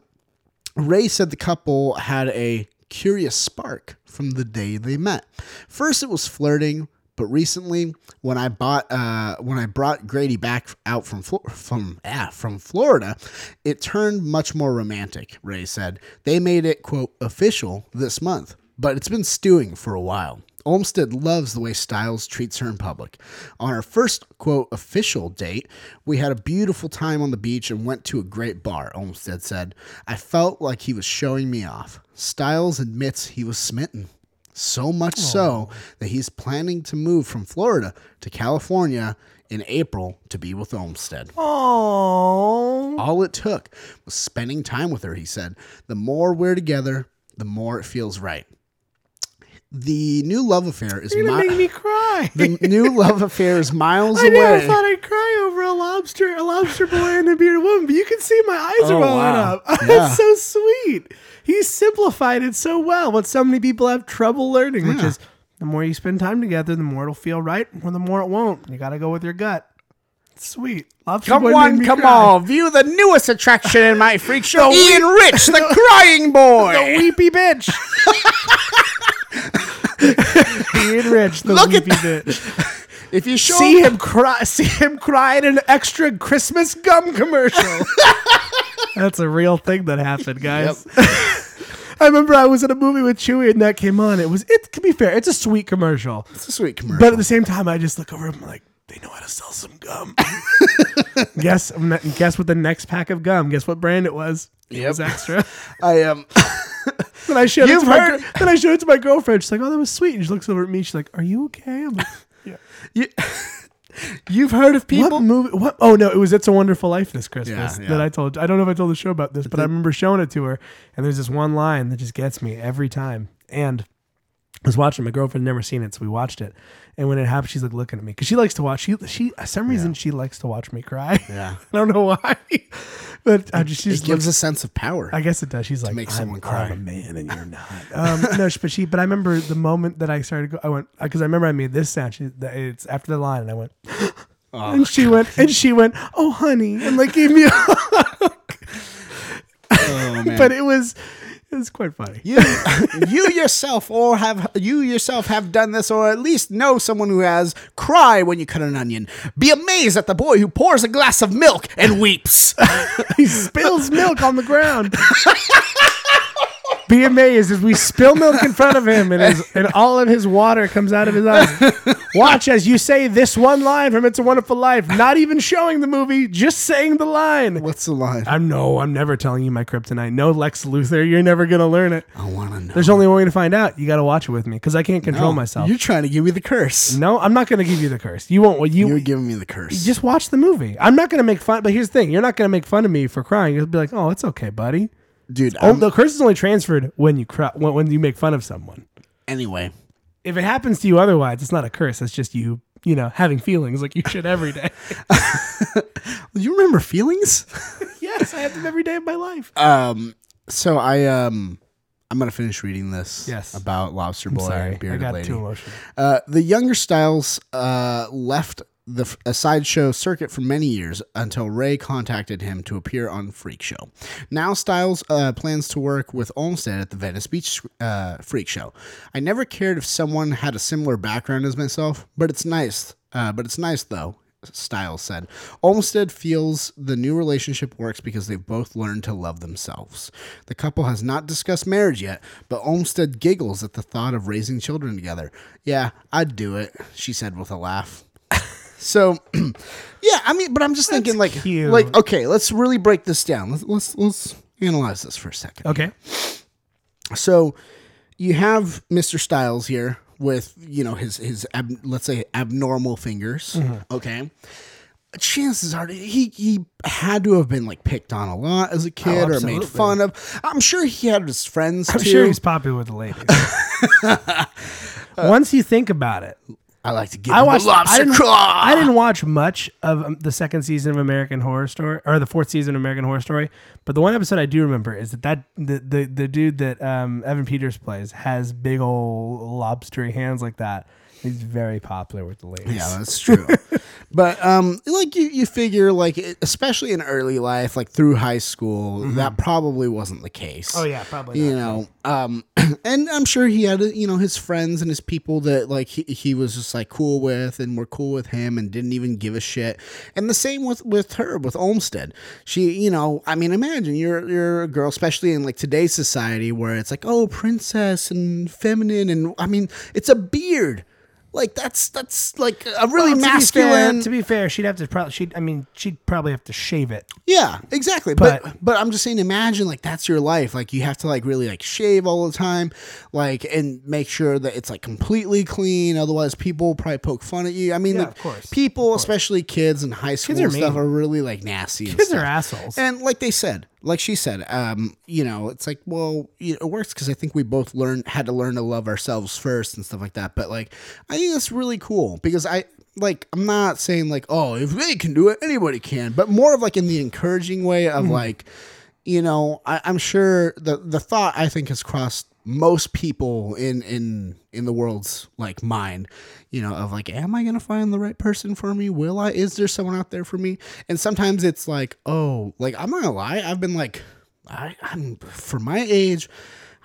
S2: Ray said the couple had a curious spark from the day they met. First, it was flirting, but recently, when I bought uh, when I brought Grady back out from Flo- from ah, from Florida, it turned much more romantic. Ray said they made it quote official this month, but it's been stewing for a while. Olmsted loves the way Styles treats her in public. On our first, quote, official date, we had a beautiful time on the beach and went to a great bar, Olmsted said. I felt like he was showing me off. Styles admits he was smitten. So much so that he's planning to move from Florida to California in April to be with Olmsted. All it took was spending time with her, he said. The more we're together, the more it feels right. The new love affair is mi-
S1: Make me cry.
S2: the new love affair is miles
S1: I never
S2: away.
S1: thought I'd cry over a lobster, a lobster boy, and a bearded woman, but you can see my eyes
S2: Oh,
S1: are welling up. That's so sweet. He simplified it so well. What so many people have trouble learning, which is the more you spend time together, the more it'll feel right, or the more it won't. You got to go with your gut. Sweet. Lobster boy made me cry.
S2: view the newest attraction in my freak show.
S1: Ian
S2: Rich, the crying boy.
S1: The weepy bitch. Ian Rich, the
S2: Look at
S1: weepy bitch.
S2: if you show
S1: See him cry. See him cry in an extra Christmas gum commercial. That's a real thing that happened, guys. I remember I was in a movie with Chewie and that came on. It was. It to be fair, it's a sweet commercial,
S2: it's a sweet commercial.
S1: but at the same time, I just look over and I'm like, they know how to sell some gum. guess guess what the next pack of gum? Guess what brand it was? It was extra.
S2: I um, am.
S1: Then I showed it
S2: You've
S1: to my
S2: heard-
S1: gir- then I showed it to my girlfriend. She's like, "Oh, that was sweet." And she looks over at me. She's like, "Are you okay?" I'm like, "Yeah."
S2: You've heard of people.
S1: What movie? What? Oh no, it was "It's a Wonderful Life" this Christmas
S2: Yeah, yeah.
S1: that I told. I don't know if I told the show about this, but I remember showing it to her, and there's this one line that just gets me every time. And I was watching. it. My girlfriend had never seen it, so we watched it. And when it happened, she's like looking at me because she likes to watch. She she for some reason she likes to watch me cry.
S2: Yeah.
S1: I don't know why, but I just she
S2: It
S1: just
S2: gives
S1: looks
S2: a sense of power.
S1: I guess it does. She's like,
S2: make
S1: I'm,
S2: someone cry.
S1: I'm a man, and you're not. um, no, she- but she. But I remember the moment that I started. Go, I went because I remember I made this sound. She, that it's after the line, and I went,
S2: Oh,
S1: and she went, and she went, oh honey, and like gave me. a
S2: Oh,
S1: hug. but it was, it was quite funny.
S2: you, you yourself, or have you yourself have done this, or at least know someone who has. Cry when you cut an onion. Be amazed at the boy who pours a glass of milk and weeps.
S1: he spills milk on the ground. Be amazed as we spill milk in front of him and, his, and all of his water comes out of his eyes. Watch as you say this one line from It's a Wonderful Life, not even showing the movie, just saying the line.
S2: What's the line?
S1: I'm no, I'm never telling you my kryptonite. No, Lex Luthor, you're never going to learn it.
S2: I want to know.
S1: There's only one way to find out. You got to watch it with me because I can't control myself.
S2: You're trying to give me the curse.
S1: No, I'm not going to give you the curse. You won't. What you,
S2: You're giving me the curse.
S1: just watch the movie. I'm not going to make fun. But here's the thing: you're not going to make fun of me for crying. You'll be like, "Oh, it's okay, buddy."
S2: Dude,
S1: Oh,
S2: I'm-
S1: the curse is only transferred when you cry, when, when you make fun of someone.
S2: anyway.
S1: If it happens to you otherwise, it's not a curse. It's just you, you know, having feelings like you should every day.
S2: You remember feelings?
S1: yes, I have them every day of my life.
S2: Um, so I um, I'm gonna finish reading this.
S1: Yes.
S2: About Lobster Boy
S1: Sorry,
S2: and
S1: I
S2: Bearded
S1: got
S2: Lady.
S1: too emotional.
S2: Uh, the younger Styles uh, left the f- a sideshow circuit for many years until Ray contacted him to appear on Freak Show. Now Styles uh, plans to work with Olmsted at the Venice Beach uh, Freak Show. I never cared if someone had a similar background as myself, but it's nice. Uh, but it's nice though. Styles said. Olmsted feels the new relationship works because they've both learned to love themselves. The couple has not discussed marriage yet, but Olmsted giggles at the thought of raising children together. Yeah, I'd do it, she said with a laugh. so, yeah, I mean, but I'm just thinking, like,
S1: cute.
S2: like, okay, let's really break this down. Let's let's, let's analyze this for a second.
S1: Okay,
S2: So you have Mr. Styles here with you know his his ab, let's say abnormal fingers.
S1: Mm-hmm.
S2: Okay. Chances are he he had to have been like picked on a lot as a kid or made
S1: absolutely.
S2: fun of. I'm sure he had his friends
S1: I'm
S2: too.
S1: sure he's popular with the ladies. Once you think about it,
S2: I like to give
S1: I
S2: him
S1: watched.
S2: the lobster
S1: I didn't,
S2: claw.
S1: I didn't watch much of um, the second season of American Horror Story or the fourth season of American Horror Story, but the one episode I do remember is that that the the, the dude that um, Evan Peters plays has big old lobstery hands like that. He's very popular with the ladies.
S2: Yeah, that's true. but um, like you, you figure like it- especially in early life, like through high school, that probably wasn't the case.
S1: Mm-hmm. Oh yeah, probably.
S2: You know, um, and I'm sure he had, you know, his friends and his people that like he, he was just like cool with and were cool with him and didn't even give a shit. And the same with with her with Olmstead. She, you know, I mean, imagine you're you're a girl, especially in like today's society where it's like oh princess and feminine and I mean it's a beard. Like that's that's like a really masculine.
S1: To be fair, she'd have to probably. She, I mean, she'd probably have to shave it.
S2: Yeah, exactly. But, but
S1: But-
S2: I'm just saying, imagine like that's your life. Like you have to like really like shave all the time, like and make sure that it's like completely clean. Otherwise, people will probably poke fun at you. I mean,
S1: Yeah,
S2: like,
S1: of course.
S2: people, especially kids in high school
S1: are
S2: and stuff,
S1: mean.
S2: are really like nasty. and
S1: Kids are
S2: stuff.
S1: assholes.
S2: And like they said, like she said, um, you know, it's like, well, you know, it works because I think we both learned had to learn to love ourselves first and stuff like that. But like, I think that's really cool because I like I'm not saying like, oh, if they can do it, anybody can, but more of like in the encouraging way of like, you know, I, I'm sure the the thought I think has crossed most people in in in the world's like mind you know of like am i gonna find the right person for me will i is there someone out there for me and sometimes it's like oh like i'm not gonna lie i've been like I, i'm for my age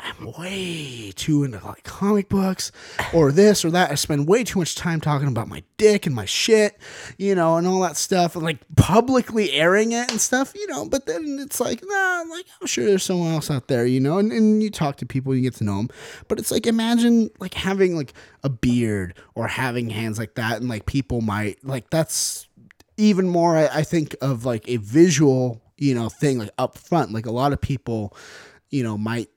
S2: i'm way too into like comic books or this or that i spend way too much time talking about my dick and my shit you know and all that stuff and like publicly airing it and stuff you know but then it's like nah like i'm sure there's someone else out there you know and, and you talk to people you get to know them but it's like imagine like having like a beard or having hands like that and like people might like that's even more I, I think of like a visual you know thing like up front like a lot of people you know might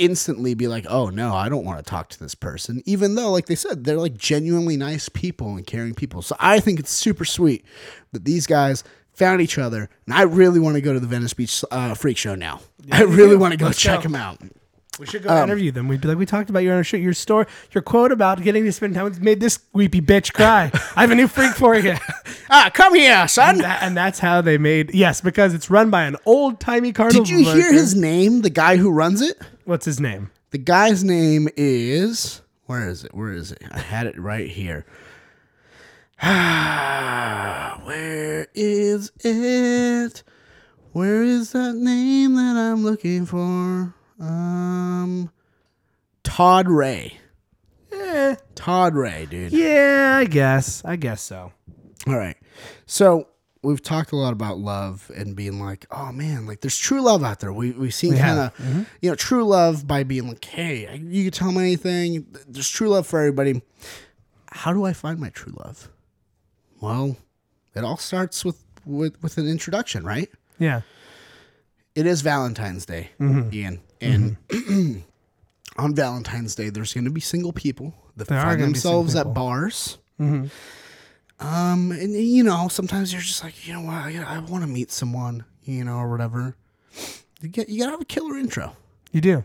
S2: instantly be like oh no i don't want to talk to this person even though like they said they're like genuinely nice people and caring people so i think it's super sweet that these guys found each other and i really want to go to the venice beach uh, freak show now i really want to go check them out
S1: We should go
S2: Um,
S1: interview them. We'd be like, we talked about your show, your story, your quote about getting to spend time with made this weepy bitch cry. I have a new freak for you.
S2: ah come here son
S1: and, that, and that's how they made yes, because it's run by an old timey carnival.
S2: did you hear
S1: worker.
S2: his name the guy who runs it
S1: What's his name?
S2: The guy's name is where is it? Where is it? I had it right here. Ah, where is it? Where is that name that I'm looking for? Um, Todd Ray.
S1: Eh,
S2: Todd Ray, dude.
S1: yeah, I guess. I guess so.
S2: All right. So we've talked a lot about love and being like, oh man, like there's true love out there. We we've seen kind of you know true love by being like, hey, I- you can tell me anything. There's true love for everybody. How do I find my true love? Well, it all starts with with, with an introduction, right?
S1: Yeah.
S2: it is Valentine's Day,
S1: Mm-hmm.
S2: Ian, and on Valentine's Day, there's going to be single people that
S1: are
S2: find
S1: gonna be single
S2: themselves at
S1: people. Mm-hmm.
S2: bars. Um, and you know, sometimes you're just like, you know what, I, I want to meet someone, you know, or whatever. You get, you gotta have a killer intro.
S1: You do.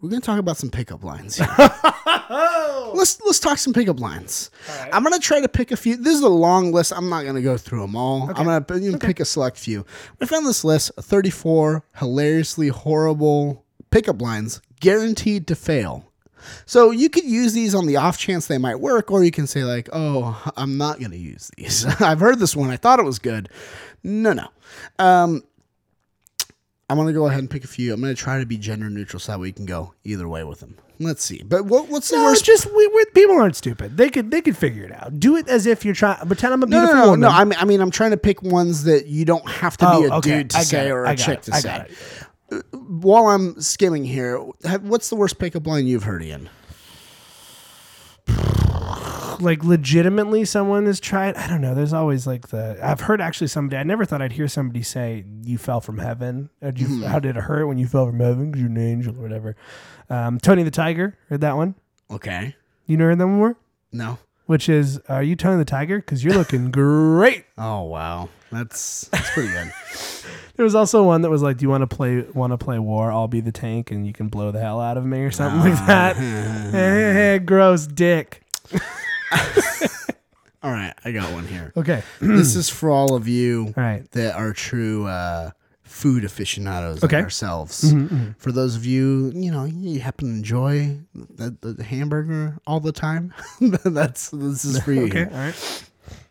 S2: We're gonna talk about some pickup lines. here. let's let's talk some pickup lines. I'm gonna try to pick a few. This is a long list. I'm not gonna go through them all. I'm gonna p- you know, pick a select few. I found this list: 34 hilariously horrible pickup lines guaranteed to fail. So you could use these on the off chance they might work, or you can say like, "Oh, I'm not gonna use these. I've heard this one. I thought it was good. No, no." Um, I'm gonna go ahead and pick a few. I'm gonna try to be gender neutral so that we can go either way with them. Let's see. But what, what's the
S1: No, it's
S2: worst?
S1: just we, we, people aren't stupid. They could they could figure it out. Do it as if you're trying. Pretend I'm a
S2: no, no,
S1: beautiful
S2: no,
S1: woman.
S2: no. I mean, I mean, I'm trying to pick ones that you don't have to be
S1: Oh,
S2: a
S1: okay.
S2: dude to
S1: I got
S2: say
S1: it.
S2: or
S1: I
S2: a
S1: got
S2: chick
S1: it.
S2: to
S1: I
S2: say.
S1: got
S2: Uh, While I'm skimming here, ha- what's the worst pickup line you've heard, Ian?
S1: like legitimately someone has tried i don't know there's always like the i've heard actually somebody i never thought i'd hear somebody say you fell from heaven or "Did
S2: Mm-hmm.
S1: you, how did it hurt when you fell from heaven 'Cause you're an angel or whatever um, tony the tiger heard that one
S2: Okay.
S1: you know heard that one more
S2: No.
S1: which is are you tony the tiger because you're looking great
S2: Oh wow, that's that's pretty good.
S1: there was also one that was like do you want to play want to play war i'll be the
S2: Ah.
S1: tank and you can blow the hell out of me or something like that gross dick
S2: All right, I got one here.
S1: Okay.
S2: this is for all of you
S1: All right.
S2: that are true uh, food aficionados like
S1: Okay. Mm-hmm,
S2: ourselves. For those of you, you know, you happen to enjoy the, the, the hamburger all the time. That's this is for you.
S1: Okay. All right.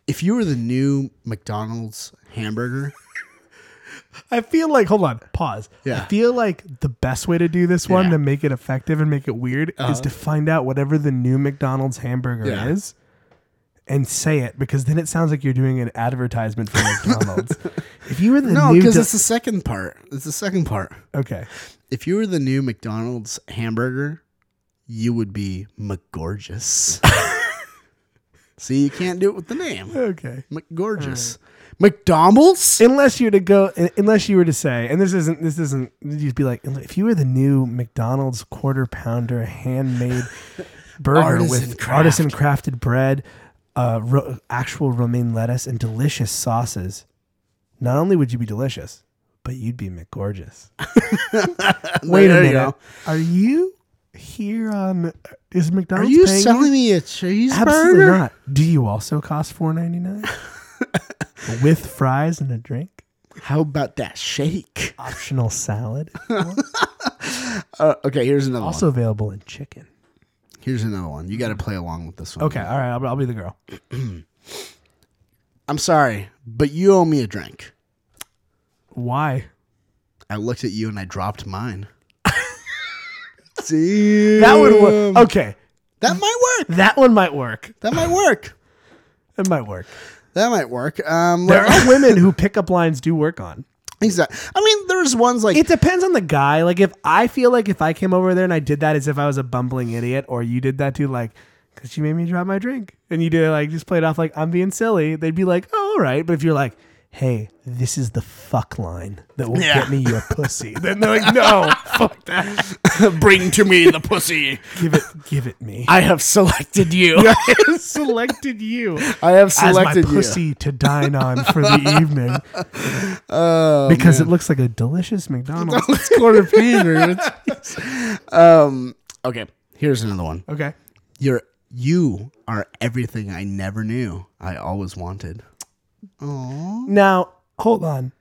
S2: If you were the new McDonald's hamburger,
S1: I feel like hold on, pause.
S2: Yeah.
S1: I feel like the best way to do this one
S2: Yeah. Uh-huh.
S1: to make it effective and make it weird is to find out whatever the new McDonald's hamburger
S2: Yeah.
S1: is and say it because then it sounds like you're doing an advertisement for McDonald's. if you were the
S2: no,
S1: new
S2: because
S1: do-
S2: it's the second part. It's the second part.
S1: Okay.
S2: If you were the new McDonald's hamburger, you would be McGorgeous. See, you can't do it with the name
S1: Okay.
S2: McGorgeous. McDonald's.
S1: unless you were to go unless you were to say and this isn't this isn't you'd be like if you were the new mcdonald's quarter pounder handmade burger
S2: Artisan
S1: with
S2: craft.
S1: artisan crafted bread uh, ro- actual romaine lettuce and delicious sauces not only would you be delicious but you'd be mcgorgeous wait a
S2: There you
S1: minute
S2: go.
S1: are you here on is
S2: Are
S1: mcdonald's
S2: you
S1: paying
S2: selling me a cheeseburger?
S1: absolutely not do you also cost 4.99 with fries and a drink
S2: How about that shake?
S1: optional salad
S2: Uh, okay, here's another
S1: also available in chicken
S2: one. Here's another one. You got to play along with this one.
S1: okay all right I'll, I'll be the girl
S2: I'm sorry, but you owe me a drink.
S1: why
S2: I looked at you and I dropped mine. See,
S1: that would work Oh. okay
S2: That might work.
S1: that one might work
S2: That might work.
S1: it might work
S2: That might work. Um,
S1: there are women who pickup lines do work on
S2: exactly. I mean, there's ones like
S1: it depends on the guy like if i feel like if i came over there and i did that as if i was a bumbling idiot or you did that too like because she made me drop my drink and you did like just played off like i'm being silly they'd be like oh, all right but if you're like hey this is the fuck line that will get me your pussy then they're like no fuck that
S6: Bring to me the pussy.
S1: give it give it me
S6: I have selected you.
S1: selected you
S2: I have
S1: as my
S2: selected you.
S1: pussy to dine on for the evening
S2: Oh,
S1: because it looks like a delicious McDonald's.
S2: It's quarter pounder. um, okay, here's another one.
S1: okay.
S2: You're you are everything I never knew I always wanted. Aww.
S1: Now hold on.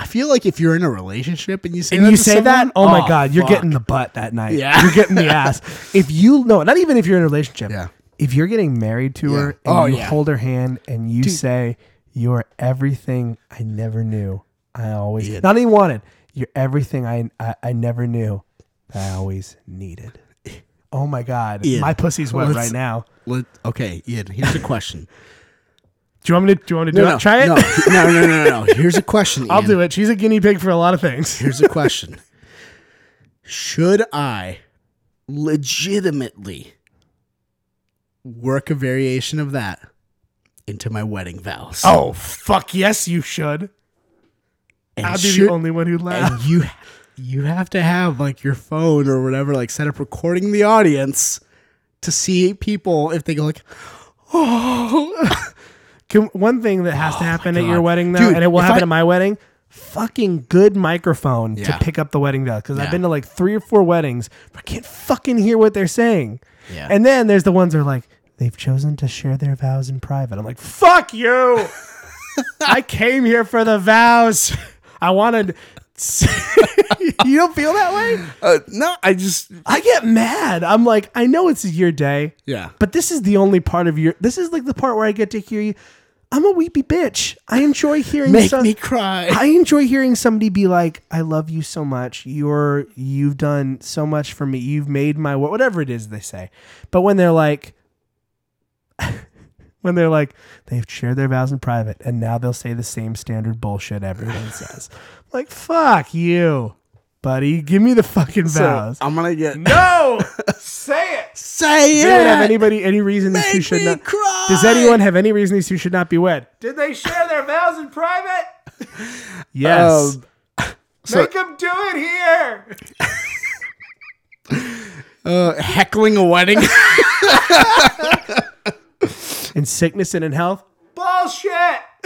S2: I feel like if you're in a relationship and you say
S1: And
S2: that
S1: you
S2: to
S1: say that,
S2: someone,
S1: oh, my god, you're
S2: fuck.
S1: getting the butt that night.
S2: Yeah.
S1: You're getting the ass. If you no, not even if you're in a relationship.
S2: Yeah.
S1: If you're getting married to her
S2: Yeah.
S1: and
S2: Oh,
S1: you
S2: yeah.
S1: hold her hand and you say, You're everything I never knew. I always not even wanted. You're everything I I, I never knew. I always needed. Oh my god.
S2: Ian,
S1: My pussy's wet
S2: let's-
S1: right now.
S2: Let, okay, Ian, here's a question.
S1: Do you want me to? Do you want me to do it? Try it.
S2: No, no, no, no, no, no. Here's a question. Ian.
S1: I'll do it. She's a guinea pig for a lot of things.
S2: Here's a question. Should I legitimately work a variation of that into my wedding vows?
S1: Oh fuck yes, you should.
S2: and
S1: I'd be
S2: should-
S1: the only one who'd
S2: and
S1: laugh.
S2: you you have to have like your phone or whatever like set up recording the audience to see people if they go like oh
S1: Can, one thing that has to happen at your wedding though,
S2: Dude,
S1: and it will
S2: if
S1: happen
S2: I-
S1: at my wedding. Fucking good microphone
S2: Yeah.
S1: to pick up the wedding bell because I've
S2: Yeah.
S1: been to like three or four weddings. But I can't fucking hear what they're saying.
S2: Yeah.
S1: And then there's the ones that are like they've chosen to share their vows in private. I'm like, fuck you. I came here for the vows. I wanted. you don't feel that way?
S2: uh, no I just
S1: I get mad. I'm like, I know it's your day,
S2: yeah
S1: but this is the only part of your. This is like the part where I get to hear you. I'm a weepy bitch. I enjoy hearing.
S2: make
S1: some-
S2: me cry
S1: I enjoy hearing somebody be like, "I love you so much. You're you've done so much for me. You've made my wo-" whatever it is they say." But when they're like, when they're like, they've shared their vows in private, and now they'll say the same standard bullshit everyone says. like, fuck you, buddy. Give me the fucking vows.
S2: I'm gonna get
S1: no, say it.
S2: say
S1: Does anyone have
S2: it
S1: anybody any reason these two
S2: make
S1: should
S2: me
S1: not?
S2: cry
S1: Does anyone have any reason these two should not be wed? Did they share their vows in private? yes.
S2: Um,
S1: Make them do it here.
S2: uh, heckling a wedding
S1: In sickness and in health. Bullshit.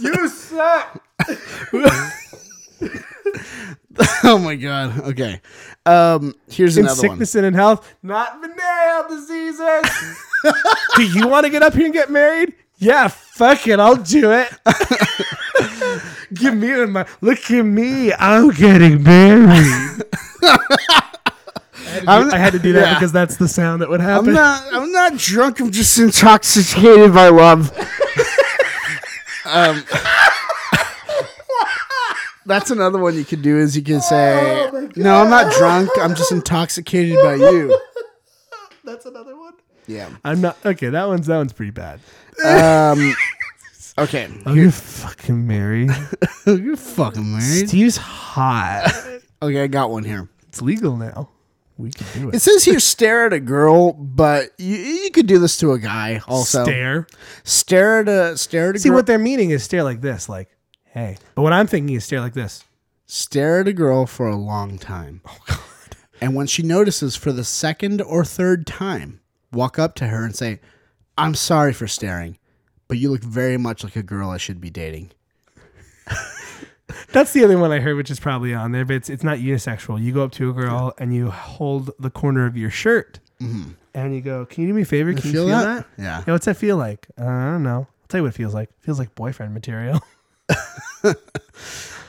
S1: you suck.
S2: oh my god. Okay. Um, here's
S1: in
S2: another
S1: sickness and in health, not venereal diseases. do you want to get up here and get married? Yeah, fuck it, I'll do it. Give me and my look at me, I'm getting married. I, had to do, I had to do that
S2: yeah.
S1: because that's the sound that would
S2: one.
S1: happen.
S2: I'm not. I'm not drunk. I'm just intoxicated by love. um, that's another one you could do. Is you can say, "No, I'm not drunk. I'm just intoxicated by you."
S1: that's another one.
S2: Yeah.
S1: I'm not okay. That one's that one's pretty bad.
S2: Um. Okay.
S1: Oh, you're fucking married.
S2: Oh, You're fucking married.
S1: Steve's hot.
S2: Okay, I got one here.
S1: it's legal now. We can do
S2: It says here stare at a girl, but you, you could do this to a guy also.
S1: Stare.
S2: Stare at a stare at a
S1: See
S2: girl.
S1: what they're meaning is stare like this, like hey. But what I'm thinking is stare like this.
S2: stare at a girl for a long time. Oh god. And when she notices for the second or third time, walk up to her and say, "I'm sorry for staring, but you look very much like a girl I should be dating."
S1: That's the other one I heard, which is probably on there, but it's it's not unisexual. You go up to a girl and you hold the corner of your shirt, and you go, "Can you do me a favor? Can you Mm-hmm. feel, that?
S2: Yeah.
S1: Yeah, what's that feel like? Uh, I don't know. I'll tell you what it feels like. It feels like boyfriend material.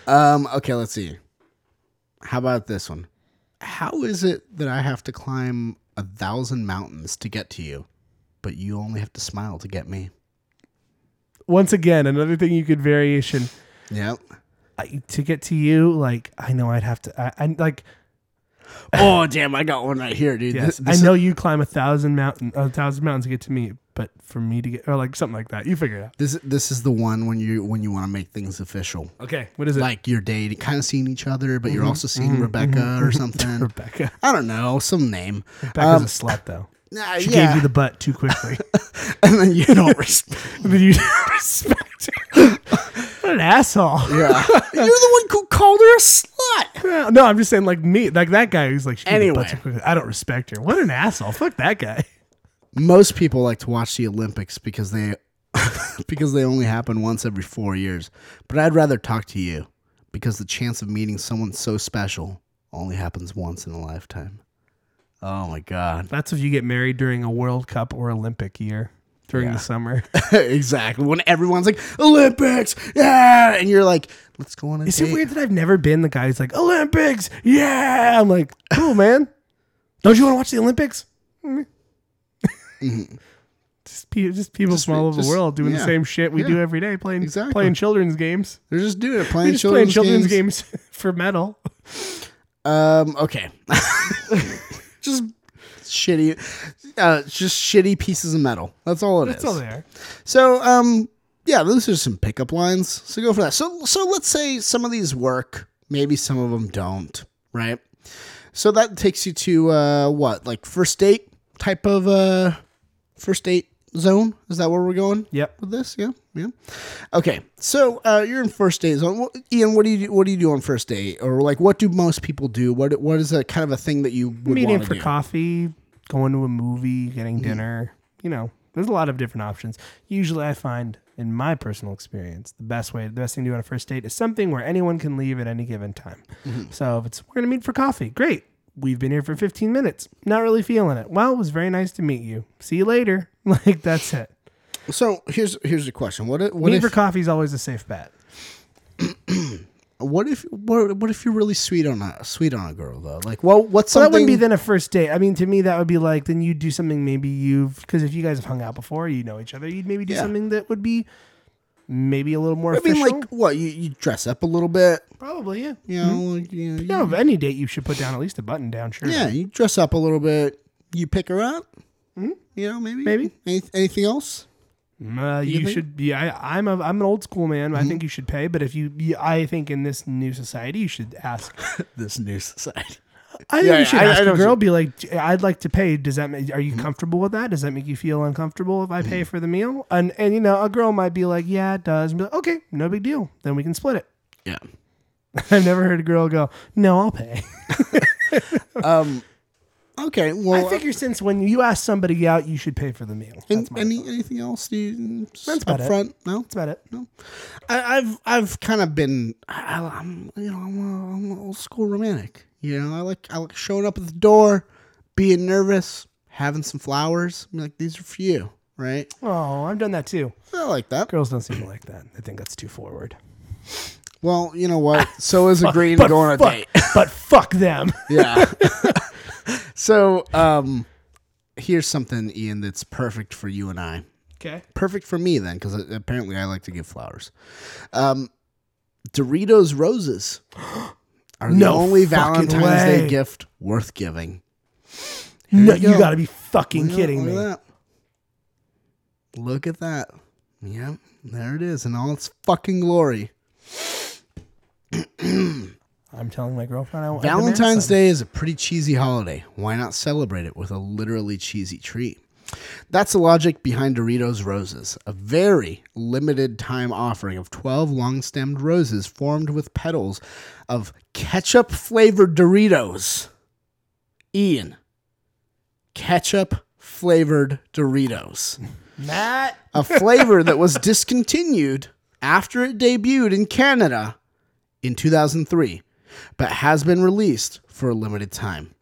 S2: Um, okay, let's see. How about this one? How is it that I have to climb a thousand mountains to get to you, but you only have to smile to get me?
S1: Once again, another thing you could variation.
S2: Yep.
S1: I, to get to you, like I know I'd have to. I, I like
S2: Oh damn! I got one right here, dude.
S1: yes,
S2: This- this
S1: I know you climb a thousand mountain, a thousand mountains to get to me, but for me to get or like something like that, you figure it out.
S2: This this is the one when you when you want to make things official,
S1: Okay, what is it?
S2: like you're dating, kind of seeing each other, but you're also seeing Rebecca or something.
S1: Rebecca.
S2: I don't know, some name.
S1: Rebecca's
S2: Um,
S1: a slut though.
S2: Nah,
S1: She
S2: yeah.
S1: gave you the butt too quickly.
S2: and then you don't respect.
S1: But you don't respect her. what an asshole.
S2: yeah, you're the one who called her a slut.
S1: Well, No, I'm just saying, like me, like that guy who's like, she gave me the butt
S2: Anyway.
S1: too quickly. I don't respect her. What an asshole. Fuck that guy.
S2: Most people like to watch the Olympics because they because they only happen once every four years. But I'd rather talk to you because the chance of meeting someone so special only happens once in a lifetime. Oh my god!
S1: That's if you get married during a World Cup or Olympic year during the summer.
S2: exactly. When everyone's like Olympics, yeah, and you're like, let's go on a
S1: Is
S2: date.
S1: it weird that I've never been the guy who's like Olympics? Yeah, I'm like, cool, man. Don't you want to watch the Olympics? Mm. just, pe- just people from all over
S2: Mm-hmm. just-
S1: the world doing
S2: yeah.
S1: the same shit we do every day, playing
S2: exactly.
S1: playing children's games.
S2: They're just doing it,
S1: They're
S2: playing
S1: just
S2: children's,
S1: playing children's
S2: games.
S1: games. for medal.
S2: Um, okay, just shitty, uh, just shitty pieces of metal. That's all it is.
S1: That's all there.
S2: So, um, yeah, those are some pickup lines. So go for that. So, so let's say some of these work, maybe some of them don't, right? So that takes you to uh, what, like first date type of uh, first date zone? Is that where we're going?
S1: Yep.
S2: With this, yeah, yeah. Okay, so uh, you're in first date zone. What, Ian, what do you do, what do you do on first date, or like what do most people do? What what is a kind of a thing that you would
S1: Meeting
S2: wanna
S1: for
S2: do? Mm-hmm.
S1: coffee, going to a movie, getting dinner. You know, there's a lot of different options. Usually, I find in my personal experience, the best way, the best thing to do on a first date is something where anyone can leave at any given time.
S2: Mm-hmm.
S1: So if it's we're gonna meet for coffee, great. We've been here for 15 minutes. Not really feeling it. Well, it was very nice to meet you. See you later. Like that's it.
S2: So here's here's the question: What i- what
S1: meet
S2: if
S1: for coffee is always a safe bet.
S2: What if what, what if you're really sweet on a sweet on a girl though? Like, well, what's
S1: So that
S2: something?
S1: wouldn't be then a first date. I mean, to me, that would be like then you do something maybe you've because if you guys have hung out before, you know each other, you'd maybe do
S2: Yeah.
S1: something that would be maybe a little more
S2: I mean,
S1: official.
S2: like, what you, you dress up a little bit,
S1: probably, yeah.
S2: you know, like, you know, you-
S1: Yeah, of any date you should put down at least a button down shirt.
S2: yeah, you dress up a little bit. You pick her up, you know, maybe,
S1: Hmm? Maybe.
S2: Any, anything else?
S1: Uh, you should. Yeah, I, I'm a I'm an old school man.
S2: Mm-hmm.
S1: I think you should pay, but if you, you, I think in this new society, you should ask.
S2: This new society.
S1: I think
S2: Yeah,
S1: you should
S2: I- I
S1: ask a
S2: know what
S1: girl. Be like, I'd like to pay. Does that make? Are you comfortable with that? Does that make you feel uncomfortable if I
S2: Mm-hmm.
S1: pay for the meal? And and you know, a girl might be like, yeah, it does. And be like, okay, no big deal. Then we can split it.
S2: Yeah.
S1: I've never heard a girl go, no, I'll pay.
S2: Um, Okay. Well, uh,
S1: I figure since when you ask somebody out, you should pay for the meal.
S2: and,
S1: That's my
S2: any
S1: thought.
S2: anything else? Do you just
S1: That's
S2: up
S1: about it.
S2: front? No.
S1: That's about it.
S2: I, I've I've kind of been I, I- I'm you know I'm, a, I'm an old school romantic. You know I like I like showing up at the door, being nervous, having some flowers. I'm like these are for you, right?
S1: Oh, I've done that too.
S2: I like that.
S1: Girls don't seem to like that. I think that's too forward.
S2: Well, you know what? So is agreeing to
S1: But
S2: go on a
S1: fuck,
S2: date.
S1: but fuck them.
S2: Yeah. so um, here's something, Ian, that's perfect for you and I.
S1: Okay.
S2: perfect for me then, because apparently I like to give flowers. Um, Doritos roses are the
S1: No
S2: only
S1: fucking
S2: Valentine's Day
S1: way.
S2: gift worth giving.
S1: No,
S2: you
S1: you,
S2: go.
S1: got to be fucking
S2: Look at-
S1: kidding
S2: look
S1: me.
S2: At that. Look at that. Yeah, there it is in all its fucking glory.
S1: I'm telling my girlfriend I want I demand
S2: Valentine's
S1: some.
S2: Day is a pretty cheesy holiday. Why not celebrate it with a literally cheesy treat? That's the logic behind Doritos Roses, a very limited time offering of 12 long stemmed roses formed with petals of ketchup flavored Doritos. Ian, ketchup flavored Doritos.
S1: Matt,
S2: A flavor that was discontinued after it debuted in Canada in 2003, but has been released for a limited time.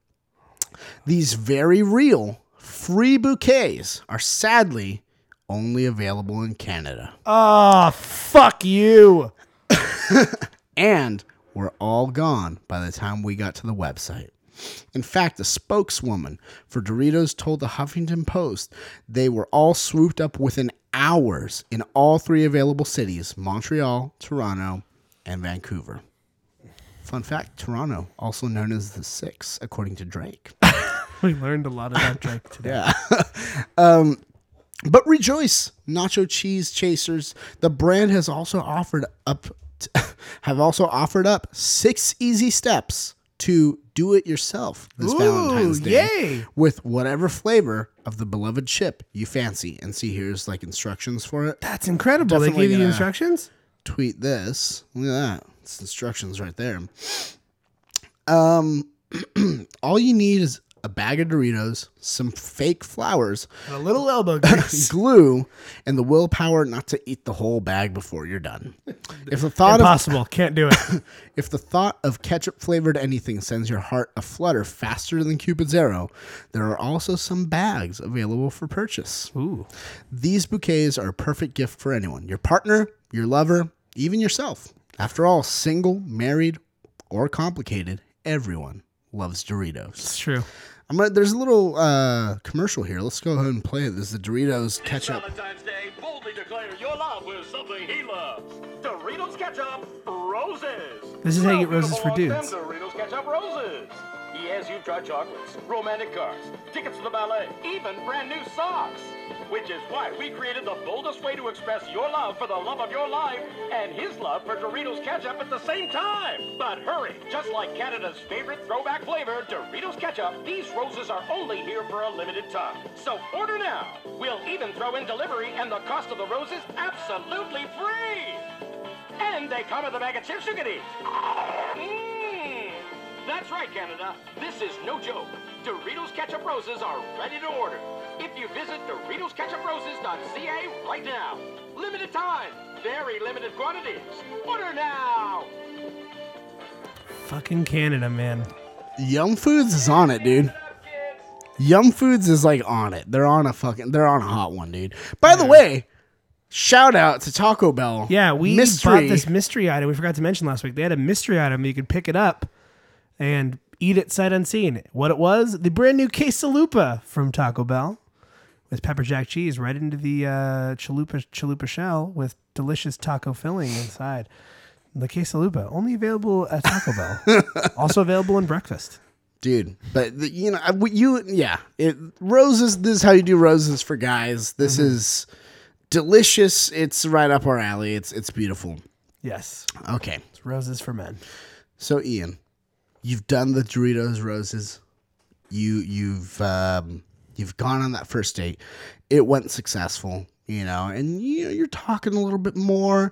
S2: These very real free bouquets are sadly only available in Canada.
S1: oh fuck you.
S2: and were all gone by the time we got to the website. In fact, a spokeswoman for Doritos told the Huffington Post they were all swooped up within hours in all three available cities Montreal, Toronto, and Vancouver. Fun fact Toronto, also known as the Six, according to Drake.
S1: We learned a lot about Drake today.
S2: Um, But rejoice, nacho cheese chasers. The brand has also offered up have also offered up six easy steps to do it yourself this Valentine's Day
S1: yay.
S2: with whatever flavor of the beloved chip you fancy. And see here's like instructions for it.
S1: That's incredible. They
S2: Definitely
S1: gave you
S2: gonna-
S1: instructions.
S2: Tweet this. Look at that. It's instructions right there. Um all you need is a bag of Doritos, some fake flowers,
S1: A little elbow grease.
S2: glue and the willpower not to eat the whole bag before you're done. If the thought of
S1: Impossible. Can't do it.
S2: if the thought of ketchup flavored anything sends your heart aflutter faster than Cupid's arrow, there are also some bags available for purchase.
S1: Ooh.
S2: These bouquets are a perfect gift for anyone your partner, your lover, even yourself. After all, single, married, or complicated, everyone loves Doritos.
S1: It's true.
S2: I'm gonna, there's a little uh, commercial here. Let's go ahead and play it. This is the Doritos ketchup.
S7: Valentine's Day, boldly declare your love with something he loves. Doritos Ketchup Roses.
S1: This is how you get
S7: Well,
S1: roses for
S7: people want
S1: dudes.
S7: them Doritos Ketchup Roses. Yes, you've tried chocolates, romantic cars, tickets to the ballet, even brand new socks. Which is why we created the boldest way to express your love for the love of your life and his love for Doritos Ketchup at the same time. But hurry, just like Canada's favorite throwback flavor, Doritos Ketchup, these roses are only here for a limited time. So order now. We'll even throw in delivery and the cost of the roses absolutely free. And they come with a bag of chips you can eat. Mmm. That's right, Canada. This is no joke. Doritos Ketchup Roses are ready to order. If you visit DoritosKetchupRoses.ca right now. Limited time. Very limited quantities. Order now.
S1: Fucking Canada, man.
S2: Yum Foods is on it, dude. Yum Foods is like on it. They're on a fucking they're on a hot one, dude. By the way, shout out to Taco Bell.
S1: Yeah, we bought
S2: mystery.
S1: this mystery item. We forgot to mention last week. They had a mystery item. You could pick it up and eat it sight unseen. What it was? The brand new quesalupa from Taco Bell with pepper jack cheese right into the uh, chalupa chalupa shell with delicious taco filling inside. The quesalupa only available at Taco Bell. also available in breakfast.
S2: dude. But the, you know, I- we- you yeah, it roses. This is how you do roses for guys. This
S1: Mm-hmm.
S2: is delicious. It's right up our alley. It's it's beautiful.
S1: Yes,
S2: Okay,
S1: it's roses for men.
S2: so Ian, you've done the Doritos roses. You you've um, you've gone on that first date. It went successful, you know, and you you're talking a little bit more.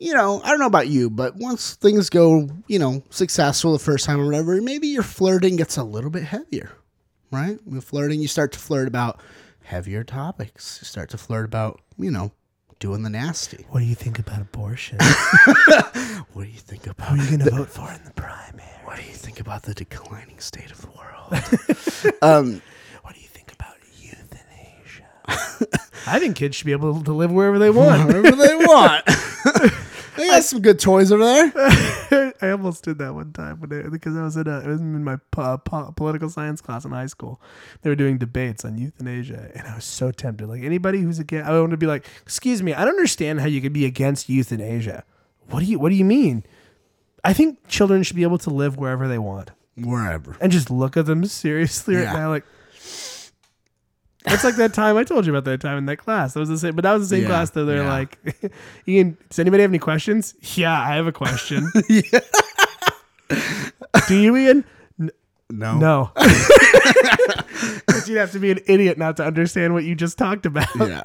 S2: You know, I don't know about you, but once things go, you know, successful the first time or whatever, maybe your flirting gets a little bit heavier. right? With flirting, you start to flirt about heavier topics. You start to flirt about, you know, doing the nasty.
S1: What do you think about abortion?
S2: What do you think about?
S1: Who are you going to vote for in the primary?
S2: What do you think about the declining state of the world? Um,
S1: What do you think about euthanasia? I think kids should be able to live wherever they want.
S2: Whatever they want. they got some good toys over there.
S1: I almost did that one time when I, because I was in a, I was in my po- po- political science class in high school. They were doing debates on euthanasia, and I was so tempted. Like anybody who's against, I want to be like, "Excuse me, I don't understand how you could be against euthanasia. What do you What do you mean? I think children should be able to live wherever they want."
S2: Wherever.
S1: and just look at them seriously right
S2: Yeah.
S1: now. Like, it's like that time I told you about that time in that class. That was the same, but that was the same
S2: Yeah,
S1: class that they're
S2: yeah.
S1: like, Ian, does anybody have any questions? Yeah, I have a question. Do you, Ian?
S2: No.
S1: No. 'Cause you'd have to be an idiot not to understand what you just talked about.
S2: Yeah.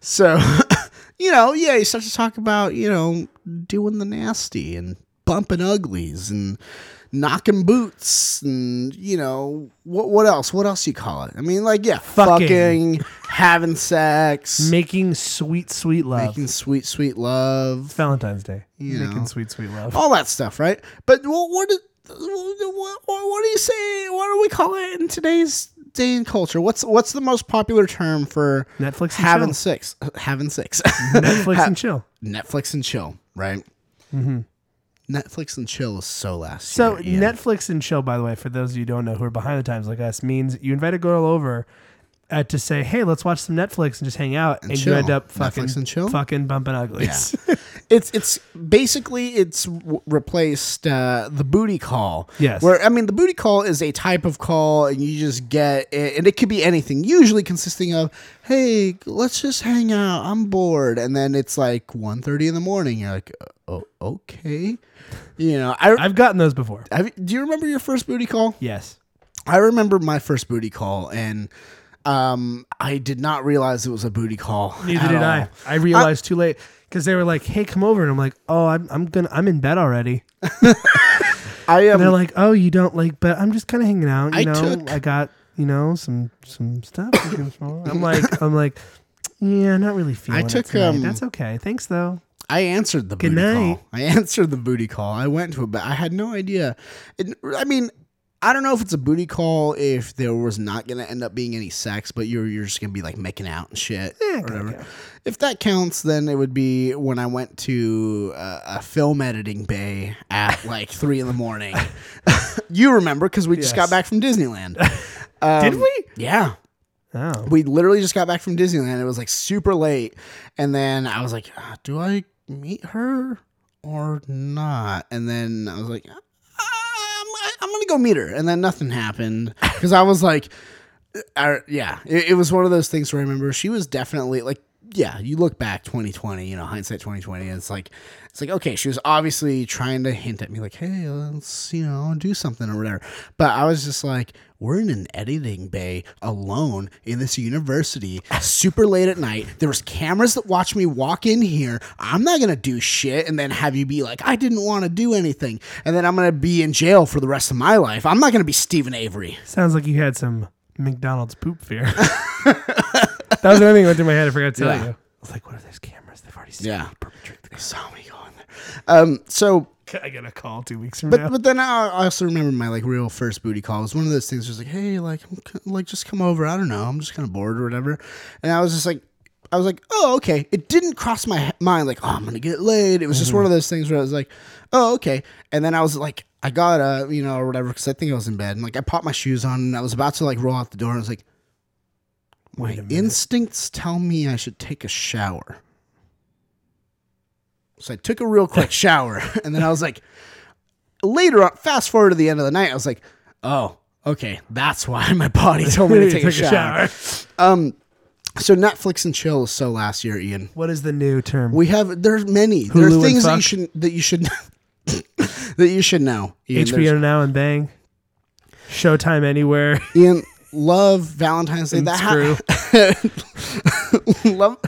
S2: So, you know, yeah, you start to talk about, you know, doing the nasty and bumping uglies and knocking boots and, you know, what what else? What else you call it? I mean, like, yeah,
S1: Fucking.
S2: fucking, having sex,
S1: Making sweet, sweet love.
S2: making sweet, sweet love.
S1: it's Valentine's Day.
S2: You
S1: Making
S2: know. Oh,
S1: sweet, sweet love.
S2: all that stuff, right? But what what, do- what, what what do you say? What do we call it in today's day and culture? What's what's the most popular term for
S1: Netflix and
S2: having
S1: chill.
S2: sex? Having sex,
S1: Netflix and chill.
S2: Netflix and chill, right? Netflix and chill is so last.
S1: So
S2: year, Ian.
S1: Netflix and chill, by the way, for those of you who don't know who are behind the times like us, means you invite a girl over uh, to say, "Hey, let's watch some Netflix and just hang out," and, you
S2: chill.
S1: end up fucking
S2: Netflix and chill?
S1: fucking bumping uglies.
S2: it's it's basically it's w- replaced uh, the booty call.
S1: Yes.
S2: Where I mean, the booty call is a type of call, and you just get, and it could be anything. Usually consisting of, "Hey, let's just hang out. I'm bored," and then it's like 1.30 in the morning. You're like, "Oh, okay." You know, I.
S1: I've gotten those before.
S2: have, do you remember your first booty call?
S1: Yes,
S2: I remember my first booty call, and um, I did not realize it was a booty call.
S1: neither
S2: at
S1: did
S2: all.
S1: I. I realized too late because they were like, "Hey, come over," and I'm like, "Oh, I'm I'm gonna I'm in bed already."
S2: I am.
S1: And they're like, "Oh, you don't like, but I'm just kind of hanging out. You
S2: I
S1: know,
S2: took-
S1: I got you know some some stuff." I'm like, I'm like. Yeah, not really feeling. it
S2: took,
S1: tonight.
S2: um,
S1: That's okay. Thanks though.
S2: I answered the
S1: Good
S2: booty
S1: night.
S2: call. I answered the booty call. I went to it, but I had no idea. It, I mean, I don't know if it's a booty call if there was not going to end up being any sex, but you're you're just going to be like making out and shit. or whatever. If that counts, then it would be when I went to uh, a film editing bay at like three in the morning. you remember because we just got back from Disneyland. Um,
S1: Did we?
S2: Yeah.
S1: Oh.
S2: We literally just got back from Disneyland. It was like super late. And then I was like, "Ah, do I meet her or not? And then I was like, "Ah, I'm, I'm going to go meet her. And then nothing happened because I was like, I, yeah, it, it was one of those things where I remember she was definitely like, yeah, you look back 2020, you know, hindsight 2020, and it's like, it's like, okay, she was obviously trying to hint at me, like, hey, let's, you know, do something or whatever. But I was just like, we're in an editing bay alone in this university, super late at night. There was cameras that watched me walk in here. I'm not gonna do shit and then have you be like, I didn't want to do anything, and then I'm gonna be in jail for the rest of my life. I'm not gonna be Stephen Avery.
S1: Sounds like you had some McDonald's poop fear. that was another thing that went through my head. I forgot to tell
S2: Yeah.
S1: you. I was like, what are those cameras? They've already seen
S2: Yeah,
S1: perpetrate
S2: they saw me go in there. Um, so
S1: the- I got a call two weeks from
S2: But
S1: now.
S2: but then I I also remember my like real first booty call. It was one of those things. Where it's like, hey, like I'm ki- like just come over. I don't know. I'm just kind of bored or whatever. And I was just like, I was like, oh okay. It didn't cross my he- mind like, oh, I'm gonna get laid. It was just one of those things where I was like, oh okay. And then I was like, I got to you know or whatever because I think I was in bed and like I popped my shoes on and I was about to like roll out the door and I was like, my instincts tell me I should take a shower. So I took a real quick shower and then I was like later on, fast forward to the end of the night, I was like, oh, okay, that's why my body told me to take a shower. Um, so Netflix and chill is so last year, Ian.
S1: What is the new term?
S2: We have there's many. there
S1: Hulu
S2: are
S1: and
S2: things that you
S1: fuck?
S2: should that you should that you should know. Ian,
S1: HBO
S2: There's-
S1: Now and Bang. Showtime Anywhere.
S2: Ian, love Valentine's Day. That ha- love,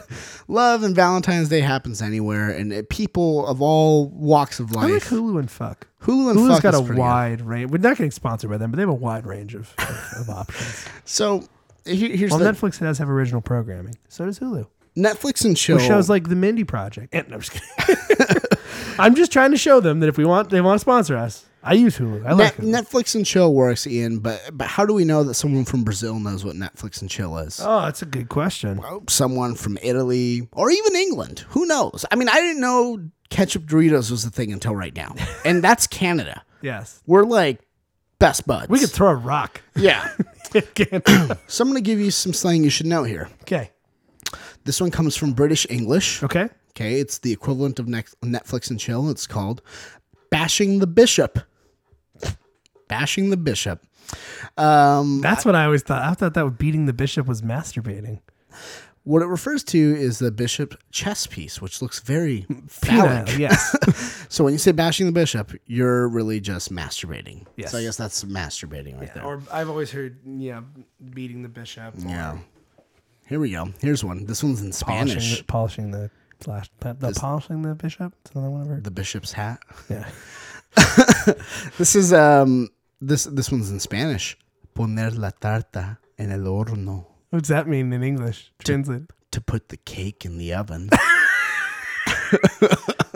S2: love and Valentine's Day happens anywhere, and it, people of all walks of
S1: I like
S2: life.
S1: Hulu and fuck.
S2: Hulu and
S1: Hulu's
S2: fuck
S1: got
S2: is
S1: a
S2: pretty good.
S1: wide range. We're not getting sponsored by them, but they have a wide range of, of, of options.
S2: So here- here's
S1: Well,
S2: the
S1: Netflix does have original programming. So does Hulu.
S2: Netflix and chill.
S1: With shows like The Mindy Project. And, no, I'm, just kidding. I'm just trying to show them that if we want, they want to sponsor us. I use Hulu. I like
S2: Net-
S1: Hulu.
S2: Netflix and chill works, Ian. But but how do we know that someone from Brazil knows what Netflix and chill is?
S1: oh, that's a good question.
S2: someone from Italy or even England. Who knows? I mean, I didn't know ketchup Doritos was a thing until right now, and that's Canada.
S1: yes.
S2: We're like best buds.
S1: We could throw a rock.
S2: yeah.
S1: okay.
S2: So I'm gonna give you some slang you should know here. This one comes from British English.
S1: Okay.
S2: Okay, it's the equivalent of Nex- Netflix and chill. It's called bashing the bishop. Bashing the bishop. Um,
S1: That's what I always thought. I thought that was beating the bishop was masturbating.
S2: what it refers to is the bishop's chess piece, which looks very
S1: Penile,
S2: phallic.
S1: yes.
S2: So when you say bashing the bishop, you're really just masturbating.
S1: Yes.
S2: So I guess that's masturbating right there.
S1: or I've always heard, yeah, beating the bishop.
S2: yeah. Here we go. Here's one. This one's in
S1: Polishing
S2: Spanish.
S1: the, polishing the slash, the, the polishing the bishop. It's another one I've heard.
S2: The bishop's hat.
S1: Yeah.
S2: This is um this this one's in Spanish. Poner la tarta en el horno.
S1: What's that mean in English? Translate.
S2: To put the cake in the oven.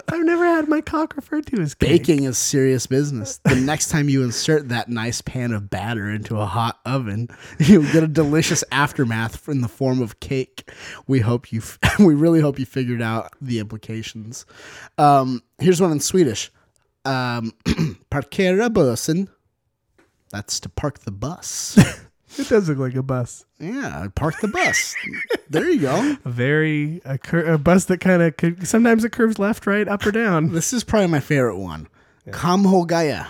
S1: I've never had my cock referred to as cake.
S2: Baking is serious business. The next time you insert that nice pan of batter into a hot oven, you'll get a delicious aftermath in the form of cake. We hope you, f- we really hope you figured out the implications. Um, here's one in Swedish: um, "Parkera bussen." That's to park the bus.
S1: It does look like a bus.
S2: yeah, park the bus. there you go.
S1: A very a, cur- a bus that kind of could sometimes it curves left, right, up or down.
S2: This is probably my favorite one. Kamhogaya,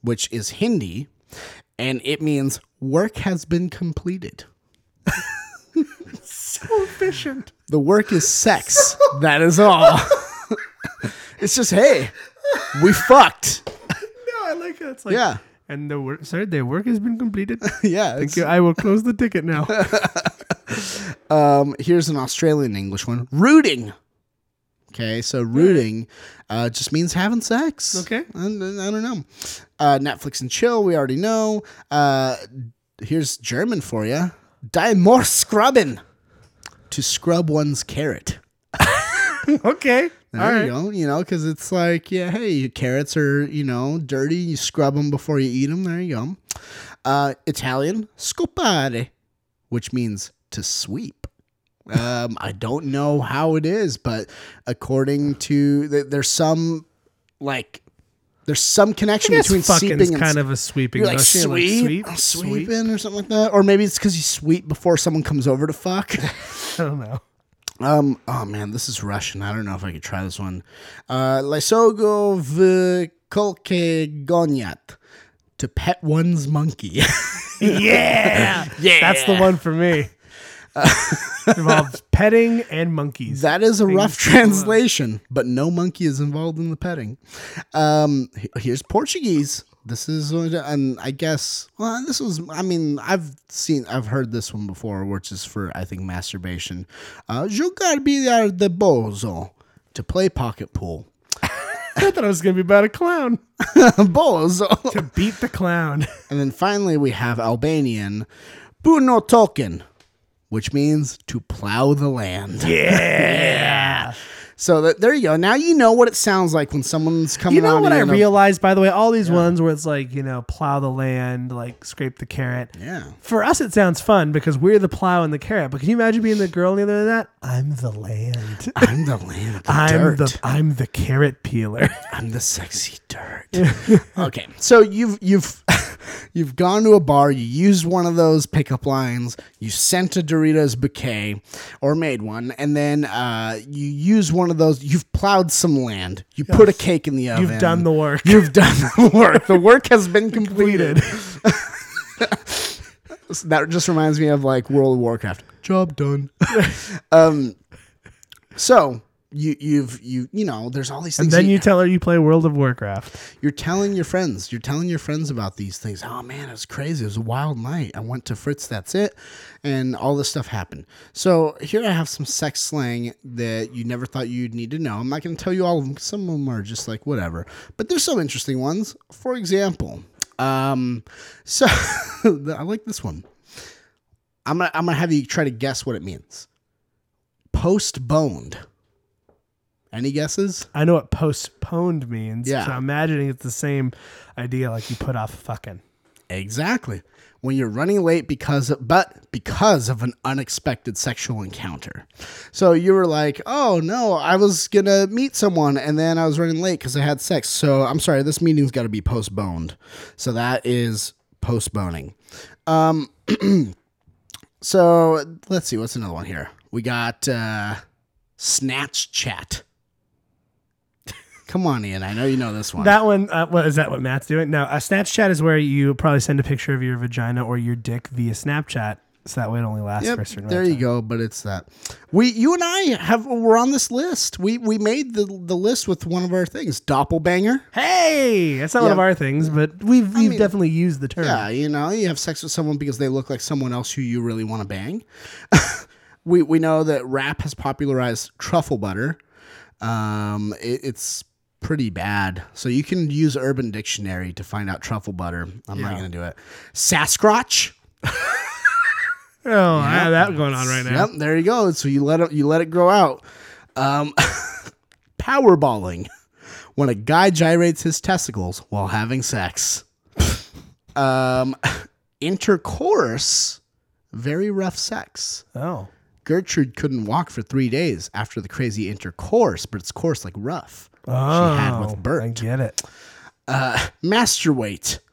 S2: which is Hindi, and it means work has been completed.
S1: Efficient.
S2: The work is sex. that is all. it's just, hey, we fucked.
S1: No, I like it. It's like
S2: Yeah.
S1: And the work, sir, the work has been completed.
S2: Yeah.
S1: Thank
S2: it's-
S1: you. I will close the ticket now.
S2: Um, here's an Australian English one rooting. Okay. So rooting uh, just means having sex.
S1: Okay.
S2: I, I don't know. Uh, Netflix and chill, we already know. Uh, here's German for you Die more scrubbing. To scrub one's carrot.
S1: okay.
S2: There you go. You know, because it's like, yeah, hey, your carrots are, you know, dirty. You scrub them before you eat them. There you go. Uh, Italian, scopare, which means to sweep. Um, I don't know how it is, but according to th- there's some like there's some connection between seeping
S1: fucking's
S2: and
S1: kind of a sweeping
S2: you're like
S1: motion, like,
S2: sweep,
S1: sweep, sweep.
S2: sweeping or something like that, or maybe it's because you sweep before someone comes over to fuck.
S1: I don't know.
S2: Um. Oh man, this is Russian. I don't know if I could try this one. Uh, Lysogo v kolke gonyat to pet one's monkey.
S1: Yeah. yeah. That's the one for me.
S2: Uh,
S1: involves petting and monkeys.
S2: that is a rough translation, but no monkey is involved in the petting. Um. he- Here's Portuguese. This is what- and I guess well, this was. I mean, I've seen, I've heard this one before, which is for I think masturbation. Uh, jogar bilhar de bozo to play pocket pool.
S1: I thought it was going to be about a clown.
S2: bozo.
S1: To beat the clown.
S2: And then finally, we have Albanian Puno Token, which means to plow the land. Yeah. So that, there you go. Now you know what it sounds like when someone's coming
S1: You know
S2: on
S1: what
S2: to
S1: I
S2: you and-
S1: realized, by the way? All these ones where it's like, you know, plow the land, like scrape the carrot.
S2: Yeah.
S1: For us, it sounds fun because we're the plow and the carrot. But can you imagine being the girl on the other end of that? I'm the land.
S2: I'm the land of the
S1: I'm
S2: dirt.
S1: the I'm the carrot peeler.
S2: I'm the sexy dirt. okay. So you've you've you've gone to a bar, you used one of those pickup lines, you sent a Doritos bouquet or made one, and then uh, you use one of those, you've plowed some land, you put a cake in the oven.
S1: You've done the work.
S2: You've done the work. The work has been completed. So that just reminds me of like World of Warcraft. Job done. um, so you you've you you know there's all these
S1: And
S2: things
S1: then
S2: that-
S1: you tell her you play World of Warcraft.
S2: you're telling your friends you're telling your friends about these things oh man it was crazy it was a wild night i went to fritz that's it and all this stuff happened so here i have some sex slang that you never thought you'd need to know i'm not going to tell you all of them some of them are just like whatever but there's some interesting ones for example um so i like this one i'm gonna i'm gonna have you try to guess what it means postponed any guesses
S1: I know what postponed means.
S2: Yeah.
S1: So I'm imagining it's the same idea like you put off fucking.
S2: Exactly. When you're running late because of, but because of an unexpected sexual encounter. So you were like, "Oh no, I was going to meet someone and then I was running late cuz I had sex. So I'm sorry, this meeting's got to be postponed." So that is postponing. Um so let's see what's another one here. We got uh snatch chat. Come on, Ian. I know you know this one.
S1: That one, uh, what, is that what Matt's doing? No, a Snapchat is where you probably send a picture of your vagina or your dick via Snapchat. So that way it only lasts for a certain
S2: there
S1: amount
S2: you go but it's that we you and i have we're on this list we we made the the list with one of our things doppelbanger
S1: of time. Hey, that's not one
S2: Yeah.
S1: of our things, but we've, we've
S2: mean-
S1: definitely used the term.
S2: yeah you know you have sex with someone because they look like someone else who you really want to bang we we know that rap has popularized truffle butter um it, it's pretty bad so you can use urban dictionary to find out truffle butter i'm not gonna do it sasquatch
S1: Oh, I have that going on right now.
S2: Yep, there you go. So you let it you let it grow out. Um, powerballing, when a guy gyrates his testicles while having sex. um, intercourse, very rough sex.
S1: Oh.
S2: Gertrude couldn't walk for three days after the crazy intercourse, but it's coarse like rough.
S1: Oh,
S2: she had with
S1: I
S2: Bert.
S1: get it.
S2: Masturbate.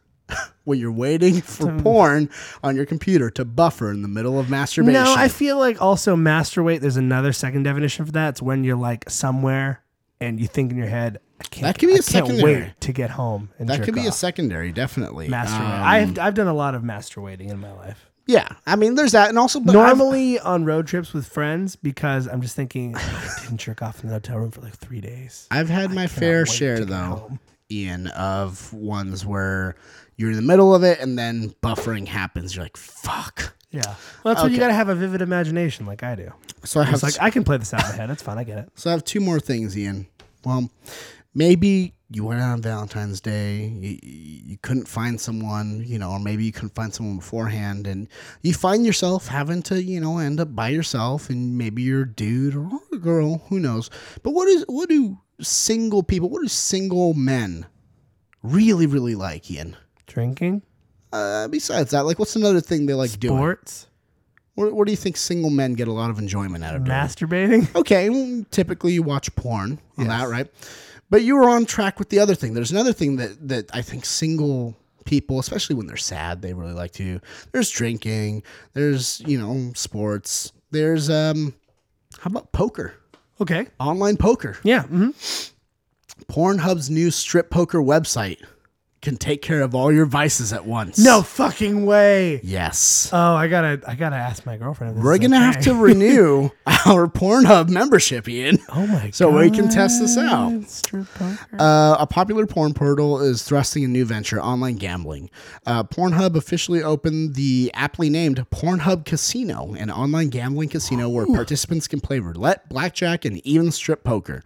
S2: When you're waiting for porn on your computer to buffer in the middle of masturbation.
S1: No, I feel like also masturbate. There's another second definition for that. It's when you're like somewhere and you think in your head, I can't.
S2: That could be
S1: I
S2: a
S1: can't
S2: secondary.
S1: wait to get home and
S2: That
S1: jerk
S2: could be a
S1: off.
S2: secondary, definitely.
S1: masturbate.
S2: Um,
S1: I've I've done a lot of masturbating in my life.
S2: yeah, I mean, there's that, and also but I've-
S1: Normally on road trips with friends because I'm just thinking I didn't jerk off in the hotel room for like three days.
S2: I've had my fair share though, Ian, of ones where you're in the middle of it and then buffering happens. You're like, fuck.
S1: Yeah, well, that's when you got to have a vivid imagination like I do.
S2: So I have
S1: It's like I can play this out in my head. It's fine. I get it.
S2: so I have two more things, Ian. Well, maybe you went out on Valentine's Day, you, you couldn't find someone, you know, or maybe you couldn't find someone beforehand, and you find yourself having to, you know, end up by yourself, and maybe you're a dude or a girl, who knows? But what is what do single people, what do single men really, really like, Ian?
S1: Drinking,
S2: Uh, besides that, like, what's another thing they like doing?
S1: sports,
S2: What, what do you think single men get a lot of enjoyment out of doing?
S1: masturbating.
S2: okay, well, typically you watch porn on that, right? But you were on track with the other thing. There's another thing that that I think single people, especially when they're sad, they really like to. do. There's drinking. There's you know sports. There's um, how about poker?
S1: Okay.
S2: Online poker.
S1: Yeah. hmm
S2: Pornhub's new strip poker website can take care of all your vices at once.
S1: No fucking way.
S2: Yes.
S1: Oh, I gotta, I gotta ask my girlfriend. if this
S2: We're
S1: is
S2: gonna
S1: okay.
S2: have to renew our Pornhub membership, Ian.
S1: Oh my god!
S2: so we can test this out.
S1: Strip poker.
S2: Uh, a popular porn portal is thrusting a new venture, online gambling. Uh, Pornhub officially opened the aptly named Pornhub Casino, an online gambling casino where participants can play roulette, blackjack, and even strip poker.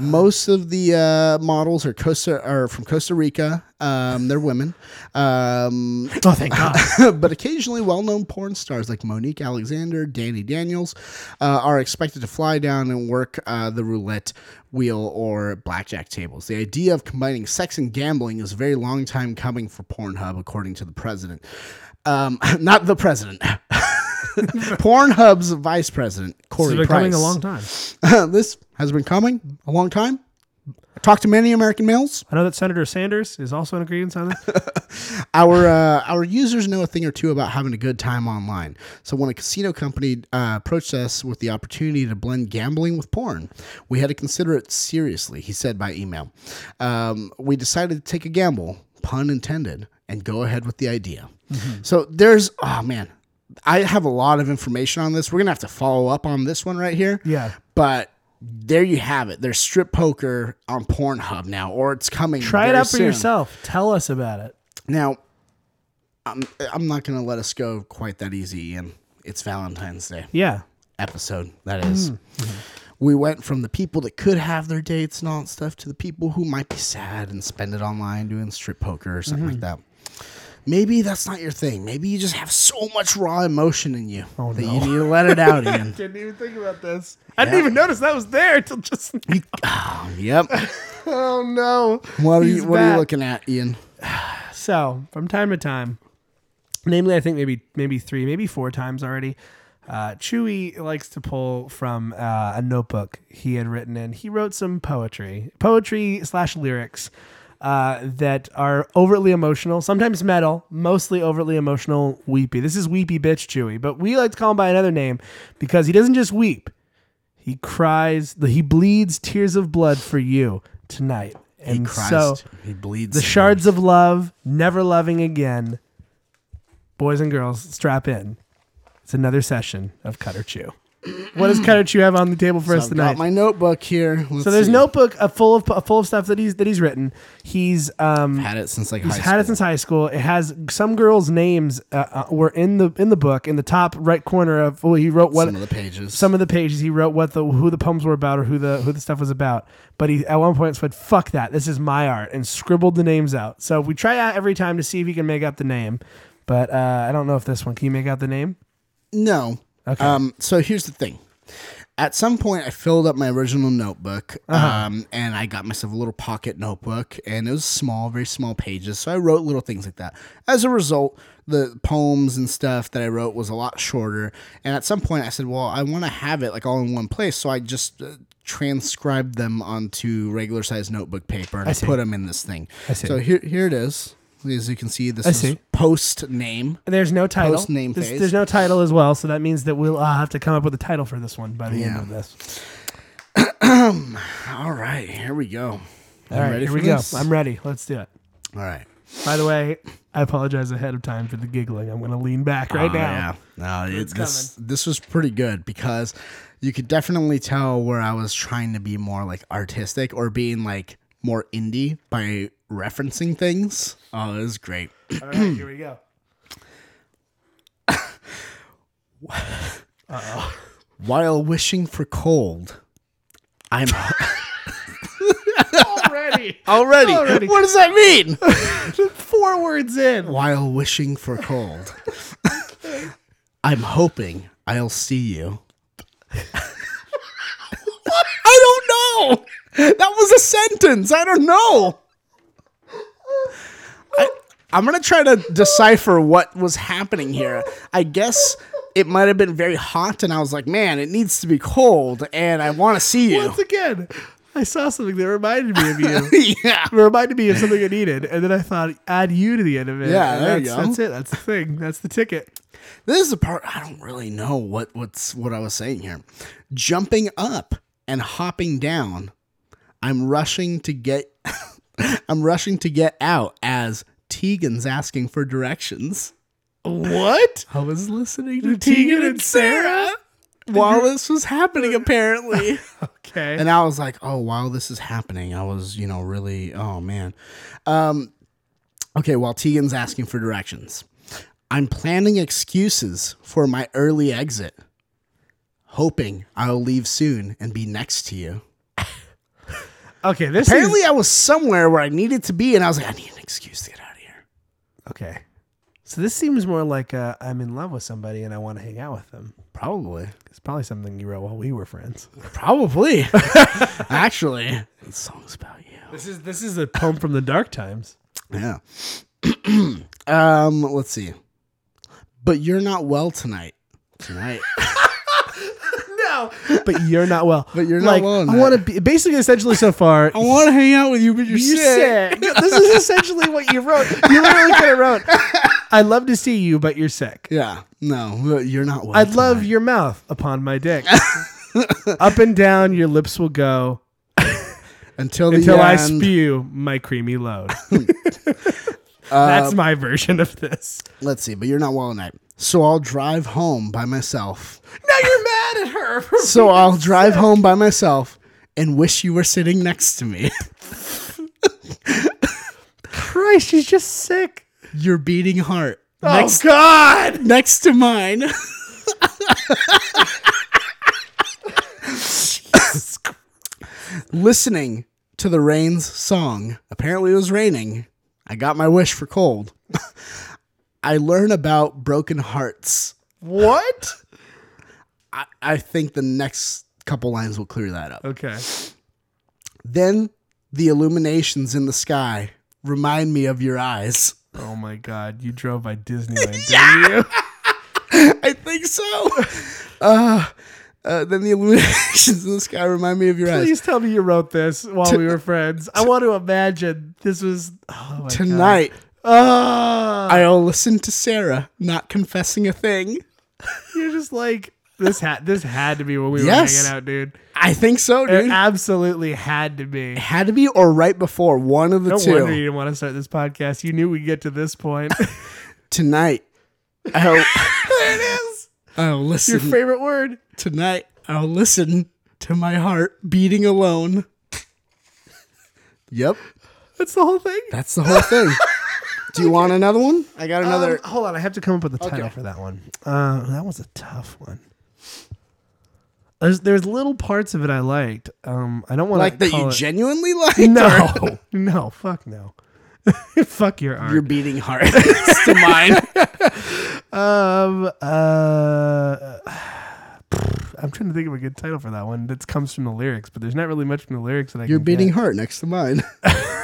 S2: Most of the uh, models are Costa are from Costa Rica. Um, they're women. Um,
S1: Oh, thank God!
S2: but occasionally well-known porn stars like Monique Alexander, Danny Daniels, uh, are expected to fly down and work uh, the roulette wheel or blackjack tables. The idea of combining sex and gambling is a very long time coming for Pornhub, according to the president. Um, not the president. Pornhub's vice president Corey
S1: It's been
S2: Price.
S1: coming a long time.
S2: this has been coming a long time. I talked to many American males.
S1: I know that Senator Sanders is also in agreement on this.
S2: our uh, our users know a thing or two about having a good time online. So when a casino company uh, approached us with the opportunity to blend gambling with porn, we had to consider it seriously. He said by email, um, we decided to take a gamble, pun intended, and go ahead with the idea.
S1: Mm-hmm.
S2: So there's oh man, I have a lot of information on this. We're gonna have to follow up on this one right here.
S1: Yeah.
S2: but there you have it. There's strip poker on Pornhub now, or it's coming.
S1: Try it
S2: very
S1: out for
S2: soon.
S1: yourself. Tell us about it.
S2: Now, I'm I'm not gonna let us go quite that easy, Ian. It's Valentine's Day
S1: Yeah.
S2: episode. That is.
S1: Mm-hmm.
S2: We went from the people that could have their dates and all that stuff to the people who might be sad and spend it online doing strip poker or something
S1: Mm-hmm.
S2: like that. Maybe that's not your thing. Maybe you just have so much raw emotion in you
S1: Oh,
S2: that you need to let it out, Ian.
S1: Didn't even think about this. I didn't even notice that was there until just.
S2: yep.
S1: oh no.
S2: What are
S1: He's
S2: you What are you
S1: back.
S2: looking at, Ian?
S1: So from time to time, namely, I think maybe maybe three, maybe four times already. Uh, Chewy likes to pull from uh, a notebook he had written in. He wrote some poetry, poetry slash lyrics uh, that are overtly emotional, sometimes metal, mostly overtly emotional, weepy. This is weepy bitch Chewy, but we like to call him by another name because he doesn't just weep. He cries, he bleeds tears of blood for you tonight. And
S2: he cries.
S1: so
S2: he bleeds.
S1: the shards of love, never loving again. Boys and girls, strap in. It's another session of Cutter Chew. What does Cutter Chew have on the table for us
S2: I've got
S1: tonight?
S2: my notebook here.
S1: so there's notebook a full of a full of stuff that he's that he's written. He's um
S2: had it since like
S1: he's
S2: high
S1: had it
S2: school.
S1: since high school. It has some girls' names uh, uh, were in the in the book in the top right corner of well he wrote what
S2: some of the pages.
S1: some of the pages he wrote what the who the poems were about or who the who the stuff was about. But he at one point said, "Fuck that! This is my art," and scribbled the names out. So we try out every time to see if he can make out the name. But uh, I don't know if this one can you make out the name.
S2: No.
S1: Okay.
S2: Um, so here's the thing. At some point, I filled up my original notebook,
S1: Uh-huh.
S2: um, and I got myself a little pocket notebook, and it was small, very small pages. So I wrote little things like that. As a result, the poems and stuff that I wrote was a lot shorter. And at some point, I said, "Well, I want to have it like all in one place," so I just uh, transcribed them onto regular size notebook paper and I
S1: see.
S2: put them in this thing.
S1: I see.
S2: So here, here it is. As you can see, this
S1: I
S2: is
S1: see.
S2: post name.
S1: And There's no title.
S2: Post-name
S1: there's,
S2: phase.
S1: there's no title as well, so that means that we'll uh, have to come up with a title for this one by the end
S2: Yeah.
S1: of this.
S2: All right, here we go.
S1: All right, here we go. I'm ready. Let's do it.
S2: All right.
S1: By the way, I apologize ahead of time for the giggling. I'm going to lean back right now.
S2: Ah, Yeah. No, it, this this was pretty good because you could definitely tell where I was trying to be more like artistic or being like more indie by referencing things. Oh, it was great.
S1: All right, here we go.
S2: While wishing for cold, I'm
S1: Already
S2: already.
S1: Already.
S2: What does that mean?
S1: four words in.
S2: While wishing for cold, I'm hoping I'll see you. what? I don't know. That was a sentence. I don't know. I, I'm going to try to decipher what was happening here. I guess it might have been very hot, and I was like, man, it needs to be cold, and I want to see you.
S1: Once again, I saw something that reminded me of you.
S2: yeah.
S1: It reminded me of something I needed, and then I thought, add you to the end of it.
S2: Yeah,
S1: And
S2: there
S1: that's,
S2: you go.
S1: That's it. That's the thing. That's the ticket.
S2: This is the part I don't really know what what's what I was saying here. Jumping up and hopping down. I'm rushing to get I'm rushing to get out as Tegan's asking for directions. What? I was listening to Tegan and Sarah while this was happening apparently.
S1: Okay.
S2: And I was like, oh, while this is happening, I was, you know, really, oh man. Um, okay, while Tegan's asking for directions, I'm planning excuses for my early exit, hoping I'll leave soon and be next to you.
S1: okay. This
S2: Apparently,
S1: is
S2: I was somewhere where I needed to be, and I was like, I need an excuse to get out of here.
S1: okay. So this seems more like uh, I'm in love with somebody and I want to hang out with them.
S2: Probably.
S1: It's probably something you wrote while we were friends.
S2: Probably. Actually, this song's about you.
S1: This is this is a poem from the dark times.
S2: Yeah. um, let's see. But you're not well tonight. Tonight.
S1: No, but you're not well.
S2: But you're not
S1: like,
S2: well in
S1: I
S2: that.
S1: want to be basically essentially so far.
S2: I want to hang out with you, but you're,
S1: You
S2: sick.
S1: sick. this is essentially what you wrote. You literally could have wrote, "I love to see you, but you're sick."
S2: Yeah. No, you're not well.
S1: I'd love your mouth upon my dick. Up and down, your lips will go
S2: until the
S1: until I
S2: end.
S1: spew my creamy load.
S2: Uh,
S1: That's my version of this.
S2: Let's see, but you're not well tonight. So I'll drive home by myself.
S1: Now you're mad
S2: mad at her. so I'll drive home by myself and wish you were sitting next to me.
S1: Christ, she's just sick.
S2: Your beating heart
S1: oh God!
S2: next to mine. Listening to the rain's song, apparently it was raining. I got my wish for cold. I learn about broken hearts.
S1: What?
S2: I, I think the next couple lines will clear that up.
S1: Okay.
S2: Then the illuminations in the sky remind me of your eyes.
S1: Oh my God! You drove by Disneyland, didn't you?
S2: I think so. Uh, uh, then the illuminations in the sky remind me of your eyes.
S1: Please tell me you wrote this while we were friends. I want to imagine this was oh my
S2: Tonight,
S1: God. Ah,
S2: I'll listen to Sarah not confessing a thing.
S1: you're just like this had this had to be when we
S2: Yes.
S1: were hanging out, dude.
S2: I think so,
S1: It
S2: dude.
S1: absolutely had to be.
S2: Had to be or right before one of the
S1: No
S2: two.
S1: wonder you didn't want to start this podcast. You knew we'd get to this point.
S2: Tonight, I'll,
S1: there it is.
S2: I'll
S1: Your
S2: listen.
S1: favorite word.
S2: Tonight, I'll listen to my heart beating alone. yep,
S1: That's the whole thing.
S2: that's the whole thing. Do you want another one? I got another.
S1: Um, hold on, I have to come up with a title for that one. Uh, that was a tough one. There's there's little parts of it I liked. Um, I don't want
S2: like
S1: to
S2: that you genuinely like?
S1: No, no, fuck no, fuck your art.
S2: Your beating heart is to mine.
S1: um, uh, I'm trying to think of a good title for that one. That comes from the lyrics, but there's not really much from the lyrics that I.
S2: Your
S1: can
S2: beating
S1: get.
S2: heart next to mine.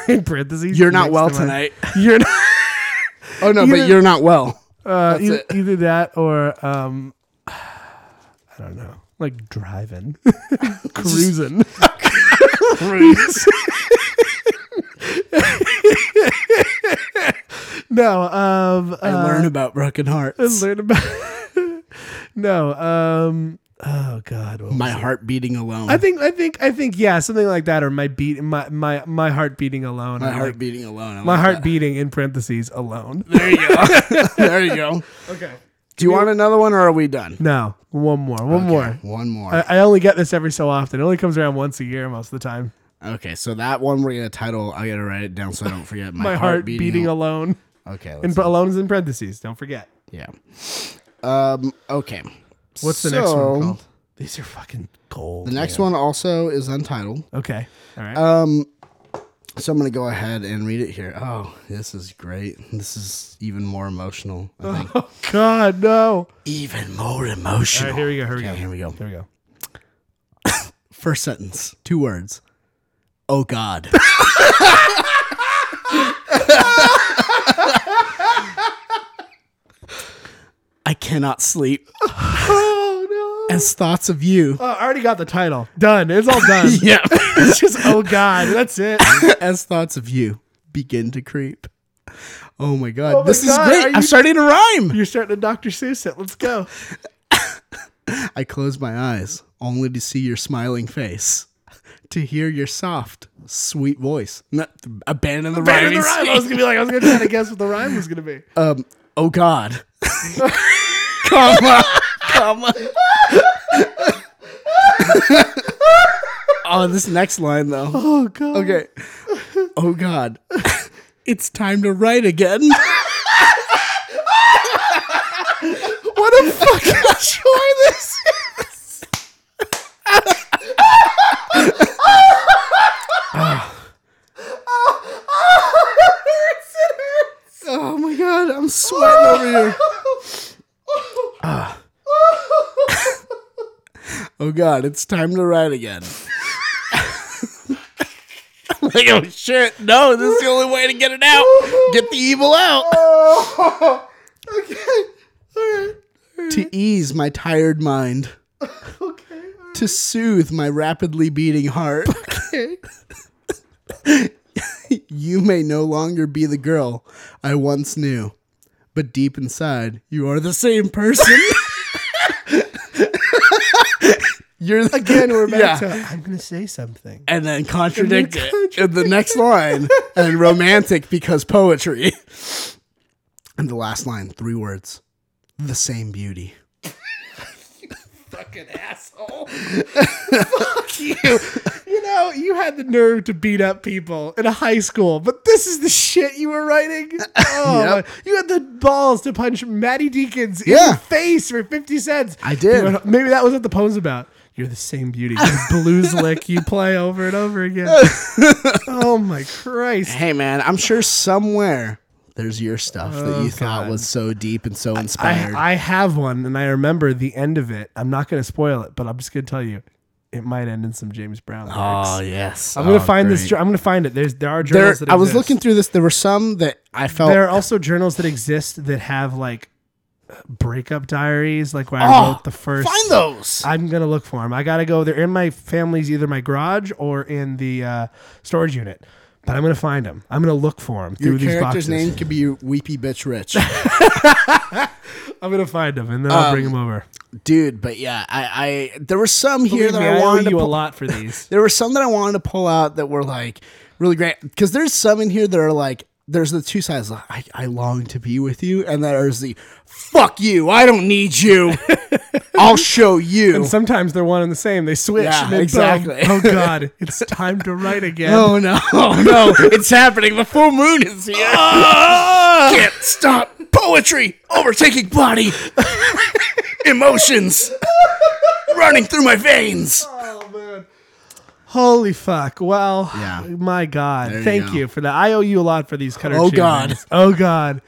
S1: in parentheses.
S2: You're not
S1: next
S2: well
S1: to mine.
S2: tonight.
S1: You're not.
S2: Oh no,
S1: Either-
S2: but you're not well.
S1: Uh,
S2: That's
S1: either,
S2: it.
S1: either that or um, I don't know, like driving, cruising. Cruise. no, um,
S2: I
S1: uh,
S2: learn about broken hearts.
S1: learn about. no, um, oh god, what was
S2: My
S1: it?
S2: heart beating alone.
S1: I think I think I think yeah, something like that, or my beat, my my my heart beating alone.
S2: my
S1: I
S2: heart
S1: like-
S2: beating alone. I
S1: my
S2: like
S1: heart
S2: that.
S1: beating in parentheses alone.
S2: There you go. there you go.
S1: Okay.
S2: Do you want another one, or are we done?
S1: No, one more, one more.
S2: Okay, One more.
S1: I, I only get this every so often. It only comes around once a year most of the time.
S2: okay, so that one we're gonna title. I gotta write it down so I don't forget. My,
S1: My, heart, beating,
S2: al-
S1: alone.
S2: Okay.
S1: And
S2: Let's,
S1: but alone is in parentheses. Don't forget.
S2: yeah. Um. Okay.
S1: What's the next
S2: So,
S1: one called? These are fucking gold. Uh,
S2: The next one also is untitled.
S1: Okay. All right.
S2: Um. So I'm gonna go ahead and read it here. Oh, this is great. This is even more emotional. I think.
S1: God no.
S2: even more
S1: All
S2: emotional.
S1: right. Here we go. Here we
S2: Okay,
S1: go.
S2: here we go.
S1: Here we go.
S2: First sentence, two words. Oh God. I cannot sleep
S1: Oh no.
S2: as thoughts of you.
S1: Oh, I already got the title. Done. It's all done.
S2: Yeah.
S1: It's just oh god. That's it.
S2: as thoughts of you begin to creep. Oh my God.
S1: my
S2: this
S1: God,
S2: is
S1: are
S2: great.
S1: you-
S2: I'm starting to rhyme.
S1: You're starting to Dr. Seuss it. Let's go.
S2: I close my eyes only to see your smiling face, to hear your soft, sweet voice. No, abandon the
S1: Right,
S2: rhyming.
S1: the rhyme. I was gonna be like, I was gonna try to guess what the rhyme was gonna be.
S2: Um, oh God. comma, comma. oh, this next line though. Oh God. Okay. Oh God. it's time to write again. what a fucking chore this is. Oh my god, I'm sweating over here. Ah. oh god, it's time to ride again. like, oh shit, no, this is the only way to get it out. Get the evil out. To ease my tired mind. okay. To soothe my rapidly beating heart. you may no longer be the girl I once knew, but deep inside, you are the same person. You're the, again. We're back
S1: So, I'm gonna say something.
S2: and then contradict it in the next line, and romantic because poetry. And the last line, three words, the same beauty.
S1: fucking asshole. Fuck you. You know, you had the nerve to beat up people in a high school, but this is the shit you were writing. Oh, my-
S2: Yep.
S1: you had the balls to punch Matty Deacons in
S2: Yeah.
S1: the face for 50 cents.
S2: I did.
S1: You know, maybe that was what the poem's about. You're the same beauty. You blues lick you play over and over again. oh my Christ.
S2: Hey, man, I'm sure somewhere there's your stuff that you thought was so deep and so inspired.
S1: Oh, I, I have one and I remember the end of it. I'm not going to spoil it, but I'm just going to tell you it might end in some James Brown. lyrics.
S2: yes.
S1: I'm gonna find this. jour- I'm gonna find it. There's there are
S2: There,
S1: journals. that
S2: I was
S1: exist.
S2: looking through this. There were some that I felt.
S1: There are also journals that exist that have like breakup diaries, like where I
S2: Oh,
S1: wrote the first.
S2: find those.
S1: I'm gonna look for them. I gotta go. They're in my family's either my garage or in the uh, storage unit. But I'm gonna find them. I'm gonna look for them
S2: Your
S1: through these
S2: character's
S1: boxes.
S2: name could be Weepy Bitch Rich.
S1: I'm gonna find them and then
S2: Um,
S1: I'll bring them over.
S2: Dude, but yeah, I, I there were some here
S1: Believe
S2: that
S1: me,
S2: I,
S1: I owe
S2: wanted to
S1: you a
S2: pull,
S1: lot for these.
S2: there were some that I wanted to pull out that were like really great because there's some in here that are like there's the two sides like, I, I long to be with you and there's the fuck you I don't need you I'll show you
S1: And sometimes they're one and the same. They switch.
S2: Yeah,
S1: and then boom.
S2: exactly.
S1: Oh God, it's time to write again.
S2: oh no oh, no it's happening the full moon is here can't stop poetry overtaking body emotions running through my veins
S1: Holy fuck. Well,
S2: Yeah.
S1: my God.
S2: you
S1: Thank
S2: go.
S1: you, for that. I owe you a lot for these cutter
S2: Oh, God.
S1: achievements. Oh, God.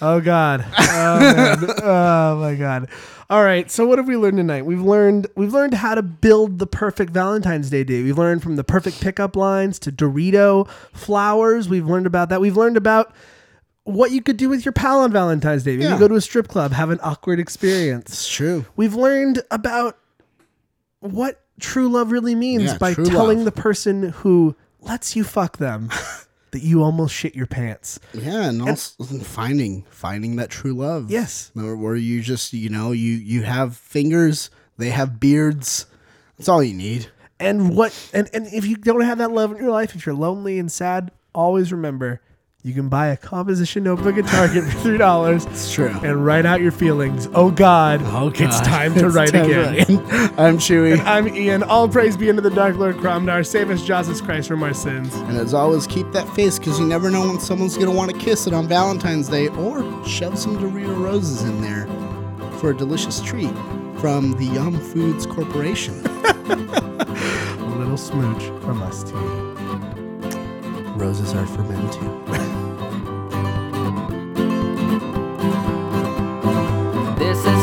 S1: Oh, God. Oh, man. oh, my God. All right. So what have we learned tonight? We've learned we've learned how to build the perfect Valentine's Day date. We've learned from the perfect pickup lines to Dorito flowers. We've learned about that. We've learned about what you could do with your pal on Valentine's Day. Maybe
S2: Yeah.
S1: go to a strip club, have an awkward experience.
S2: it's true
S1: We've learned about what true love really means
S2: Yeah,
S1: by
S2: true
S1: telling
S2: love.
S1: the person who lets you fuck them that you almost shit your pants.
S2: Yeah, and also finding finding that true love.
S1: Yes.
S2: where, where you just you know you you have fingers, they have beards. That's all you need.
S1: And what and, and if you don't have that love in your life, if you're lonely and sad, always remember you can buy a composition notebook at Target for three dollars
S2: It's true.
S1: and write out your feelings. Oh God,
S2: Uh,
S1: it's time to write again.
S2: I'm Chewy,
S1: I'm Ian. All praise be unto the Dark Lord Cromdar. Save us, Jesus Christ, from our sins.
S2: and as always, keep that face because you never know when someone's gonna want to kiss it on Valentine's Day, or shove some Dorito roses in there for a delicious treat from the Yum Foods Corporation.
S1: A little smooch from us to you.
S2: Roses are for men too.
S5: This is